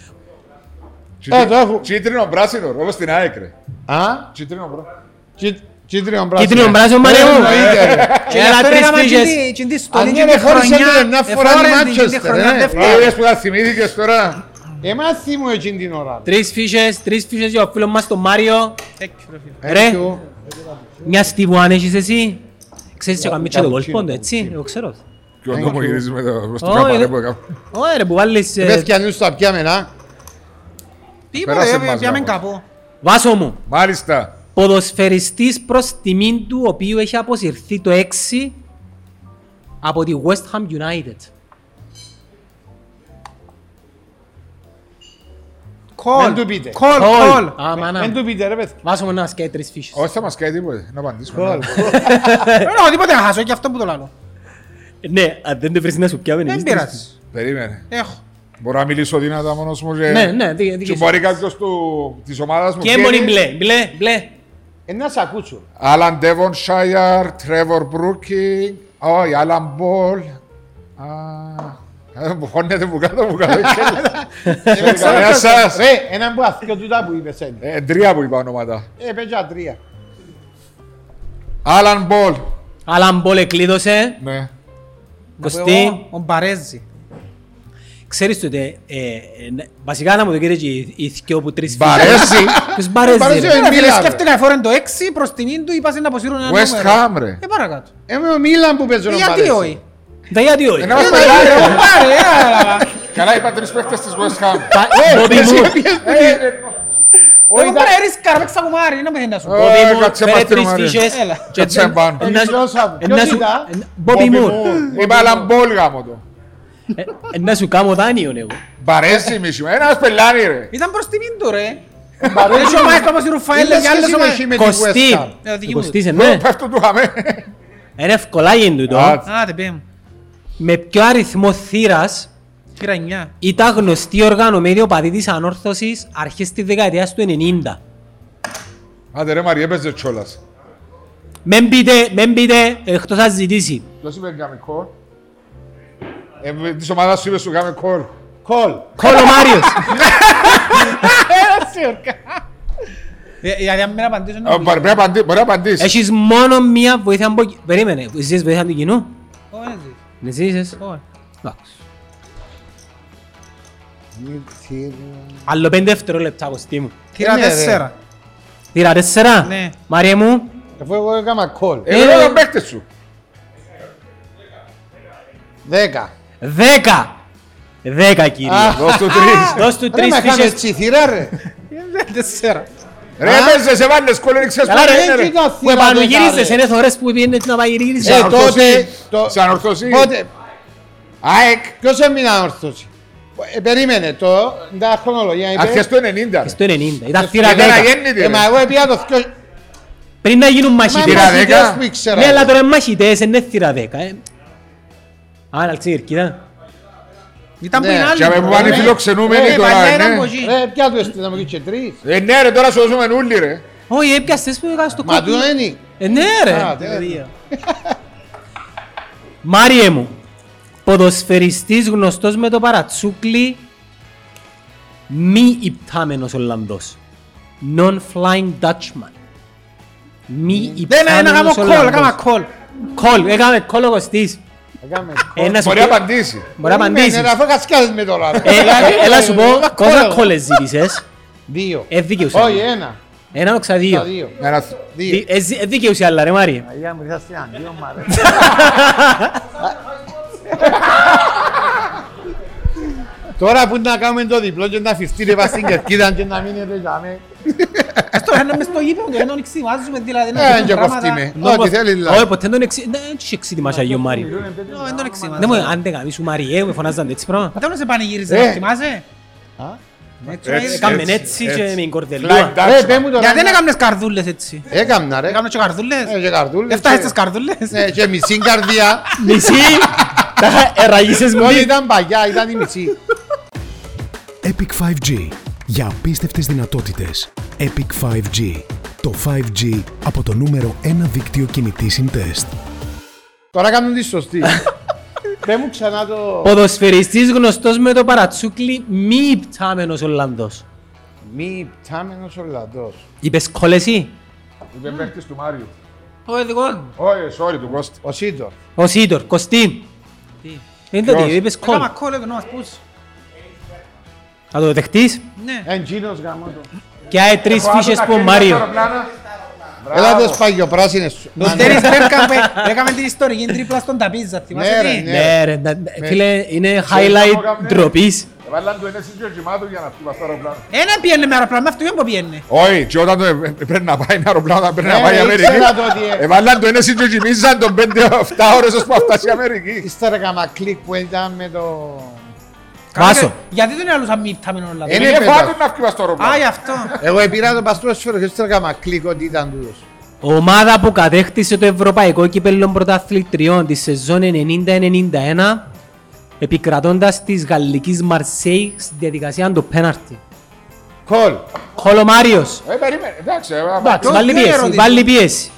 C: Ε, το έχω.
D: Κίτρινο πράσινο, ρε, όπως την ΑΕΚ ρε.
C: Α,
D: Κίτρινο πράσινο.
C: κι- κίτρινο πράσινο.
B: Κίτρινο πράσινο, μάνα
C: Ε,
B: μου.
C: εννοείται, ρε.
F: Και
B: Έλα,
F: αυτό
B: τρεις
F: έκαμε
B: φύγες.
F: τζιντι- τζιντι στολή,
C: Αν
F: τζιντι
C: δεν χώρισε
F: χρονιά. Ε,
C: τον να φοράει
F: Εφόρεν τζιντι
C: Manchester,
F: χρονιά,
C: ναι.
F: δεν
D: Ε, είδες που τα θυμήθηκες τώρα.
C: Εμάς θύμω εκείνη την ώρα.
B: Τρεις φύσες, τρεις φύσες για ο φίλος μας τον Μάριο. Ρε.
C: Thank you.
B: Μια στίβου αν έχεις εσύ. Ξέρεις και καμίτσο το κόλπον, έτσι, εγώ ξέρω.
D: Και ο νόμο γυρίζει με το προς το
B: Ω,
D: καμπανέ
B: είδε-
D: που έκαμε.
B: Ω, ρε, που βάλεις... ε,
C: Βρέθηκε αλλιώς τα πιάμε, να.
F: Τίποτα,
D: Πέρασε
F: ε,
D: μας,
F: πιάμε
D: κάπως.
F: καπό.
B: Βάσο μου.
D: Μάλιστα.
B: ποδοσφαιριστής προς τιμήν του, ο οποίου έχει αποσυρθεί το 6 από τη West Ham United.
C: Μην
F: Κολ.
C: του πείτε.
F: Κολ, κολ.
B: Α, μάνα.
C: Μην του πείτε, ρε παιδιά.
B: Βάσο μου ένα σκέι τρεις φύσεις.
D: Όχι θα μας κάνει τίποτε. Να απαντήσουμε.
C: Κόλ.
D: ναι.
F: Δεν έχω τίποτε να χάσω και αυτό που το λαλώ.
B: Ναι, αν δεν το βρεις να σου πιάμε
F: Δεν πειράζει.
D: Περίμενε.
F: Έχω.
D: Μπορώ να μιλήσω δυνατά μόνος μου και...
B: Ναι, ναι, δι- δι-
D: Και μπορεί κάποιος του- της ομάδας μου...
B: Και μόνοι μπλε, μπλε, μπλε.
C: Ε, να σ' ακούσω.
D: Άλαν Ντεβονσάιαρ, Τρέβορ Μπρούκινγκ, όχι, Άλαν Μπολ. Α, ε, Μου χώνεται μου κάτω, μου κάτω.
B: Ε,
C: Δεν ξέρω
D: Γεια
C: ποιος
D: σας.
C: είναι. Ε, Ρε, έναν που αθήκιο τούτα που είπες έντε.
D: Ε, Τρία που είπα ονόματα.
C: Ε, παιδιά τρία.
D: Άλαν Μπολ.
B: Αλλά αν πόλε κλείδωσε,
D: Ναι.
B: Κωστή,
F: Ο Μπαρέζη.
B: ξέρεις τότε, ε, ε, ναι, βασικά να μου το κύριε και οι- οι δυο που τρεις φύσεις.
D: Μπαρέζι.
B: Τους μπαρέζει
C: Μπαρέζει,
B: ρε.
C: ε.
F: Ρε φίλε,
C: Μίλαν, ρε.
F: σκέφτηκα εφόρεν το 6 προς τιμήν του, είπα σε να αποσύρουν ένα νούμερο.
D: West Ham, ρε.
F: Ε, παρακάτω.
C: Ε, με ο Μίλαν που παίζει
F: Ε,
C: ο
F: Γιατί
C: Μπαρέζι.
F: όχι.
B: Τα γιατί όχι.
D: Ένα μας πελάρι.
F: Ε, Πάρε, έλα.
D: Καλά είπα τρεις παίχτες της West Ham.
B: Πα- Μπόμπι μου,
D: Ε,
F: Δεν μπορεί να ρίσκα, παίξα κουμάρι, να με να σου πω.
D: Ε,
B: Μπόμπι μου,
D: κάτσε
B: φέρε
D: μας
B: τρεις
D: τρομαρία.
B: φύσεις.
F: Έλα.
B: Και-
D: Κάτσε πάνω.
B: Ε, να σου-
C: Ποιος άκου-
B: ε, να
C: ποιος
B: σου-
C: ήταν?
B: ε, Μπόμπι μου,
D: Είπα Άλαν Μπολ γάμο το.
B: Ε, ε, να σου κάνω δάνειον
D: Ε,
B: εγώ.
D: Μπαρέζι μισή. Ένας πελάρι ρε.
F: Ήταν προς τιμήν του, ρε. Έτσι ο Μάικ όπως η Ρουφαέλ
C: Είδες
F: και άλλες
C: και
F: ομάδες.
C: συμμετείχε με τη
B: Κωστή.
C: West Ham.
F: Ε, δική μου.
B: Κωστής, ε, ναι.
D: Ε, Πέφτουν του χαμέ.
B: Είναι ευκολάγιν τούτο.
D: Α,
F: Α, δεν πέμ.
B: Με ποιο αριθμό θύρας
F: Πήρα 9.
B: ήταν γνωστή οργανωμένη οπαδή της ανόρθωσης αρχές της δεκαετίας του 90.
D: Άντε ρε Μαρία, έπαιζε κιόλας.
B: Μεν πείτε, μεν πείτε, ε, εκτός να ζητήσει.
D: Ποιος είπε κάμε κόλ. Ε, με- της ομάδας σου είπες σου κάμε κόλ.
C: Κόλ.
B: Κόλο Μάριος.
F: Δηλαδή αν μην απαντήσω
D: Ε,
F: να
D: Μπορεί να απαντήσει. Μπορεί να απαντήσει.
B: Έχεις μόνο μία βοήθεια από... Περίμενε, ζήσεις βοήθεια του κοινού.
F: ε,
B: Ναι, ζήσεις. Εντάξει. Άλλο πέντε δευτερόλεπτα, Κωστή μου.
F: Θύρα
C: Ε, ναι, ρε.
F: 4.
B: Θύρα τέσσερα.
F: Ναι.
B: Μαριέ μου,
C: Αφού εγώ έκανα κόλ.
D: Εγώ
B: Ε,
D: τον παίχτη σου.
C: Δέκα.
B: δέκα. Δέκα, κύριε.
D: Δώσ' του τρεις.
B: Δώσ' του
C: Ρε,
B: τρεις
C: μα κάνεις
B: φύσες.
C: τσιθήρα ρε.
F: Τεσσέρα.
D: Ρε έπαιζε, σε βάλες κόλ, δεν ξέρεις
B: Καλά
D: πού
B: ρε,
D: είναι, ρε.
C: δεν ήταν
B: που
C: θύρα
B: επανογύρισες,
C: δέκα,
B: είναι θωρές που πήγαινε να πάει γυρίσει.
C: Ε,
D: Σαν ορθωσή.
C: τότε, το-
D: Σαν ορθωσή.
C: Πότε,
D: ΑΕΚ.
C: ποιος έμεινε ανόρθωση. Ε, περίμενε το, τα χρονολογία είπε.
D: Αρχές του 90.
B: Στο 90, ήταν θύρα
D: Ήταν
B: 10.
D: αγέννητη,
C: Ε,
D: ρε.
C: μα εγώ έπια το θκιο-
B: Πριν να γίνουν
C: Μα
B: μαχητές.
D: Θύρα
C: μαθητές
D: δέκα.
C: που ήξερα.
B: Ναι, αλλά τώρα είναι μαχητές, είναι θύρα 10. ε. Άρα, αλλάξει η κερκίδα.
F: Ήταν που
C: Ναι.
F: είναι
D: Και με που πάνε οι
C: Ε,
F: άλλη.
D: φιλοξενούμενοι
C: ε,
D: τώρα,
F: Παλιά ήταν
D: ναι.
F: κοζί.
C: Ρε, Ε, ποια του έστειλα, μου είχε τρεις.
D: Ε, ναι ρε, τώρα σου δώσουμε νουλί ρε.
B: Όχι, έπιασες που έκανες το
C: Μα
B: κόκκινο.
C: τούτο είναι.
B: Ε, ναι ρε.
C: Α, τέλεια.
B: Μάριε μου, ποδοσφαιριστής γνωστός με το παρατσούκλι, μη υπτάμενος Ολλανδός. Non-flying Dutchman. Μη
F: Δεν είναι να κάνω
B: υπτάμενος
F: κόλ, έκανα
B: Ολλανδός. ε,
F: κόλ.
B: Κόλ, έκαμε κόλ ο Κωστής.
C: Έκαμε.
B: Ένα Ε, σου
D: Μπορεί
B: πει-
D: να απαντήσει.
C: Ναι,
B: Μπορεί να
C: Περίμενε,
B: απαντήσεις.
C: ρε, Αφού κασκιάζεις με τώρα. ρε.
B: Ε, Έλα σου πω,
C: Ε,
B: πόσα
C: ε,
B: κόλλες ζήτησες.
C: Δύο.
B: Ε, δικαιούσε.
C: Όχι, ένα.
B: Έναν οξα
C: Τα
B: δύο.
C: δύο.
D: Ένα θ-
C: Δύο.
B: Ε, δι- ε, δικαιούσε άλλα ρε Μάρι.
C: Αγία μου, είσαστε έναν δύο μάρα. Τώρα που να κάνουμε το διπλό και να φυστεί ρε στην κερκίδα και να ε. μείνετε για μέ.
F: Ας το κάνουμε στο γήπεδο και δεν τον εξηγάζουμε, δηλαδή να
C: Ε,
F: γίνουν
C: και
F: πράγματα.
C: κοφτíme. Ό,τι θέλει δηλαδή.
B: Όχι,
C: λάβει.
B: ποτέ δεν εξι- δεν έχει εξήτημα σαν Αγίου Μάρι.
F: Ω, Ε, Δεν τον εξηγάζουμε.
B: Δεν μου άντε γαμίσου Μαριέ, ε, με φωνάζαν έτσι πράγμα.
F: Πατέρα σε πανηγύριζε,
C: Ε.
F: θυμάσαι.
C: Α.
F: Έτσι,
D: Έτσι,
F: έκαμε-
B: Κάμεν έτσι και
D: έτσι.
B: με την
D: Flying
B: κορδελούα.
D: Dutchman.
C: Ρε, Ε, πέ μου τώρα.
F: Γιατί δεν έκαμνες καρδούλες έτσι.
C: Έκαμνα ρε.
F: Έκαμνες και
C: Ε,
F: καρδούλες.
C: Και καρδούλες.
F: Έφτασες
C: και-
F: στις καρδούλες.
C: Ναι, και μισή καρδιά.
B: Μισή, τα εραγίσες μου.
C: Τότε ήταν παγιά, ήταν η μισή.
G: Epic 5G για απίστευτες δυνατότητες. Epic 5G. Το 5G από το νούμερο 1 δίκτυο κινητή συντεστ.
C: Τώρα κάνουν τη σωστή. Πέ μου ξανά το...
B: Ποδοσφαιριστής γνωστός με το παρατσούκλι μη υπτάμενος Ολλανδός.
C: Μη πτάμενος ο λαντός.
B: Είπες κόλεση.
D: Είπε παίχτης του Μάριου.
F: Ο ειδικός ε, μου.
D: Όχι, sorry, του Κώστη.
C: Ο Σίτορ.
B: Ο Σίτορ, Κωστή. Είναι το
D: Ποιος?
B: τι, είπες κόλ.
F: Έκαμα κόλ, έκανα μας πούς.
B: Θα το δεχτείς.
F: Ναι.
C: Εντζίνος γαμώτο.
B: Και άε τρεις φύσες που ο Μάριο.
C: Έλατε σπάγιο, πράσινες ναι. σου.
F: Ο Τέρις Μπέρκαμπ, ε, έκαμε την ιστορική τρίπλα στον ταπίζα, θυμάσαι
C: Ναι, ρε,
F: τι.
C: ναι.
B: Ναι ρε, να- φίλε, είναι highlight
D: κάμνε.
B: ντροπής.
D: Βάλαν Ε, του ενέσεις και γυμάτου για να φύγει στο αεροπλάνο.
F: Ένα πιένε με αεροπλάνο, αυτό δεν πιένε.
D: Όχι, και όταν το ε- ε- πρέπει να πάει ένα αεροπλάνο, όταν πρέπει να
C: Ναι,
D: πάει η
C: ρε,
D: Αμερική.
C: ήξερα το ότι, ε.
D: Εβάλαν του ενέσεις και γυμίζαν τον 5-7 ώρες ώσπου να φτάσει η Αμερική.
C: Ύστερα έκανα κλικ που ήταν με το...
B: Βάσο.
F: Γιατί δεν είναι άλλους αμύταμενο ο λαός.
C: Ε,
D: Είναι
C: ναι, παιδιά.
D: φάτου να φύγει στο
F: Α, γι'
D: αεροπλάνο.
F: αυτό.
C: Εγώ επήρα τον παστρόσφαιρο και ύστερα έκανα κλικ ότι ήταν τούτος.
B: Ομάδα που κατέκτησε το Ευρωπαϊκό Κύπελλο Πρωταθλητριών τη σεζόν 90-91 επικρατώντας της γαλλικής Μαρσέη στην διαδικασία του πέναρτη.
C: Κολ.
B: Κόλο Μάριος.
D: Ε, περίμενε, εντάξει. ε,
B: Εντάξει,
F: Ποιος
B: βάλει
F: δεν
B: πίεση,
F: ερώτησε.
B: βάλει πίεση.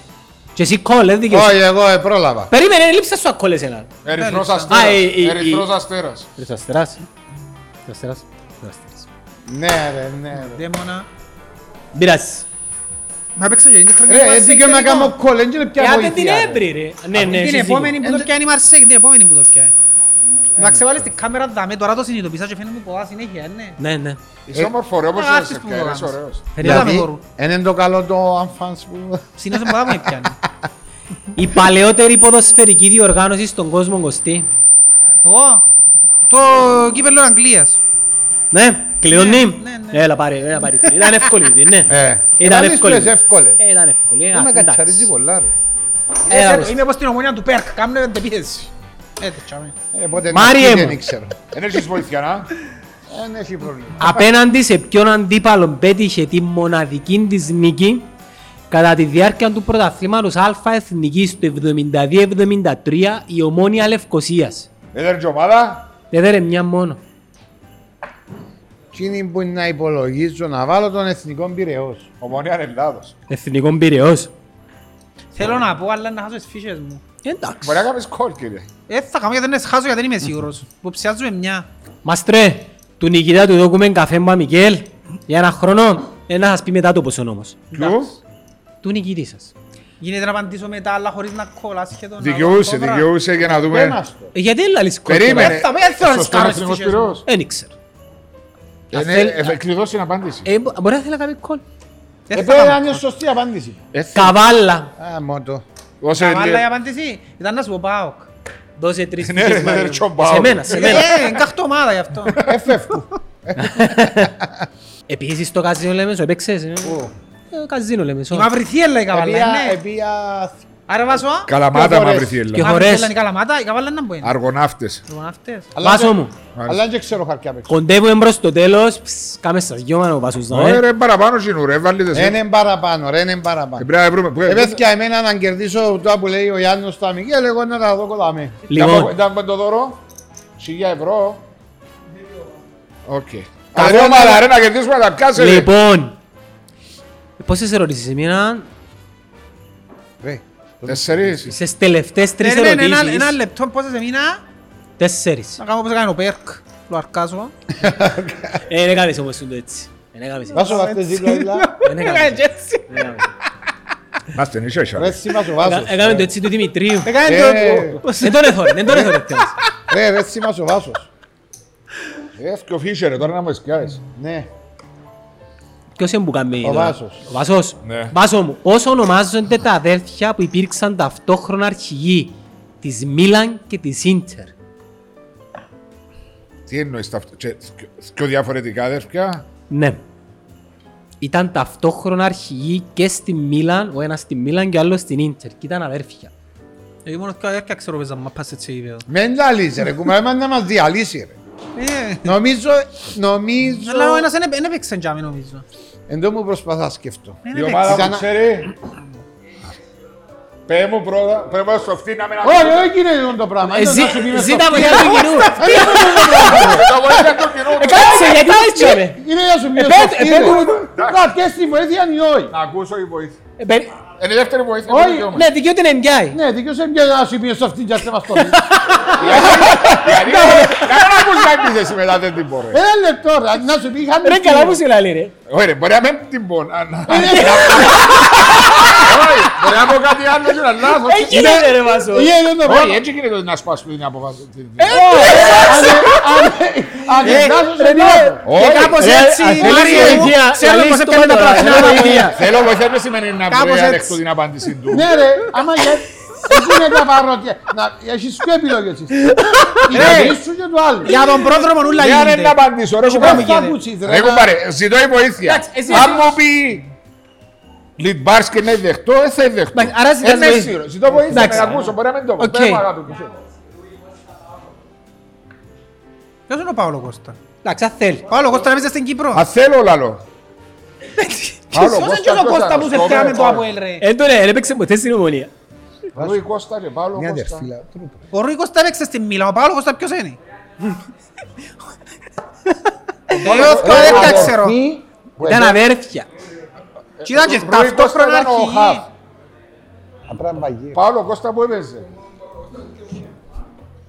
B: Και εσύ κόλ, δεν δικαιούσε.
C: Όχι, εγώ ε, πρόλαβα.
B: Περίμενε, λείψα σου ακόλες έναν.
D: Ερυθρός
B: Α,
D: αστέρας.
B: ε, ε, ε,
D: Ερυθρός αστέρας.
B: Τρεις αστεράς. Τρεις αστεράς.
C: Ναι ρε, ναι ρε.
F: Δαίμονα.
B: Πειράζει.
F: Μα παίξαν και είναι χρόνια
C: Ρε, Ε, έτσι και με κάνω Ε, κολ, δεν είναι πια
B: Εάν δεν την
C: βοήθεια. ρε.
B: έπρι ρε. Ναι, ναι,
F: Την
B: έχεις
F: επόμενη
B: δίκιο.
F: που το πιάνει η Μαρσέκ, την επόμενη που το πιάνει.
C: Ε,
F: Να ξεβάλεις την κάμερα δαμέ, τώρα το συνειδητοποίησα και φαίνεται πολλά συνέχεια, ναι.
B: Ναι, ναι.
D: Είσαι όμορφο, ρε, όπως
F: Ε,
D: είσαι
F: άρτης που
D: ευκαιρία,
F: μου
D: είσαι
F: έκανες.
D: ωραίος.
F: Έλα με
C: Δηλαδή,
F: δώρου.
C: είναι το καλό το αμφάνς που...
F: Συνήθως πολλά μου πιάνει.
B: Η παλαιότερη ποδοσφαιρική διοργάνωση στον κόσμο Κωστή.
F: Εγώ, το κύπελλο Αγγλίας.
B: Ναι, κλειδώνει.
F: Ναι, ναι.
B: Έλα πάρε, έλα πάρε. Ήταν εύκολη, αυτή, ναι.
C: Ε,
B: Ήταν
C: εμάς
B: εύκολη.
C: λες εύκολες.
B: Ε, Ήταν εύκολη. ε,
C: Δεν με
B: εντάξει.
C: κατσαρίζει πολλά ρε.
B: Ε,
F: Ε,
B: άρρωστη.
F: Είναι όπως την ομονία του Πέρκ, κάμνε δεν πίεση. Ε, τετσάμε.
C: Ε, πότε
B: Μάριε
C: να-
B: μου.
C: δεν ήξερα.
D: Δεν έχεις βοήθεια, να.
C: Δεν έχει πρόβλημα.
B: Απέναντι σε ποιον αντίπαλο πέτυχε τη μοναδική της νίκη κατά τη διάρκεια του πρωταθλήματος Α Εθνικής του 72-73 η Ομόνια Λευκοσίας. Ναι,
D: Δεν είναι και ομάδα.
B: Δεν δέρε μια μόνο.
C: Εκείνη που είναι να υπολογίζω να βάλω τον εθνικό πυραιός.
D: Ομονία Ελλάδος.
B: Εθνικό Πυραιός.
C: ναι.
F: Θέλω να πω, αλλά να χάσω τις φύσες μου.
B: Εντάξει.
D: Μπορεί να κάνεις κόλ, κύριε.
F: Ε, θα κάνω γιατί δεν τις χάσω γιατί δεν είμαι σίγουρος. Υποψιάζομαι μια.
B: Μαστρέ, του νικητά του δόκουμε καφέ μπα Μικέλ για ένα χρόνο. Ε, να σας πει μετά το ποσό όμως.
D: Ποιου?
B: Του νικητή σας.
F: Γίνεται να απαντήσω μετά, αλλά χωρίς να κολλάς σχεδόν.
D: Δικαιούσε, δικαιούσε για να δούμε.
C: Ένας το.
B: Ε, γιατί λαλείς κόλπο.
D: Περίμενε.
B: ρε.
F: Θα πω, γιατί θέλω να τις
D: Σωστό
F: κάνω
D: είναι
F: τις
D: εθνικός
F: φύσες μου.
D: πυρός.
B: Δεν ήξερα.
D: Ε, ναι,
B: Θέλ-
D: ε, ε, Κλειδώσει την απάντηση.
B: Ε, μπο- μπορεί να θέλει να κάνει κόλ.
F: Δεν
C: Ε,
F: θα κάνω.
C: πέρα είναι σωστή απάντηση.
D: Ε,
B: Καβάλα.
C: Α, Ε, μότο.
D: Όσο
F: Αλλά η
D: είναι.
F: απάντηση ήταν να σου πω ΠΑΟΚ.
B: Δώσε τρεις
D: Ναι,
B: φύσεις,
D: ρε,
B: Μάριο.
D: ρε, τσομπάω.
B: Σε μένα, σε μένα.
F: Ε, είναι καυτό ομάδα γι' αυτό.
C: Ε, Εφεύκου.
B: Επίσης στο καζίνο λέμε, σου έπαιξες. ε. Ε, Καζίνο λέμε,
F: Η
B: σου.
F: μαύρη θύελα η καβάλα,
C: Επία,
F: ναι.
C: επία...
F: Άρα βάζω.
D: Καλαμάτα
C: Πιο φορές.
D: μαύρη θύελα.
B: Και
F: Μαύρη
B: χωρές.
F: θύελα είναι η καλαμάτα, η καβάλα είναι να μπορεί.
D: Αργοναύτες.
F: Λοιπόν, αυτές.
C: Αλλά
B: Βάσο
C: και-
B: μου.
C: Αλλά και ξέρω χαρτιά παίξω.
B: Κοντεύουμε μπρος στο τέλος. Ψ, Κάμε στα δυο μάνα ο Βάσος. να,
D: Ωραία,
B: ε.
D: ρε, παραπάνω γινού, ρε, βάλτε σε.
C: Έναν παραπάνω, ρε, έναν
D: Ε,
C: παραπάνω.
D: πρέπει να βρούμε. Πού-
C: Ναι, Ε, παιδιά, εμένα να κερδίσω το που λέει ο Γιάννος στα Μιγέλ, εγώ να τα δω κοντάμε.
D: Λοιπόν.
B: Λοιπόν,
D: Ήταν με το δώρο. 1000 ευρώ. Οκ.
C: Τα
D: Τα
C: δώρο-
D: δύο μάνα, ρε, να κερδίσουμε να τα πιάσετε.
B: λοιπόν. Πόσες ερωτήσεις εμείνα,
C: Ρε,
D: Τεσσερίες.
B: στις τελευταίες τρεις
F: Περίμενε Ναι, Ε, ένα- Ένα
B: ερωτήσεις.
F: λεπτό, πόσες εμείνα,
B: Τέσσερις.
F: να κάνω όπως έκανε ο Πέρκ. Του Αρκάσου.
B: Ε, Δεν έκαμες όμως τούτο έτσι. Ε, Δεν έκαμες έτσι.
C: Βάσο βαστές δίπλα, δίπλα.
B: Δεν έκαμες
F: Έκανε
B: έτσι.
F: και έτσι.
B: Δεν έκαμες.
D: Να είστε νύχια, εσάς.
C: Ρε, σήμα σου
B: Έκα-
C: βάσος.
B: Έκαμε το έτσι του Δημητρίου.
F: Έκανε
C: Ε,
F: το-
B: Δεν τον έθωρε, δεν τον έθωρε. τέλος.
C: Ρε, ρε, σήμα σου βάσος.
D: Ε, έφυγε ο Φίσερ, τώρα να μου εσκιάσεις.
C: Ναι.
B: Ποιος είναι που κάνει
C: Ο
B: τώρα?
C: Βάσος.
B: Ο Βάσος.
D: Ναι.
B: Βάσο μου, όσο ονομάζονται τα αδέρφια που υπήρξαν ταυτόχρονα αρχηγοί της Μίλαν και της Ίντερ.
D: Τι εννοείς τα αυτό. Και, πιο διαφορετικά αδέρφια.
B: Ναι. Ήταν ταυτόχρονα αρχηγοί και στη Μίλαν, ο ένας στη Μίλαν και ο άλλος στην Ίντερ. Και ήταν αδέρφια.
F: Εγώ μόνο και αρκετά ξέρω παίζα μαπάς έτσι είπε.
C: Μην λαλείς ρε κουμπάρε, να μας διαλύσει ρε.
F: Ε,
C: Νομίζω, νομίζω...
F: Αλλά ο ένας δεν έπαι- δεν έπαιξε τζάμι νομίζω.
C: Εν τω μου προσπαθώ να σκεφτώ.
F: Δεν
B: Ναι,
D: Η
F: έπαιξε.
D: ομάδα μου
C: Ξανά-
D: ξέρει. Πέ μου πρώτα, πρέπει να σοφτεί να μην ακούσει.
C: Όχι, δεν γίνεται αυτό το πράγμα.
B: ναι. Ε,
C: Ήταν να
B: ζη-
C: σου πει με
B: Ζήτα
C: στο-
B: βοήθεια του κοινού.
D: Τα βοήθεια του κοινού.
B: Ε, Κάτσε, γιατί έτσι ρε.
C: Είναι να σου πει με στο
B: Επέτ-
C: φίλο.
B: επέτρεπε-
C: Να πιέσεις τη βοήθεια ή όχι.
D: Να ακούσω η βοήθεια.
B: Ε, περί-
D: Είναι η δεύτερη βοήθεια.
C: Όχι,
D: είναι δικαίωμα.
B: Ναι, δικαιούται να εμπιάει.
C: Ναι, δικαιώς δεν πιέζει να σου πει στο αυτήν και ας δεν μας το πει.
D: Γιατί να μην ακούς να πεις εσύ μετά δεν την πω ρε.
C: Ένα λεπτό ρε, Ε, να σου πει είχαμε...
B: Ρε καλά που σε λαλεί ρε.
D: Όχι ρε, μπορεί να μην την πω. να- να- Όχι, μπορεί να πω κάτι άλλο και να λάθω.
B: Ε, γίνεται ρε Βάσο.
C: Γίνεται το
D: Όχι, ε,
C: πράγμα.
D: έτσι γίνεται να σπάσουν την αποφάση. την-
C: Αν εντάσσω σε λάθος.
D: Όχι,
B: Κάπως
D: ρε,
B: έτσι,
D: α, θέλει
B: Μάριε μου,
D: βοήθεια.
B: ξέρω πως έπαιρνε τα πράσινα
D: Θέλω-
B: βιβλία.
D: Θέλω βοήθεια, δεν σημαίνει να
C: Κάπως
D: μπορεί να
C: έτσι.
D: δεχτώ την απάντησή του.
C: Ναι ρε, άμα γιατί... Είναι τα παρότια. Να, έχεις πιο επιλογές εσύ. Η δική σου και του άλλου.
F: Για τον πρόδρομο νουλα
D: Για ρε
F: γίνεται.
D: να απαντήσω, ρε
C: Αυτά
D: κουμπάρε.
F: γίνεται.
C: που τσιδρά.
D: Ρε κουμπάρε, ζητώ η βοήθεια.
B: Εντάξει, εσύ-
D: Αν μου πει Λιμπάρς και να δεχτώ, δεν θα δεχτώ.
B: Εντάξει, άρα ζητάς
D: Ε, ναι,
B: βοήθεια.
D: σίγουρα. Ζητώ βοήθεια,
B: Εντάξει.
D: να ακούσω, μπορεί να μην το πω.
B: Οκ.
D: Πες μου, αγάπη μου.
F: Ποιος είναι ο Παύλο Κώστα.
B: Εντάξει, αν θέλει.
F: Ο Παύλο Κώστα έπαιζε στην Κύπρο.
D: Α, θέλω λαλό.
F: Ποιος
D: Άλλο,
F: είναι
D: Κώστα,
F: και ο
D: ποιος
F: Κώστα
D: άλλος,
F: που σε
D: το
F: φτιάμε
D: ωραίο,
F: το
D: το
F: Αποέλ ρε.
B: Ε, τώρα, ρε, έπαιξε ποτέ στην ομονία.
D: Ρούι Κώστα και Παύλο
C: Μια
D: Κώστα.
C: αδερφή, λα-
F: Ο Ρούι Κώστα έπαιξε στην Μίλα. Ο Παύλο Κώστα ποιος είναι. Ο Λεώσκο
D: ε,
F: δεν τα
D: ε,
F: ξέρω.
C: Που
B: Ήταν
C: εδώ-
B: αδέρφια.
F: Και ήταν και
D: Ρούι Κώστα
F: ταυτόχρονα
D: ήταν ο
F: αρχηγοί.
D: Χαφ.
C: τα πράγματα γύρω.
D: Παύλο Κώστα που έπαιζε.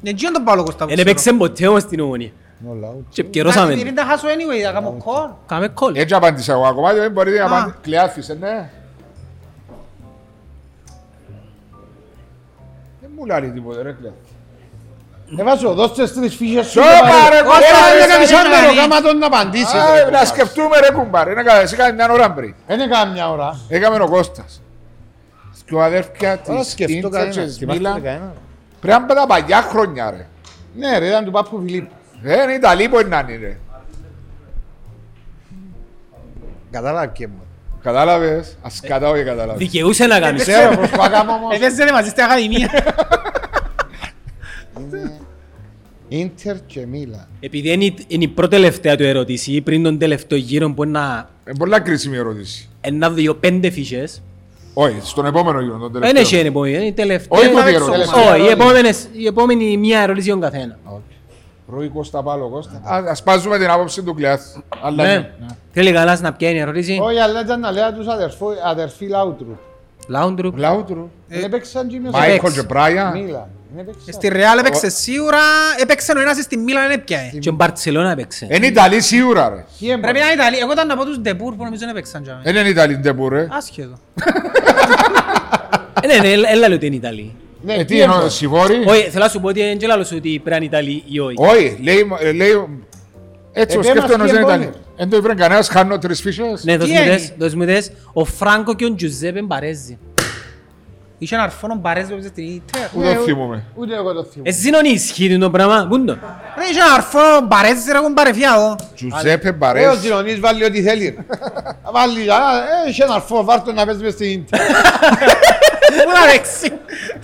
F: Δεν ξέρω Ναι, τον Παύλο Κώστα
D: Ε, ναι,
F: που
B: Δεν
F: ξέρω.
B: έπαιξε ποτέ όμως στην ομονία.
C: Όλα, ούτε.
B: Και επικαιρώσαμε.
F: Εντάξει,
B: την.
F: Δεν τα χάσω anyway, θα κάνω call.
B: Κάμε κόλ.
D: Έτσι Ε, απάντησα εγώ ακόμα, δεν μπορείτε να
F: Α.
D: απαντήσετε. Κλειάθησε, ναι. Δεν μου λέει τίποτα, ρε κλειάθη.
C: Ε, Βάσο, δώστε τρεις φύσες σου.
D: Σώπα,
C: κουμπάρε.
D: ρε,
C: Κώστα,
D: κουμπάρε,
C: δεν
D: ρε,
C: έκανες
D: σαν
C: όνειρο,
D: μαλλί.
C: γάμα τον να απαντήσεις,
D: Α, ε,
C: ρε,
D: Να
C: κουμπάρε.
D: σκεφτούμε ρε κουμπάρ, είναι καλά, εσύ κάνει μια ώρα πριν.
C: Δεν έκανα μια ώρα.
D: Έκαμε ο Κώστας. Και ο αδέρφια της
C: σκεφτώ
D: Ίντερ και
C: κανένα.
D: της
C: Θυμάστε
D: Μίλαν.
C: κανένα.
D: Πρέπει να είναι τα παλιά χρόνια ρε. Ε,
C: Ναι ρε, ήταν του Πάπου Φιλίππου.
D: Δεν είναι Ιταλή που είναι να είναι ρε.
C: Κατάλαβε και μου. Ε,
D: Κατάλαβες, ας κατάλαβε κατάλαβες.
B: Δικαιούσε να
D: Ε,
B: κάνεις.
C: Ξέρω, προσπαθώ να κάνω όμως.
F: Ε, δεν ξέρε μαζί στην Ακαδημία.
C: Ίντερ και Μίλα.
D: ε.
B: Επειδή είναι η- είναι η πρώτη τελευταία του ερώτηση, ή πριν τον τελευταίο γύρο που είναι να-
D: Ε, Πολλά κρίσιμη ερώτηση.
B: ένα δύο πέντε φύσες,
D: Όχι, στον επόμενο γύρο, τον
B: δεν έχει
D: τελευταίο.
B: είναι επόμενη, είναι η τελευταία.
D: Όχι πρώτη
C: ξέρω.
D: ερώτηση.
B: Όχι, οι επόμενες- η επόμενη μία ερώτηση για τον καθένα.
D: Ρούι Κώστα Πάλο Κώστα. Α ας σπάζουμε την άποψη του Κλειάθ. Αλλά
B: Ναι. Θέλει καλάς να πιάνει ερώτηση.
C: Όχι, αλλά ήταν να λέω τους αδερφού- αδερφοί Λάουτρου.
B: Λάουντρουπ.
D: Λάουτρου.
C: Δεν έπαιξαν και οι μισοί.
D: Μάικολ και Μπράιαν.
C: Μίλα. Δεν
D: ε,
C: έπαιξαν.
F: Στη Ρεάλ έπαιξε σίγουρα, έπαιξε ο ένας στην Μίλαν έπιαε.
B: Και ο Μπαρτσελώνα έπαιξε.
D: Είναι Ιταλή σίγουρα ρε.
C: Ποιοι έμπα-
F: Πρέπει να είναι Ιταλία. Εγώ ήταν να πω τους Ντεμπούρ που νομίζω δεν έπαιξαν τζάμι.
D: Δεν είναι Ιταλή ντεμπού ρε.
F: Άσχετο.
B: Ε, Ναι, ναι, έλα- έλα λέω ότι είναι Ιταλή.
C: Ναι,
D: Ε,
C: ποιοι
D: Τι εννοώ,
C: έμπα-
D: Σιβόρι.
B: Όχι, θέλω να σου πω ότι δεν ξέρω ότι πρέπει να είναι Ιταλή ή όχι.
D: Όχι, λέει, ε, λέει έτσι
C: Ε,
D: ο
C: δεν μας
D: σκέφτομαι
C: πει
D: δεν
C: εμπόλιο.
D: ήταν. Δεν το ήβρε κανένας, χάνω τρεις φύσες.
B: Ναι, δώσ'
F: Τι
B: μου
F: είναι?
B: τες, δώσ' μου τες. Ο Φράνκο και ο Τζουζέπε Μπαρέζι.
F: Είχε έναν αρφόνο Μπαρέζ που έπαιζε στην Ιντερ.
D: Ούτε Ε, το θυμούμε.
C: Ε, Ούτε εγώ το θυμούμαι.
B: Εσύ είναι ισχύει το πράγμα, πού είναι το.
F: Ρε είχε έναν αρφόνο Μπαρέζ ρε έχουν παρεφιά εγώ.
D: Τζουζέπε
C: Ε, ο
D: Μπαρές.
C: Τζιρονής βάλει ό,τι θέλει. Βάλει, α, ε, είχε ένα αρφό, βάρ' τον να παίζει μες στην Ίντερ.
F: Πού να παίξει.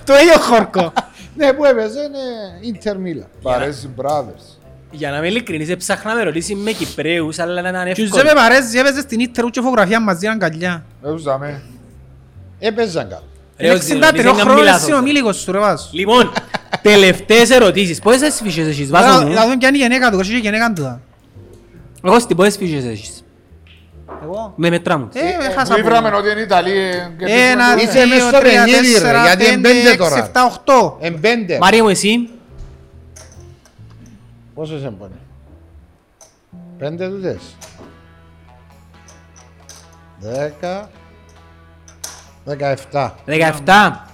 F: Το ίδιο χόρκο.
C: Ναι, που έπαιζε, ναι, Ίντερ Μίλα.
D: Μπαρές Brothers.
B: Για να είμαι ειλικρινής, έψαχνα με ρωτήσει με Κυπρέους, αλλά να είναι εύκολο.
F: Τζουζέπε Μπαρέζ έπαιζε στην Ιντερ ούτε φωτογραφία μαζί αγκαλιά.
D: Έζαμε.
C: Έπαιζαν κάπου.
B: Ρε, Ε, ο
F: Είναι
B: Ζηλονής
F: 63
B: είναι
F: χρόνια
B: μιλάθος.
F: εσύ ο μίλικος σου ρε βάζω.
B: Λοιπόν, τελευταίες ερωτήσεις. Πόσες φύσες έχεις, βάζω
F: Να
B: μου.
F: να δουν ποια είναι η γενέκα του, κόσοι η γενέκα του.
B: Εγώ στην πόσες φύσες έχεις.
F: Εγώ.
B: Με μετρά μου.
F: Ε, χάσα
D: Μου ήβραμε
F: πολύ.
D: ότι είναι Ιταλή. ε, και
F: Ένα,
D: τίποτα.
C: Είσαι μες
F: δύο,
C: στο
F: τρία,
C: παιχνίδι, ρε,
F: τέσσερα,
C: γιατί εν πέντε
F: πέντε, έξι,
C: τώρα.
F: εφτά, οχτώ.
C: Εν πέντε.
B: Μαρία μου, εσύ.
C: Πόσες έμπονε. Πέντε τούτες. Δέκα. Δεκαεφτά.
B: 17,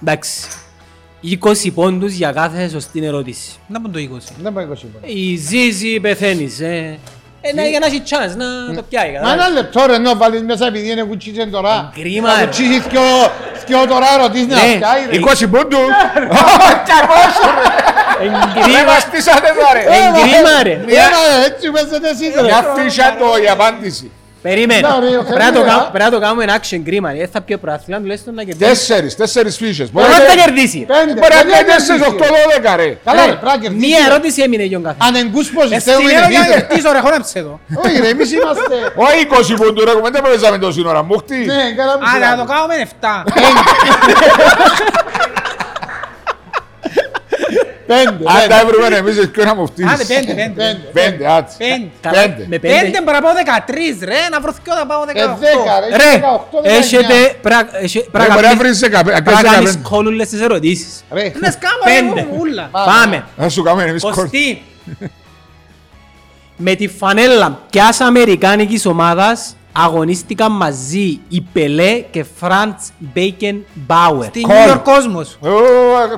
B: εντάξει. 20 πόντους για κάθε σωστή ερώτηση.
F: Να πούν το Ε, 20.
C: Δεν πάει είκοσι πόντα.
B: Η Ζίζη πεθαίνεις, ε. Ε, να- για να έχει chance να το πιάει.
C: Ε, Μα
B: κατάλαβες.
C: ένα λεπτό ρε, να βάλεις μέσα επειδή είναι κουτσίτσε τώρα.
B: Κρίμα,
C: Να
B: ρε.
C: κουτσίσεις δυο- δυο τώρα ρωτήσεις να
B: Ναι,
C: φτιάει ρε.
D: 20 πόντου! Δεν
B: Εγκρίμα,
D: μας πείσατε εδώ ρε! ε,
B: εγκρίμα
C: ε,
B: ρε.
C: Έλα, έτσι παίζετε εσείς ρε.
D: Μια φύσια το η απάντηση.
B: Περίμενα.
C: Ναι, ρε, ο
B: Πρέπει να το
C: Χαλίδα.
B: κα- πρέπει να το κάνουμε ένα action κρίμα. ρε. Ε, Θα πιω προαθλήμα, τουλάχιστον να κερδίσει.
D: Τέσσερις, τέσσερις φύσες. Μπορεί
B: Μπορεί
D: να
B: να τα
D: είναι-
B: κερδίσει.
C: Πέντε.
D: Ε, μπορεί να
C: δεν
D: είναι
C: είναι
D: τέσσερις,
C: τυχαίο.
D: οκτώ, δώδεκα ρε.
C: Καλά ρε,
B: Ε,
C: πρέπει να κερδίσεις,
B: Μία
C: ρε.
B: ερώτηση έμεινε για τον καθένα.
C: Αν εγκούσπος
F: Ε, Στην
C: θέλουμε
F: για να
C: εμείς, ρε.
F: κερδίσω ρε, χώναψε το.
C: Όχι ρε, εμείς είμαστε...
D: Όχι 20 πόντου ρε, κουμέντα παίζαμε τόση ώρα. Μούχτη.
C: Ναι, καλά που
F: Αλλά το
C: σου
F: κάνουμε 7.
C: Πέντε,
D: Αν τα
C: πέντε.
D: έβρουμε ναι, εμείς και να μου
F: Άντε,
D: φτύσεις.
F: πέντε, πέντε.
D: Πέντε, άτσι.
F: Πέντε.
B: Καλά,
D: Πέντε. Ε,
B: Με
F: Πέντε
B: Ε, πέντε.
F: μπορώ να πάω 13 ρε, να βρω δυο να πάω
C: Ε,
F: 18.
C: δέκα ρε, έχεις
B: Ρε,
C: 18, 19.
B: έχετε πρα- έχε-
D: Ρε,
B: πρέπει να
D: Ε, Μπορεί να
B: κάνεις-
D: βρεις δεκα-
B: πρέπει να κάνεις
D: δεκαπέντε.
B: κόλλουλες τις ερωτήσεις.
C: Ρε,
F: Ναι, σκάμα
B: Πέντε.
F: ρε, ούλα.
B: Πάμε.
D: Να σου κάνουμε εμείς κόρτ.
B: Κωστή. Με τη φανέλα ποιας Αμερικάνικης ομάδας αγωνίστηκαν μαζί οι Πελέ και Φραντς Μπέικεν Μπάουερ.
F: Στην New York κόσμος.
D: Ω,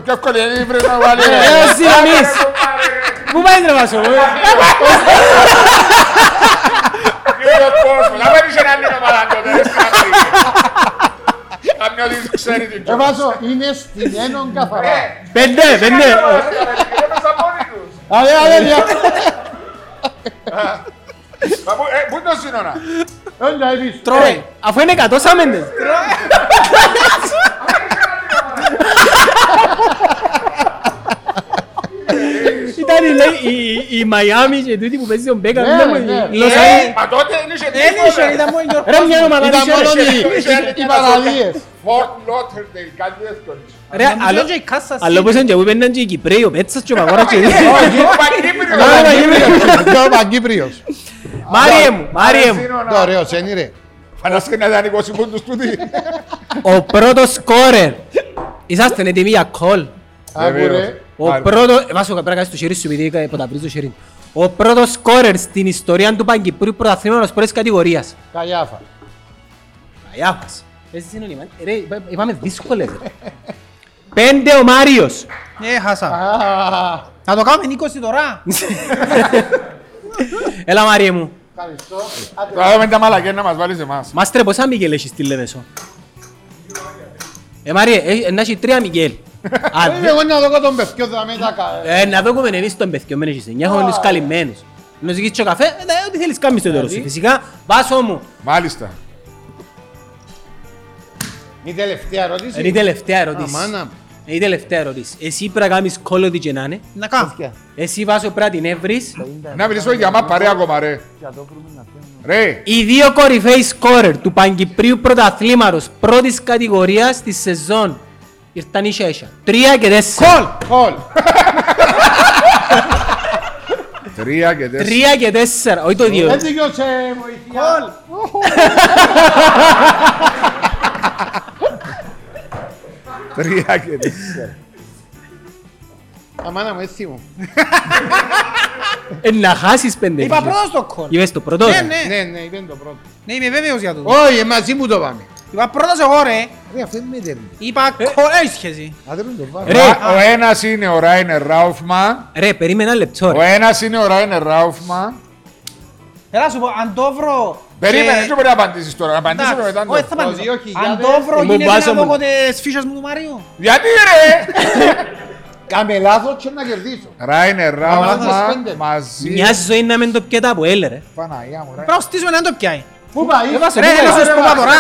D: Πιο εύκολη είναι πρέπει να βάλει. ρε.
B: Εσύ εμείς. Πού πάει ρε Βάσο. ε?
D: Λίγο κόσμος. Να παίρνεις έναν άλλο παράγοντα, δεν στραβεί. Αν νιώθεις ξέρει την
C: ε,
D: κόρτ.
C: βάζω, είναι στην ένον καθαρά.
B: Πέντε,
D: Ε, ναι,
B: πέντε.
C: Αλέ, αλέ, δια.
D: Παππού, ε, Πού είναι το σύνορα.
C: Έλα, εμείς.
B: Τρώει. Αφού είναι 100 σάμεντες. Ήταν η, λέει, η- η, η Μαϊάμι και τούτη που παίζει τον Μπέκα.
C: Ναι,
B: δεν μου-
C: ναι.
B: η Λος
D: Ε,
B: Άντζελες.
D: Μα τότε δεν είχε
C: Ε,
F: Δεν
D: τίποτα.
F: είχε, ήταν μόνο New York
B: Ρε μια ομάδα
C: Ήταν
B: δεν
C: μόνο
B: ξέρω.
C: οι- οι παραλίες.
D: Fort Lauderdale, κάτι τέτοιο.
B: Ρε,
F: Νομίζω
B: αλλο-
F: και η Kansas City.
B: αλλο όπως είναι και που παίρναν και οι Κυπρέοι, ο Πέτσας και ο Παγόρας και-
D: Ε, Ο Παγκύπριος.
C: Ήταν Παγκύπριος, ήταν Παγκύπριος.
B: Μάριε μου, Μάριε μου.
C: Το ωραίο, σένι ρε.
D: Φαντάσκε να ήταν 20 πόντους τούτη.
B: Ο πρώτος σκόρερ. Είσαστε έτοιμοι για κόλ.
C: Άκου
D: Βεβαίως.
C: ρε.
B: Ο πρώτος... ε, Βάσο, πρέπει να κάνεις το χέρι σου επειδή ποταπρίζει το χέρι μου. Ο πρώτος σκόρερ στην ιστορία του Παγκυπρίου πρωταθλήματος πρώτης κατηγορίας.
C: Καγιάφα.
B: Αγιά μας. Εσύ είναι ο Λιμάνι. Ρε, είπα- είπαμε δύσκολες. ρε. Πέντε ο Μάριος.
F: Ε, χάσα.
C: Α,
F: Να το κάνουμε 20 τώρα.
B: Έλα Μάριε μου.
C: Ευχαριστώ.
D: Τώρα με τα μαλακές να μας βάλεις εμάς.
B: Μάστρε, πόσα Μιγέλ έχεις στη Λεμεσό. Ε, Μάριε, ε, να έχει τρία Μιγέλ. Α,
C: Ε, Εγώ να δω τον παιδιό θα με τα κα-
B: Ε, να δούμε εμείς τον πεθυωμένο είσαι. Μια έχουμε τους καλυμμένους. Να ζυγίσεις και ο καφέ, ε, ναι, ό,τι θέλεις κάνεις στο τέλος σου. Φυσικά, βάσο μου.
D: Μάλιστα.
C: Η τελευταία
B: Ε, Είναι η
C: ερώτηση.
B: τελευταία ερώτηση.
C: Α, μάνα μου.
B: Είναι η τελευταία ερώτηση. Εσύ πρέπει να κάνεις κόλλο τι και να είναι.
F: Να κάνουμε.
B: Εσύ βάσο πρέπει να την έβρεις.
D: Να μιλήσουμε για μα παρέα ακόμα ρε. Ρε,
B: Οι δύο κορυφαίοι σκόρερ του Παγκυπρίου πρωταθλήματος πρώτης κατηγορίας της σεζόν ήρθαν ίσια ίσια. Τρία και τέσσερα.
C: Κολ, κολ.
D: τρία και τέσσερα.
B: Τρία και τέσσερα, όχι το δύο.
C: Έτσι γιος ε, βοηθιά.
D: Τρία και τέσσερα.
C: Αμάνα μου, έτσι μου.
B: Ε, να χάσεις πέντε.
F: Είπα
B: φίλε.
F: πρώτος το κόλ.
B: Είπες το πρώτος.
F: Ναι,
B: ρε.
F: ναι.
C: Ναι, ναι, είπε το πρώτο.
F: Ναι, είμαι βέβαιος για το.
C: Όχι, ε, μαζί μου το πάμε.
F: Είπα πρώτος εγώ ρε.
C: Ρε, αυτό είναι μητέρνη.
F: Είπα κόλ. Έχει σχέση.
C: Αδερούν το πάμε.
B: Ρε,
D: Ο ένας είναι ο Ράινερ Ράουφμαν.
B: ρε, περίμενα ένα λεπτό. ρε.
D: Ο ένας είναι ο Ράινερ Ράουφμαν.
F: Έλα σου πω, αν το βρω...
D: Περίμενε,
F: και-
D: δεν μπορεί να απαντήσεις τώρα. Να απαντήσω
F: Εντάξει,
D: μετά.
F: όχι,
D: το-
F: θα απαντήσω.
C: Το 2000
F: Αν το βρω
B: Μου
F: γίνεται
B: βάζω
F: να
B: μου.
F: λόγω της φύσας μου του Μαρίου.
D: Γιατί ρε!
C: Κάμε λάθος και να κερδίσω.
D: Ράινερ
C: Μαλάκας
D: Ράουφμαν
C: πέντε.
D: μαζί.
B: Μια ζωή να μην το πιέτα από έλε ρε.
D: Παναγιά μου, ρε.
F: Πρέπει να στήσουμε να το πιάει. Ε,
C: Πού πάει.
F: Ρε, να σου πω πα τώρα.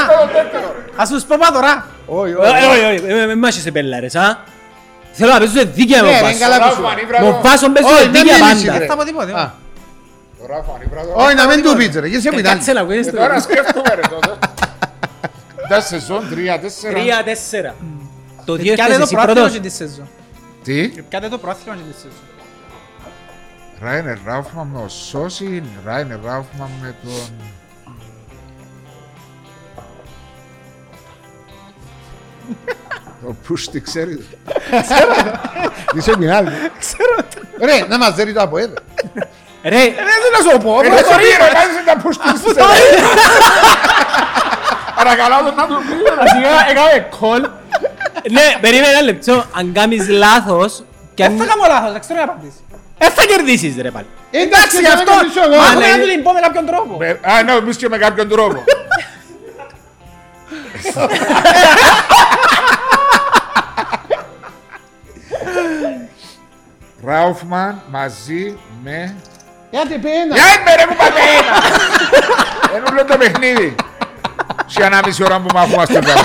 F: Ας σου πω πα τώρα.
C: Όχι,
B: Ε,
C: όχι.
B: Όχι, όχι, ε, ε, μ' άσεις σε πελάρες, α. Θέλω να παίζω δίκαια με
C: Ναι,
B: τον
C: ρε,
B: Βάσο.
C: καλά.
D: Ράουφμαν, ήβραδο.
B: Τον Βάσο
C: Όχι,
B: παίζω
C: ε, μην
B: δίκαια
C: μιλήσεις,
B: πάντα.
C: ρε.
F: Δεν θα πω τίποτε. ε.
C: Α,
D: Το Ράουφμαν, ήβραδο.
C: Όχι, να μην του πεις ρε. Γιατί σε
B: Ε,
C: μιλάνε.
B: Κάτσε να βγαίνεις
D: Ε,
B: το.
D: Τώρα σκέφτομαι ρε τότε. Τα σεζόν τρία, τέσσερα.
B: Τρία, τέσσερα. Το δύο
F: Πιάτε
B: έφτασες
F: το
B: εσύ
F: πρόθυμα
B: πρώτος.
F: και τη σεζόν.
D: Τι.
F: Πιάτε το πρόθυμα και τη σεζόν.
D: Ράινερ Ράουφμαν με ο Σόσιν, Ράινερ Ράουφμαν με τον... Ο Πούς τι ξέρει.
C: Είσαι μιλάνε. Ρε, να μας δέρει το από εδώ.
B: Ρε,
D: Δεν να σου πω. Δεν σου πει Ε, ρε, κάνεις τα Πούς τι ξέρει. Παρακαλώ τον να του πει. ρε.
B: σιγά, έκαμε κολ. Ναι, περίμενε ένα λεπτό. Αν κάνεις λάθος... και αν-
F: Ε, Δεν θα κάνω λάθος, δεν ξέρω να απαντήσω.
B: Ε, θα κερδίσεις ρε πάλι.
C: Εντάξει,
B: γι'
C: θα
B: αυτό,
C: κερδίσω εγώ.
B: μα
C: Ναι.
B: να του την πω με κάποιον τρόπο.
D: Με- Α, ναι, εμείς και με κάποιον τρόπο. Ράουφμαν μαζί με...
C: Άντε πει ένα.
D: Για είμαι ρε μου πάτε ένα! Ένα όλο το παιχνίδι. Σε ένα μισή ώρα που μαχούμαστε τώρα.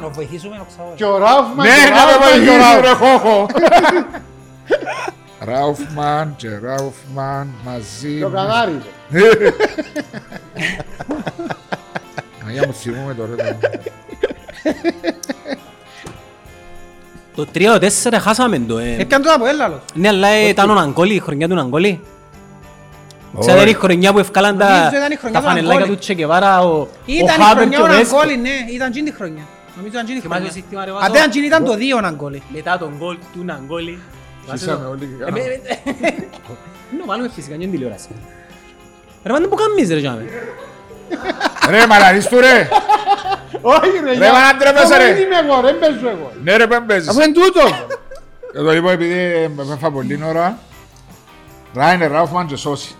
F: Να βοηθήσουμε να ξέρω.
C: Και ο Ράουφμαν.
D: Ναι,
C: και ο
D: να με
C: Ράουφμαν,
D: βάλει
C: και ο Ράουφμαν.
D: ρε χώχο. Ράουφμαν και Ράουφμαν μαζί
C: Και ο
D: με-
C: Κανάρης.
D: Αγιά μου θυμούμε τώρα.
B: Το 3-4 χάσαμε το. ε.
F: Έπιαν το από έλα
B: Ναι, αλλά ε, ήταν ο Ναγκόλη, η χρονιά του Ναγκόλη. Ξέρετε η χρονιά που ευκάλαν τα,
F: Νομίζω ήταν η
B: τα
F: χρονιά του
B: φανελάκια
F: Ναγκόλη.
B: του Τσεκεβάρα, ο, ο
F: Ήταν η
B: Χάπερ και ο
F: χρονιά ο
B: Βέσκο.
F: Ναγκόλη, ναι, ήταν τζιν τη χρονιά. Νομίζω ήταν τζιν τη
B: Θυμάσαι το
F: χρονιά.
B: σύστημα, ρε,
F: Αν
B: βάζω.
F: δεν ήταν τζιν ήταν το δύο ο Ναγκόλη.
B: Μετά τον γκολ του Ναγκόλη.
D: Χύσαμε όλοι και
B: Ε,
D: κάναμε.
B: με- με- Νο, βάλουμε φυσικά και τηλεόραση. Ρε μάνα που κάνεις ρε τζάμε.
D: Ρε μαλαρίσου του ρε.
C: Όχι ρε.
D: Ρε
C: για-
D: μάνα ντρέπεσαι
C: Εγώ δεν
D: ρε.
C: είμαι εγώ, ρε, δεν παίζω εγώ.
D: Ναι ρε πέμπες.
C: Αφού είναι τούτο.
D: Ε, Το λοιπόν επειδή ε, με έφαγα πολλή ώρα. Ράινερ Ράουφμαν και Σόση.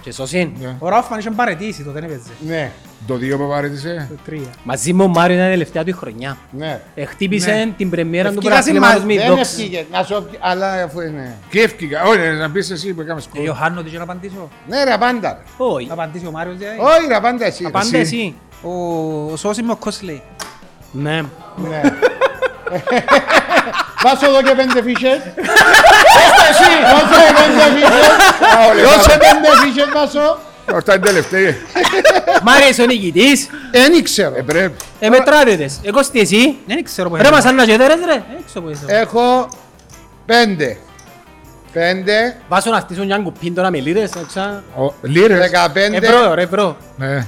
B: Και σωσήν.
F: Ο Ράφμαν είχε παρετήσει τότε, δεν έπαιζε.
C: Ναι,
D: Το δύο που παρέτησε.
F: Το τρία.
B: Μαζί με ο Μάριο ήταν η τελευταία του η χρονιά.
C: ναι.
B: Εχτύπησε την πρεμιέρα του
F: Ευκήκασε
B: πρωταθλήματος
F: μαζί,
B: με
C: Δεν
B: δόξα.
C: ευκήγε. Να σου πει, αλλά αφού είναι.
D: Κεύκηκα. Όχι, ρε, να πεις εσύ που έκαμε
F: Ε,
D: σκόρ.
F: Ιωάννου, δεν ξέρω να απαντήσω.
C: Ναι, ρε, απάντα. ρε.
B: Όχι.
F: Να απαντήσει ο Μάριος, δηλαδή.
C: Όχι, ρε, απάντα εσύ.
B: Πάντα εσύ.
F: Ο ο Σώσης με ο Κόσλεϊ.
B: Ναι.
C: Ναι. Βάσω εδώ και πέντε φίσες. Δώσε πέντε φίσες. Δώσε πέντε φίσες, βάσω.
D: Αυτά είναι τελευταία.
B: Μάριο είσαι ο νικητής.
C: Δεν ήξερα.
D: Ε, πρέπει.
B: Ε, μετράτε τες. Εγώ στη εσύ.
F: Δεν ξέρω που
B: Ρε
F: είναι.
B: μας αναζεδέρες ρε.
F: Δεν ξέρω που είναι.
C: Έχω πέντε. Πέντε,
B: Βάζω να στήσω μια κουπίν τώρα μελίδες. να ξα-
D: Ο- Λίρες.
C: δεκαπέντε,
B: Ευρώ, ρε ευρώ.
D: Ναι.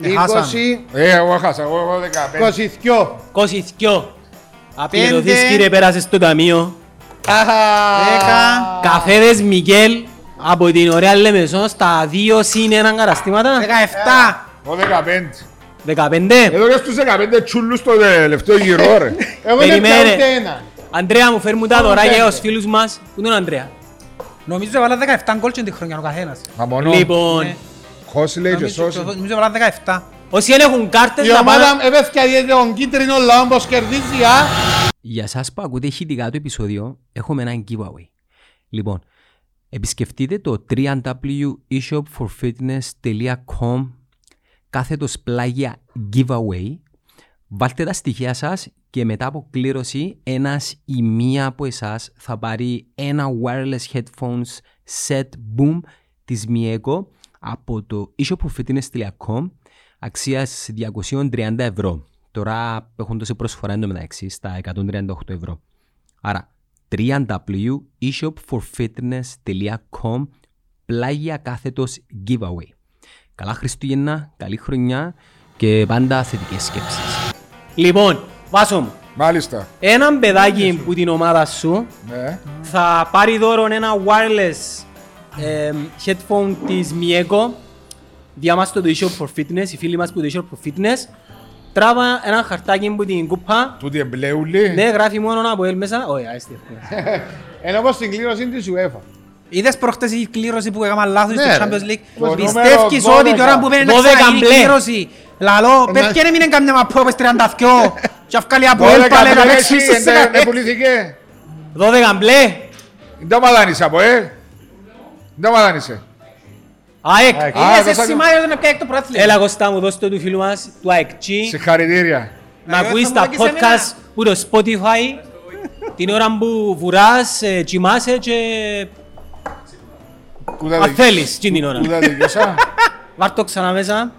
C: είκοσι,
D: Ε, εγώ χάσα. Εγώ εγώ δεκαπέντε.
C: εικοσιθκιό.
B: Κόσιθκιο. Απληρωθείς
C: Πέντε.
B: κύριε πέρασες στο ταμείο.
F: Ε,
B: Ε,
C: Δέκα.
B: Καφέδες Μικέλ από την ωραία Λεμεσό στα δύο συν έναν καταστήματα.
F: Δεκαεφτά.
D: Εγώ δεκαπέντε.
B: Δεκαπέντε.
D: Εδώ και στους 15 τσούλους στο τελευταίο γύρο, ρε.
C: Εγώ δεν
B: Περιμένε.
C: πιάνω ούτε ένα.
B: Αντρέα μου φέρνουν τα δωράκια για τους φίλους μας. Πού είναι ο Αντρέα.
F: Νομίζω έβαλα 17 γκολ και την χρονιά ο καθένας.
D: Μα μόνο
B: Λοιπόν,
F: Ναι.
D: Χόσιλε και
F: Νομίζω
D: Σόση.
F: νομίζω έβαλα 17.
B: όσοι δεν έχουν κάρτες
C: Η
B: να
C: ομάδα
B: πάνε...
C: έπευκε αδιέται τον κίτρινο λαό πως κερδίζει, α.
A: Για εσάς που ακούτε ηχητικά του επεισόδιο, έχουμε ένα giveaway. Λοιπόν, επισκεφτείτε το www.eshopforfitness.com κάθετος πλάγια giveaway. Βάλτε τα στοιχεία σας και μετά από κλήρωση ένας ή μία από εσάς θα πάρει ένα wireless headphones set boom της Mieco από το eshopforfitness.com αξίας 230 ευρώ. Τώρα έχουν τόση προσφορά εντωμεταξύ στα 138 ευρώ. Άρα e www.eshopforfitness.com πλάγια κάθετος giveaway. Καλά Χριστούγεννα, καλή χρονιά και πάντα θετικές σκέψεις.
B: Λοιπόν, βάσο μου.
D: Μάλιστα.
B: Έναν παιδάκι που την ομάδα σου
D: Ναι.
B: θα πάρει δώρο ένα wireless εμ, headphone της Mieco διάμαστε το e-shop for fitness, οι φίλοι μας που το e-shop for fitness τράβα ένα χαρτάκι που την κούπα
D: Τούτη εμπλέουλη.
B: ναι γράφει μόνο από ελ μέσα όχι άιστη
C: Ενώ πως στην κλήρωση της UEFA.
F: Είδες προχτές η κλήρωση που έκανα λάθος
C: Ναι,
F: στο
C: ρε.
F: Champions
C: Το
F: League.
C: νούμερο
F: Πιστεύεις
C: 12.
F: ότι τώρα που παίρνει
B: 12
F: ξαναγίνει
B: μπλε.
F: κλήρωση.
C: Ναι.
F: Λαλό, πες και έμεινε καμιά μαπρό πες 32. Και αυκάλει από
D: Τώρα
F: ελ πάλι να
D: καμπλέξει,
F: παίξεις σε Ε,
D: δεν
F: κανένα.
D: δεν πουλήθηκε.
B: 12 μπλε
D: Δεν τα μαλάνεις από, ε. Δεν τα μαλάνεις. ε.
B: ΑΕΚ
D: Α,
F: Είναι
D: δώσα-
F: σε σημάδι ότι να πιάει το πρωτάθλημα.
B: Έλα Κωστά μου δώσ' το του φίλου μας του AEKG
D: Συγχαρητήρια.
B: να
F: δώσω
B: ακούεις
F: μου
B: τα
F: και σε
B: podcast που το Spotify την ώρα που βουράς, ε, κοιμάσαι και
D: Ε, Κούτα
B: αν
D: δικ-
B: θέλεις εκείνη την ώρα
D: Κούτα δικαιώσα.
B: Βάρ' το ξανά μέσα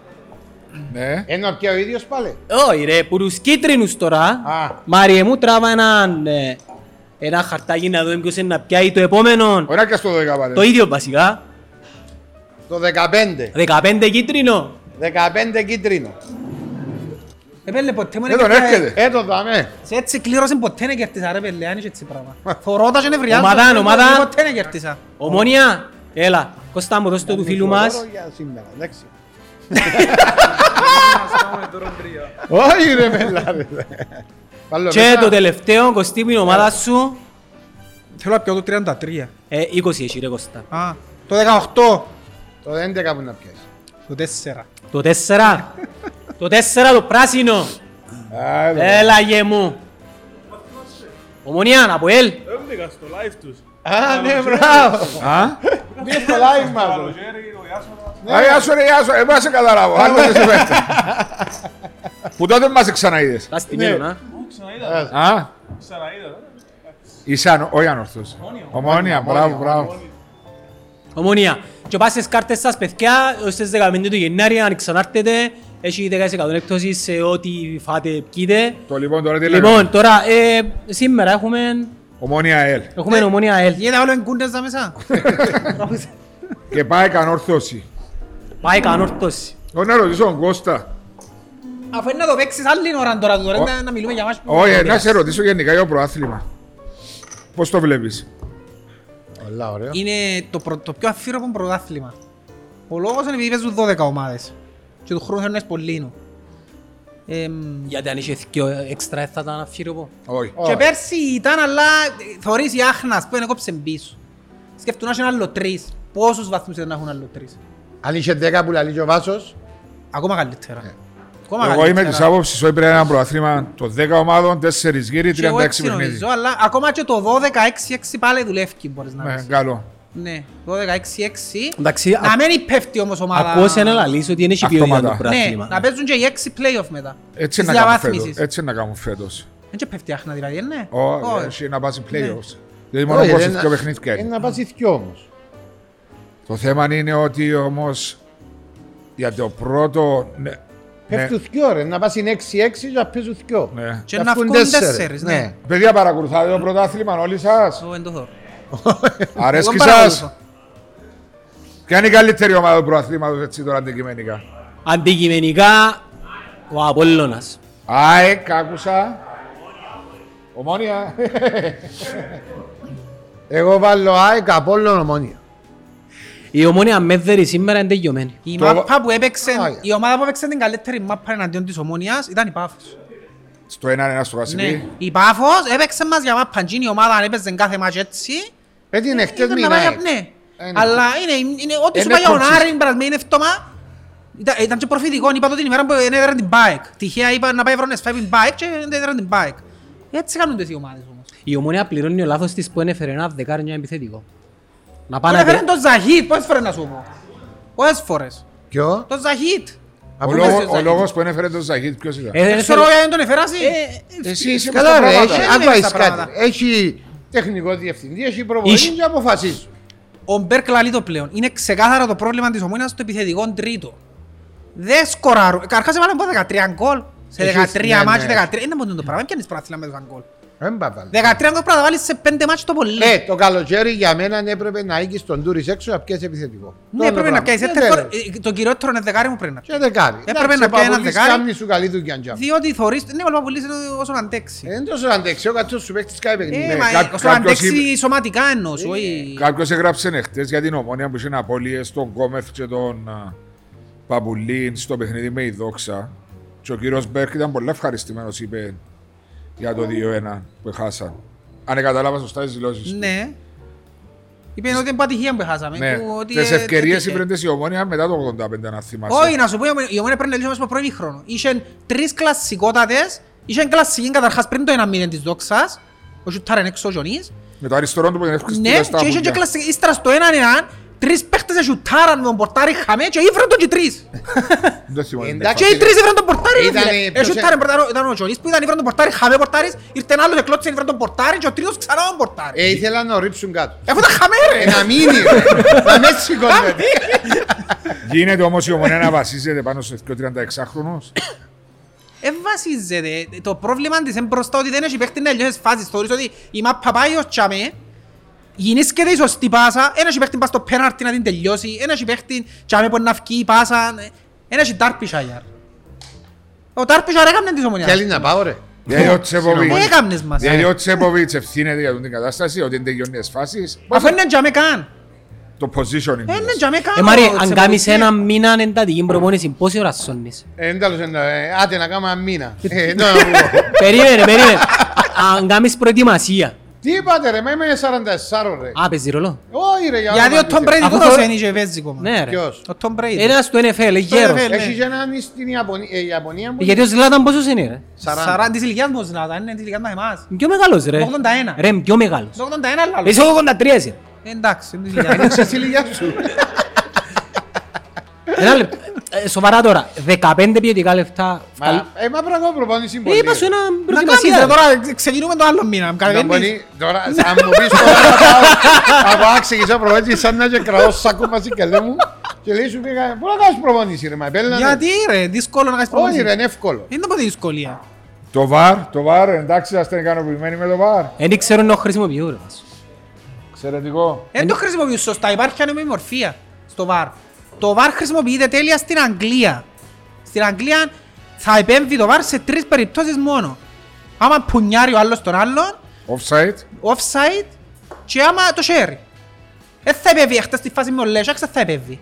D: Ναι.
C: Ενώ πια ο ίδιος πάλι.
B: Όχι ρε, που τους κίτρινους τώρα,
C: Α.
B: Μάριε μου τράβα έναν, ε, ένα χαρτάκι να δούμε ποιος είναι να πιάει το επόμενο.
D: Ωραία και στο 12
B: Το
D: πάλι.
B: ίδιο βασικά.
C: Το 15.
B: 15 κίτρινο.
C: 15 κίτρινο.
F: Ε, πέλε, ποτέ μου
D: Δεν τον
F: κερδιά-
D: έρχεται.
C: Ε, το δάμε.
F: Σε έτσι κλήρωση ποτέ δεν κερδίσα ρε πέλε, αν είσαι έτσι πράγμα. Θωρώ τα και νευριάζω.
B: Ομάδα,
F: Ε,
B: ομάδα.
F: Ποτέ δεν κερδίσα.
B: Ομόνια. Έλα, Κώστα μου δώσ' το του φίλου μας.
C: Δώρο για σήμερα, εντάξει. Όχι ρε μελάρε.
D: Άλλο
B: Και
D: μετά.
B: το τελευταίο, Κωστή μου, η ομάδα σου.
F: Θέλω να πιω το 33.
B: Ε, 20 έχει ρε Κωστά.
F: Α, το 18.
C: Το 11 που να πιάσει.
F: Το 4.
B: Το 4. το 4 το πράσινο.
C: Ε,
D: Α, εδώ.
B: Έλα γε μου. Ομονία, από ελ.
H: Έμπαιγα στο live τους.
C: Α, ναι, μπράβο.
D: Α,
C: Μπήκε στο live μας.
H: Καλοκαίρι, ο Ιάσονας.
D: α, γεια σου ρε, Ε, γεια σου. Εμάς σε καταλάβω. Άλλο δεν σε πέφτει. Που τότε μας ξαναείδες.
B: Τα στημένο, να.
H: Ξαναείδα,
D: Α,
H: ξαναείδα.
D: Ισάν, όχι ανορθός. Ομόνια, μπράβο, μπράβο.
B: Ομονία. Και πας στις κάρτες σας, παιδιά, ως τις 15 του Γενάρη, αν ξανάρτετε, έχει 10% έκπτωση σε ό,τι φάτε, πιείτε.
D: Το λοιπόν τώρα τι λέμε.
B: Λοιπόν, τώρα, ε, σήμερα έχουμε,
D: Ομόνια ΕΛ.
B: έχουμε ομονία ΕΛ.
F: Γιατί όλο εγκούντες τα μέσα.
D: Και πάει κανόρθωση.
B: Πάει κανόρτωση.
D: Εγώ να ρωτήσω τον Κώστα.
F: Αφού είναι να το παίξεις άλλη ώρα τώρα, τώρα να- να μιλούμε για μας. που-
D: Όχι, να σε ρωτήσω γενικά για το προάθλημα. Πώς το βλέπεις.
C: Όλα ωραία.
F: Είναι το, πρω- το πιο αφήρωπο πρωτάθλημα. Ο λόγος είναι επειδή παίζουν 12 ομάδες. Και του χρόνου θέλουν να είσαι πολλήνου. Εμ,
B: Γιατί αν είχε δυο έξτρα θα ήταν αφήρωπο.
D: Όχι.
F: Και πέρσι ήταν, αλλά ε, θωρείς η άχνας που είναι κόψε πίσω. Σκέφτουν να έχουν άλλο τρεις. Πόσους βαθμούς ήταν να έχουν άλλο τρεις.
C: Αν είχε 10 που λαλεί και ο Βάσος,
F: Ακόμα καλύτερα. Ακόμα
D: Ε. Εγώ είμαι της άποψης ότι πρέπει να είναι ένα προάθλημα των 10 ομάδων, 4 γύρι,
F: Και εγώ
D: 36
F: έτσι
D: παιχνίδι.
F: νομίζω, αλλά ακόμα και το 12-6-6 πάλι δουλεύει μπορείς να
D: Ναι,
F: πεις.
D: καλό.
F: Ναι, 12-6-6.
B: Εντάξει, α-
F: Να μένει πέφτει όμως ομάδα.
B: Ακούω σε ένα λαλείς ότι δεν έχει ποιότητα
D: Αυτόματα.
B: το
F: Ναι,
B: πράγμα.
F: να παίζουν και οι 6 play-off μετά.
D: Έτσι
F: Της
D: να κάνουν
F: διαβάθμισης.
D: φέτος. Ε, Έτσι να κάνουν φέτος.
F: Δεν και πέφτει άχνα δηλαδή, ναι.
D: Όχι,
F: Όχι. Ναι.
D: έχει να πάει σε playoffs. Δηλαδή μόνο
C: Όχι,
D: πόσοι
C: είναι
D: δυο
C: ένα-
D: παιχνίδια
C: είναι
D: είναι.
C: ε, να πας ηθιό όμως.
D: Το θέμα είναι ότι όμως για το πρώτο... ναι, ναι,
C: Πέφτουν ηθιό ρε, να πας είναι 6-6 και να παίζουν ηθιό.
D: ναι.
F: Και να βγουν τέσσερις, ναι.
D: Παιδιά παρακολουθάτε το πρωτάθλημα όλοι σας.
F: Εγώ δεν το δω.
D: Αρέσκει
F: Εγώ παρακολουθώ.
D: σας. Ποια είναι η καλύτερη ομάδα του πρωταθλήματος έτσι τώρα αντικειμενικά.
B: Αντικειμενικά, ο Απόλλωνας.
D: ΑΕΚ, άκουσα. Ομόνια.
C: Εγώ βάλω ΑΕΚ, Απόλλων, Ομόνια.
B: Η ομόνια μέδερη σήμερα είναι τελειωμένη.
F: Η
D: Το-
F: μάπα που έπαιξε,
C: Άγια.
F: η ομάδα που έπαιξε την καλύτερη μάπα εναντίον της Ομόνιας ήταν η Πάφος.
D: Στο έναν ένα στο
F: Ναι.
D: Κασιπί.
F: Η Πάφος έπαιξε μας για μάπα. Τζίνη η ομάδα αν έπαιζε κάθε μάτς έτσι,
C: Έτεινε χτες
F: ήταν
C: με
F: να
C: την
F: πάει
C: ΑΕΚ.
F: Ε, απ' ναι.
C: Είναι. Ε,
F: Αλλά είναι, είναι ό,τι σου
C: ναι,
D: Είναι
F: πάει ο
D: κόψης.
F: Νάριν περασμένη εβδομάδα, ήταν- ήταν και προφητικό. Είπα το την ημέρα που έδεραν την μπάικ. Τυχαία είπα να πάει βρουν S5 την μπάικ και δεν έδεραν την μπάικ. Έτσι κάνουν τις δύο ομάδες όμως.
B: Η ομόνια πληρώνει ο λάθος της που έφερε ένα δεκάρι μια επιθετικό. Να
F: Τον
B: πάνε
F: έφερε τον Ζαχίτ, πόσες φορές να σου πω. Πόσες φορές.
C: Ποιο?
F: Τον Ζαχίτ.
D: Ο,
C: Από
D: λόγο-
C: πού
F: Ζαχίτ.
D: ο λόγος που έφερε τον Ζαχίτ ποιος ήταν.
F: Δεν ξέρω γιατί δεν τον Ε, έφερασαι.
C: Ε,
D: Εσύ είσαι μες
C: Καλά
D: στα
C: ρε,
D: πράγματα.
C: έχει,
F: Είναι
C: άκου
F: μέσα
C: έχεις
F: τα
C: κάτι.
F: πράγματα.
C: Έχει τεχνικό διευθυντή, έχει προβολή
B: Είσαι.
C: και αποφασίζει.
F: Ο Μπέρκ λαλεί το πλέον. Είναι ξεκάθαρα το πρόβλημα της ομόνιας στο επιθετικό τρίτο. Δεν σκοράρουν. Καρχάς έβαλαν από 13 γκολ. Σε
C: Έχεις-
F: 13
C: ναι,
F: μάτς,
C: ναι.
F: 13. Είναι μόνο το πράγμα. Ποιανείς πράθυλα με 12 γκολ. 13
C: Δεν παπάλε.
F: γκολ πρέπει να βάλεις σε 5 μάτς το πολύ.
C: Ε, το καλοκαίρι για μένα έπρεπε να οίκεις τον Τούρις έξω να πιέσει επιθετικό.
F: Ναι,
C: Τόλο
F: πρέπει να
C: πράγμα.
F: κάνεις.
C: Δεν
F: έτσι,
C: θέλω.
F: ε, Το κυριότερο είναι δεκάρι μου πρέπει να
C: Και δεκάρι.
F: Έπρεπε
C: Εντάξει,
F: να
C: ο
F: πιάει ένα
C: Παπούλης
F: δεκάρι.
C: κάνει σου καλή δουλειά. τζάμπα.
F: πιει. Διότι θωρείς, ναι, ο Παπουλής είναι όσο να αντέξει.
C: Ε, ναι, Δεν τόσο αντέξει, ο κατσός σου παίχτης κάνει παιχνίδι.
F: Ε, μα,
D: κά-
F: όσο να
D: κάποιος είπε-
F: αντέξει σωματικά εννοώς
C: Ε,
F: σου, όχι-
D: Κάποιος έγραψε χτες για την ομόνια που είχε απώλειες στον Κόμεθ και τον α, Παπουλίν στο παιχνίδι με η Δόξα. Και ο κύριος Μπέρκ ήταν πολύ ευχαριστημένος είπε για το 2-1 που χάσαν. Αν κατάλαβα σωστά τις δηλώσεις. του.
F: Ναι. Είπες ότι είναι πατυχία που χάσαμε.
D: Ναι.
F: που ότι,
D: Τις
F: ε,
D: ευκαιρίες
F: τέτοια.
D: υπήρχε η ομόνια μετά το 85 να θυμάσαι.
F: Όχι,
C: ε-
F: να σου πω, η Ομόνια- η Ομόνια πρέπει να λύσει μέσα από πρώτη χρόνο. Είχε τρεις κλασσικότατες, είχε κλασσική καταρχάς πριν το 1-0 της δόξας, ο Σουτάρεν έξω ο Γιονής.
D: Με το αριστερό του που
F: Ναι,
D: έφυγε στα
F: και είχε και
D: χουνιά.
F: κλασσική, ύστερα στο 1-1, τρεις παίχτες σουτάραν με τον πορτάρι χαμέ και ήφεραν τον και τρεις.
D: Δεν θυμάμαι.
C: Εντάξει.
F: Και οι τρεις ήφεραν τον πορτάρι, ρε
C: Ήταν
F: φίλε.
C: οι
F: Ε,
C: πιο σε-
F: σουτάραν, πορτάρι- ήταν ο Γιονής που ήταν, ήφεραν τον πορτάρι χαμέ πορτάρις, ήρθε ένα άλλο και κλώτσαν, ήφεραν τον πορτάρι και ο τρίτος ξανά τον πορτάρι.
C: Ε, ήθελα να ρίψουν κάτω.
F: Ε, Αφού ήταν χαμέ ρε.
C: Ε, να μείνει, ρε. να
F: ναι,
C: με σηκώνετε.
D: Γίνεται όμως η ομονία να βασίζεται πάνω σε 36χρονους.
F: Ε, βασίζεται. Το πρόβλημα της είναι μπροστά ότι δεν έχει παίχτη να λιώσεις φάσεις. Θεωρείς ότι η μάπα πάει ως τσάμε, γινήσκεται η σωστή πάσα, ένας έχει παίχτη πάει στο πέναρτι να την τελειώσει, ένας έχει παίχτη τσάμε που να βγει η πάσα, ένας έχει τάρπισα γιάρ. Ο τάρπισα ρε έκαμνε της
C: Θέλει
F: ομονιάς.
C: να πάω ρε.
D: Γιατί ο
F: Τι
D: Τσέποβιτς-
F: έκαμνες μας.
D: γιατί ο Τσέποβιτς ευθύνεται για την κατάσταση, ότι δεν τελειώνει τις φάσεις.
F: Αφού είναι τσάμε καν.
D: Το positioning.
F: Ε, ναι,
D: μας.
F: τζαμέ κάνω.
B: Ε, Μάρι, αν
F: σε
B: κάνεις
F: βοηθεί.
B: ένα μήνα εντατική προπόνηση, πόση ώρα σώνεις.
C: Ε, εν τέλος, εν τέλος, ε, Άντε να κάνω ένα μήνα. Ε, να πω.
B: Περίμενε, περίμενε. Αν κάνεις προετοιμασία.
C: Τι είπατε ρε, μα είμαι 44 ρε.
B: Α, παίζει ρόλο.
C: Όχι ρε, για να
F: Γιατί Ε, ο Tom
C: μάθεις.
F: Brady
B: Αφού
F: τούτος
B: θεωρεί-
F: είναι και παίζει ακόμα.
B: Ναι, ρε.
C: Ποιος.
F: Ο Tom Brady.
B: Ένας του NFL, ε, γέρος.
F: NFL.
C: Έχει και έναν στην Ιαπωνία, ε, Ιαπωνία που
B: Γιατί ο Ζλάταν πόσος είναι, ρε.
F: Σαράν- της ηλικιάς μου ο Zlatan, είναι της ηλικιάς μας εμάς.
B: Πιο μεγάλος, ρε.
F: 81.
B: Ρε, πιο μεγάλος.
F: Το 81 λαλό.
B: Εσύ 83 είσαι.
F: Ε, Εντάξει, είναι της ηλικιάς μας.
C: είναι στη ηλικιά σου.
B: Ένα λεπτό. Ε, Σοβαρά τώρα. 15 ποιοτικά λεφτά.
C: Μα ε, μα πρέπει να κάνω προπόνηση
B: Ε,
C: πολύ.
B: Είπα σου ένα
F: Να κάνεις
B: προετοιμασία.
F: ρε,
B: ρε.
F: τώρα, ξε- ξεκινούμε το άλλο μήνα. Μου
C: Να
F: καταλαβαίνεις.
C: μπορεί- Τώρα, αν μου πεις τώρα να πάω- να πάω να ξεκινήσω προπόνηση σαν να και κραώς σάκο μαζί και λέω μου και λέει σου πήγα, πού να κάνεις προπόνηση ρε, μα επέλενα.
F: Γιατί ρε, δύσκολο να κάνεις
C: Όχι
F: προπόνηση.
C: ρε, ναι. είναι εύκολο.
F: Είναι από τη δυσκολία.
D: Το VAR, το VAR, εντάξει, είστε ικανοποιημένοι με το VAR.
B: Ε, Δεν ξέρω να χρησιμοποιώ, ρε.
D: Εξαιρετικό.
F: Δεν το χρησιμοποιούν σωστά. Υπάρχει ανεμιμορφία στο VAR. Το VAR χρησιμοποιείται τέλεια στην Αγγλία. Στην Αγγλία θα επέμβει το VAR σε τρεις περιπτώσεις μόνο. Άμα πουνιάρει ο άλλος τον άλλον,
D: Offside.
F: offside και άμα το χέρι. Δεν θα επέμβει χτες στη φάση με ο Λέσσαξ, δεν θα επέμβει.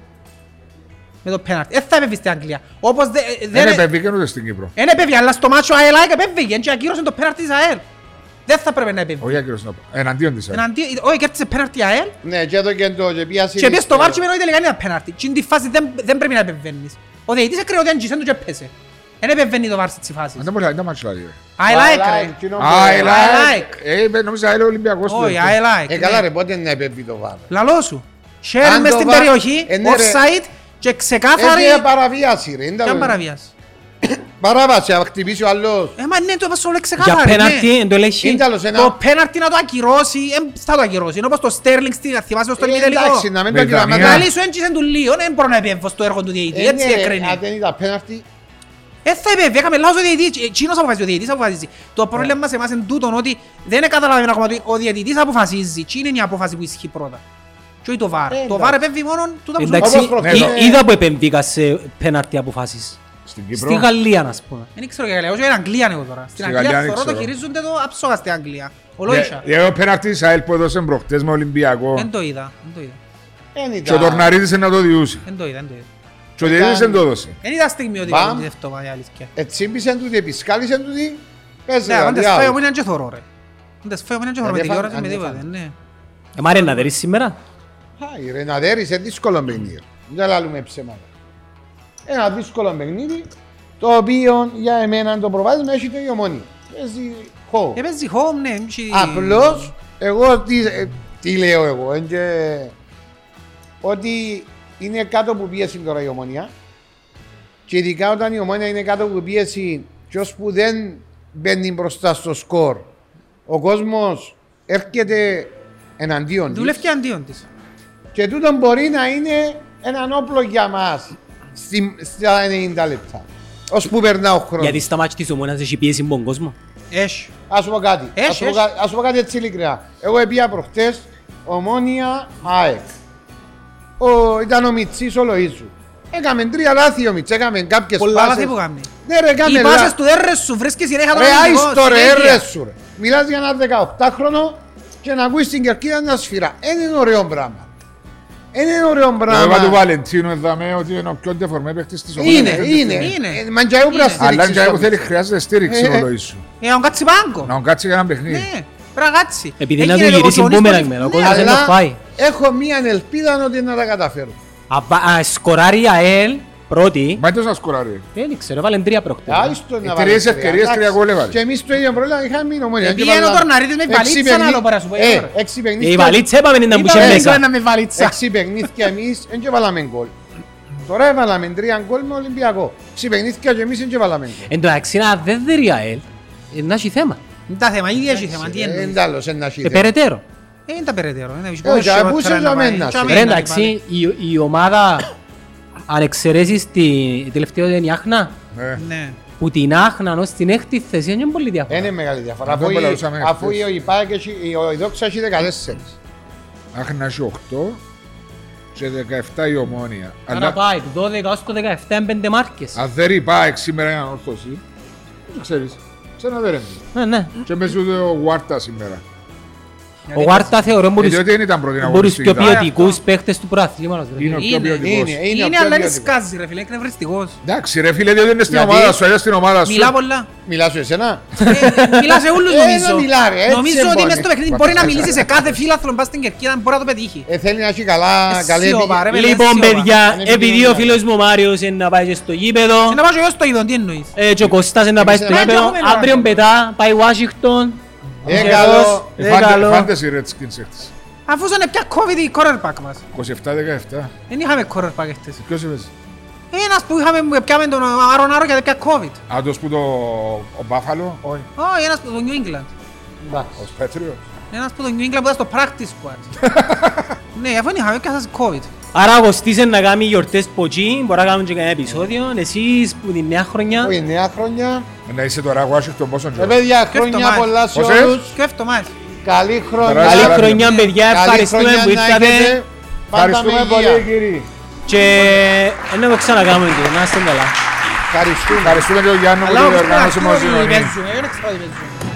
F: Με το πέναρτι. Δεν θα επέμβει στην Αγγλία. Όπως δε- ε,
D: Δεν
F: δεν...
D: επέβηκε και ούτε στην Κύπρο.
F: Δεν επέμβει, Ε, ναι, αλλά στο μάτσο ΑΕΛ ΑΕΚ επέμβηκε και ακύρωσε το πέναρτι της ΑΕΛ. Δεν θα πρέπει να επέμβει.
D: Όχι, κύριο Σνόπ. Εναντίον της.
F: Εναντίον- Όχι, κέρδισε πέναρτι η ΑΕΛ
C: Ναι, και εδώ και εδώ και πιάσει.
F: και πήγε στο βάρ και είπε ότι τελικά είναι ένα πέναρτι. Και είναι τη φάση δεν, δεν πρέπει να επεμβαίνεις. Ο διαιτητής έκρινε ότι αγγίσαν του και έπεσε. Δεν επεμβαίνει το βάρ στις φάσεις.
D: Δεν μπορεί να μάτς λάδι.
F: I like ρε.
D: Α,
C: Α,
D: ε,
C: ελά.
D: like.
F: like.
D: Ε, είπε, νόμιζα έλεγε Ολυμπιακός. του.
F: Όχι, I like.
C: Ε, καλά
F: ναι.
C: ρε, πότε να επέμβει το βάρ.
F: Λαλός σου.
C: Αν
F: Χέρι μες
C: το
F: στην
C: βάρ-
F: περιοχή,
C: ε, ναι, ρε. Ε,
F: offside και ξεκάθαρη...
C: Έχει παραβίαση ρε, είναι
F: Ποια
C: τα-
F: παραβίαση.
C: παράβαση, αν χτυπήσει ο άλλος.
F: Ε, μα ναι, το είπα όλο
B: Για
F: ξεκάθαρη.
B: πέναρτι,
F: ναι.
B: εν το ελέγχει.
C: Είναι άλλος ένα.
F: Το πέναρτι να το ακυρώσει, ε, θα το ακυρώσει. Είναι όπως το Sterling στην θυμάσαι στον
C: Ε,
F: ημιτελικό.
C: Εντάξει, να μην το
D: Βρετανία.
C: ακυραμάτα.
F: Καλή σου έντυχε του Λίον, δεν μπορώ να επέμβω στο έργο του διαιτητή,
C: Ε,
F: έτσι
C: ναι, ρε,
F: έκρινε.
C: Αν δεν ήταν πέναρτη,
F: Ε, θα επέβη, έκαμε λάθος ο διαιτητής. Ε, Εκείνος αποφασίζει, ο διαιτητής αποφασίζει. Το πρόβλημα μας εμάς είναι τούτον ότι δεν καταλαβαίνω ακόμα ότι ο διαιτητής αποφασίζει. Τι είναι η απόφαση που ισχύει πρώτα. Και όχι το βάρ. Το βάρ επέμβει μόνο τούτα που σου
B: Εντάξει,
C: Όπως προχθές,
B: ε,
C: ε.
B: είδα που επενδύκα σε πέναρτι αποφάσεις.
D: Στην
B: Στη
D: Κύπρο.
B: Γαλλία, να πούμε.
F: Δεν ξέρω για λέω, είναι Αγγλία εγώ τώρα. Στην
D: Στη Γαλλία
F: Αγγλία
D: δεν
F: θεωρώ το
D: ξέρω.
F: χειρίζονται το αψόγα στην Αγγλία. Ο Λόισα.
D: Ε, ε, Ο πέναρτη ΑΕΛ που έδωσε προχτές με
F: Δεν
D: Ολυμπιακό.
F: το είδα, δεν το είδα.
C: δεν
D: Και ο
C: ήταν.
D: Τορναρίδης είναι να το διούσε.
F: Δεν το είδα, δεν το είδα.
D: Και ο Διαιτητής δεν το έδωσε.
F: Δεν είδα στιγμιότυπο
C: Μπαμ.
F: ότι δεν το πάει η αλήθεια.
C: Ετσίμπησαν Ε, τούτη, επισκάλισαν τούτη. Πες
F: Ναι,
C: ρε,
F: αν
C: κάτι
F: τες φάει ο
C: άλλο.
F: μήνας και θωρώ, ρε. Αν τες φάει ο μήνας και θωρώ, με
C: Γιατί
F: τηλεόραση,
C: φάνε-
F: με
C: αν δεν
F: τίποτε, ναι.
C: φάνε.
B: Ε, Μάρε, να δερείς σήμερα.
C: Χάει, ρε, να δέρεις, είναι δύσκολο παιχνίδι. Δεν λαλούμε ψέματα. Ένα δύσκολο παιχνίδι, το οποίο για εμένα το προβάδισμα έχει το ιωμόνι. Παίζει χώρο.
F: Ε, παίζει home, ναι, μισή-
C: Απλώς, εγώ τι, ε, τι λέω εγώ, εν και, ότι είναι κάτω που πίεση τώρα η ομόνια και ειδικά όταν η ομόνια είναι κάτω που πίεση ποιος που δεν μπαίνει μπροστά στο σκορ, ο κόσμος έρχεται εναντίον της.
F: Δουλεύει και αντίον της.
C: Και τούτο μπορεί να είναι έναν όπλο για μας στη- στα 90 λεπτά. Ως που περνά ο χρόνος.
B: Γιατί στα μάτια της ομόνας έχει πίεση με τον κόσμο.
F: Έχει.
C: Ας σου πω κάτι.
F: Έχει,
C: Ας σου πω
F: έχει.
C: κάτι- Ας σου πω κάτι έτσι ειλικρινά. Εγώ έπια προχτές ομόνια ΑΕΚ. Ο, ήταν ο Μιτσής ο Λοΐζου. Έκαμε τρία λάθη ο Μιτσής, έκαμε κάποιες
F: Πολλά
C: πάσες.
F: λάθη που κάνει.
C: Ναι ρε,
F: Οι
C: έκαμε
F: πάσες
C: λάθη.
F: του δεν ρεσού, βρίσκεις συνέχεια τον
C: Ρε
F: αμυντικό,
C: άιστο ρε,
F: συνέχεια.
C: έρε σου ρε. Μιλάς για ένα 18χρονο και να ακούεις την κερκίδα να σφυρά. Εν είναι ωραίο πράγμα. Εν είναι ωραίο
D: Το έβα του
C: πράγμα.
D: Βαλεντίνου εδάμε ότι είναι ο πιο ντεφορμέ παίχτης της ομάδας.
C: Είναι, είναι.
F: Είναι.
C: Ε, Μα και εγώ πρέπει να
F: Είναι.
D: Αλλά αν
C: στηρίξεις
D: και εγώ
C: τον.
D: θέλει χρειάζεται στήριξη
C: Ε, ε.
D: ο Λοΐσου.
F: Ε, ο Κατσιπάνκο.
D: Να τον κάτσει για ένα παιχνίδι.
F: Ναι, πρέπει να κάτσει.
B: Επειδή
F: Έγινε
B: να του γυρίσει
F: λογοτονής
B: μπούμερανγκ
F: πολύ-
B: με, ο
F: Ναι,
B: κόσμος δεν
C: Αλλά
B: το φάει.
C: έχω μία ελπίδα ότι να τα καταφέρω.
B: Απα- α, Σκοράρει η ΑΕΛ πρώτη.
D: Μα έτος να σκοράρει.
B: Δεν ξέρω, έβαλε τρία προχτές.
C: Άιστο
D: Ε,
C: να
D: τρεις
C: βάλεις
D: ευκαιρίες,
C: εντάξει.
D: τρία γκολ έβαλε.
C: Και εμείς το ίδιο πρόβλημα είχαμε μείνει ομόνια.
F: Ε,
C: Και
F: πήγαινε ο
C: βάλαμε
F: Κορναρίδης με
C: έξι
F: βαλίτσα να
C: παιχνί-
F: άλλο πέρα σου πω,
C: Ε,
F: ε, ωραία.
C: έξι παιχνίδια-
B: Η βαλίτσα έπαμε να μπούσε
F: Είπαμε,
B: μέσα.
F: «Έβαλε με βαλίτσα.
C: Έξι παιχνίδια εμείς δεν και βάλαμε γκολ. Τώρα έβαλαμε τρία γκολ με Ολυμπιακό. Έξι παιχνίδια και εμείς δεν και βάλαμε γκολ.
B: Εν τω μεταξύ, αν δεν δερεί η ΑΕΛ, ε, να έχει θέμα.
F: Είναι τα θέμα, ήδη έχει θέμα, τι
C: Ε,
F: εννοείς.
C: εν τ' άλλος, εν να
B: Ε,
C: χειθεί.
B: περαιτέρω.
F: ναι. Ε, είναι τα περαιτέρω, είναι τα βυσκό,
C: Ε,
F: όχι,
C: για
F: όχι,
C: πού σε
F: τώρα να
C: για
F: πάει.
C: μένα,
F: ναι, Και αμένα,
B: Ρε,
F: πάλι.
B: εντάξει, η- η ομάδα, αν εξαιρέσεις την τελευταία ήταν η Άχνα,
D: Ε,
F: Ναι.
B: που την Άχνα ως την έκτη θέση είναι πολύ
C: Ε, Είναι
B: διαφορά.
C: μεγάλη διαφορά.
D: Αυτό
C: Αφού η-
D: μπαλαρούσαμε
C: Αφού
D: χθες.
C: η ΟΠΑΕ και η- ο- η Δόξα έχει 14.
D: Αχ, να έχει 8 και 17 η ομόνια.
B: Άρα
D: Αλλά
B: πάει, του 12 ως το 17 είναι πέντε μάρκες.
D: αν δεν ρηπάει σήμερα έναν όρθωση, δεν ξέρεις. Ξένα δεν είναι.
B: Ναι, ναι.
D: Και μέσα ούτε ο Γουάρτα σήμερα.
B: Ο Γουάρτα θεωρώ
D: Ε,
B: μπορείς
D: Διότι δεν ήταν πρώτη
B: μπορείς
D: αγωνιστή.
B: πιο
D: ήταν.
B: ποιοτικούς παίχτες του προαθλήματος. ρε.
D: Είναι ο πιο
F: Είναι,
D: ποιοτικός.
C: Είναι, είναι, ο
F: Είναι,
C: πιο
F: αλλά είναι
C: ιδιωτικός.
F: σκάζει ρε φίλε, είναι ευρεστικός.
D: Εντάξει ρε φίλε, διότι είναι στην
C: Γιατί?
D: ομάδα σου, είναι στην ομάδα σου.
F: Μιλά πολλά.
C: Μιλάς σου εσένα.
F: Ε, Μιλά σε όλους
C: Ε,
F: νομίζω.
C: να μιλά, ρε, έτσι
F: νομίζω
C: εμπόρει.
F: ότι μες στο παιχνίδι μπορεί να μιλήσει σε κάθε φίλαθλο μπας στην κερκίδα, μπορεί να το πετύχει.
C: Ε, θέλει να έχει καλά,
F: Ε,
C: καλή
F: σιωπά, ρε,
C: επι-
F: παιδί,
B: Λοιπόν,
F: σιωπά.
B: παιδιά,
C: Είναι
B: επειδή
C: επικίνδυνο. Ε,
B: ο φίλος μου ο Μάριος είναι να πάει και στο γήπεδο,
F: Και να πάω και εγώ στο είδον, τι εννοείς.
B: ε, και ο Κωστάς είναι να πάει στο
C: Εμείς
B: γήπεδο,
F: έχουμε ένα
B: αύριο
F: άνθρωπο.
B: πετά, πάει Ουάσιγκτον.
C: Ε,
B: Και
C: καλό.
B: εγώ,
D: Η
B: ε,
D: Fantasy-
B: καλό.
D: Fantasy Redskins έχτισε.
F: Αφού σαν πια COVID η corner pack μας.
D: 27-17.
F: Δεν είχαμε corner pack χτες.
D: Ποιος είπες.
F: Ένας που είχαμε, πιάμε τον Άρον Άρο γιατί πια COVID.
D: Άντως που το... ο Μπάφαλο. Όχι.
F: Όχι, ένας που το New England. Ε,
D: Ο Σπέτριο.
F: Ένας που το New England που ήταν στο practice squad. Ναι, αφού δεν είχαμε πια σας COVID.
B: Άρα ο Κωστής είναι να κάνει γιορτές ποτσί, μπορεί να κάνουμε και κανένα επεισόδιο. Εσείς που την νέα χρονιά,
C: Όχι, νέα χρόνια.
D: Να είσαι τώρα Washington πόσο
C: Ρε
D: καιρό.
C: παιδιά,
F: Και αυτό,
C: χρόνια
F: μάλιστα.
C: πολλά σε
D: Πώς
C: όλους.
F: Σκέφτομαι, μάλιστα.
C: Καλή χρονιά.
D: Καλή
B: καλή
D: Άρα,
B: χρονιά
F: ναι.
B: παιδιά,
C: Καλή
B: ευχαριστούμε
C: χρονιά
B: που
C: να
B: ήρθατε
C: έχετε. Πάντα με
D: Ευχαριστούμε
C: υγεία.
D: πολύ κύριοι.
B: και ε, να το ξανακάνουμε και να είστε καλά.
C: Ευχαριστούμε.
D: Ευχαριστούμε και τον Γιάννο που
F: Αλλά
D: το
F: όμως πρέπει να
D: διοργάνωσε
F: αρχίσουμε
D: μαζί
F: ότι
D: μας.
F: παίζουμε, δεν ξέρω τι παίζουμε.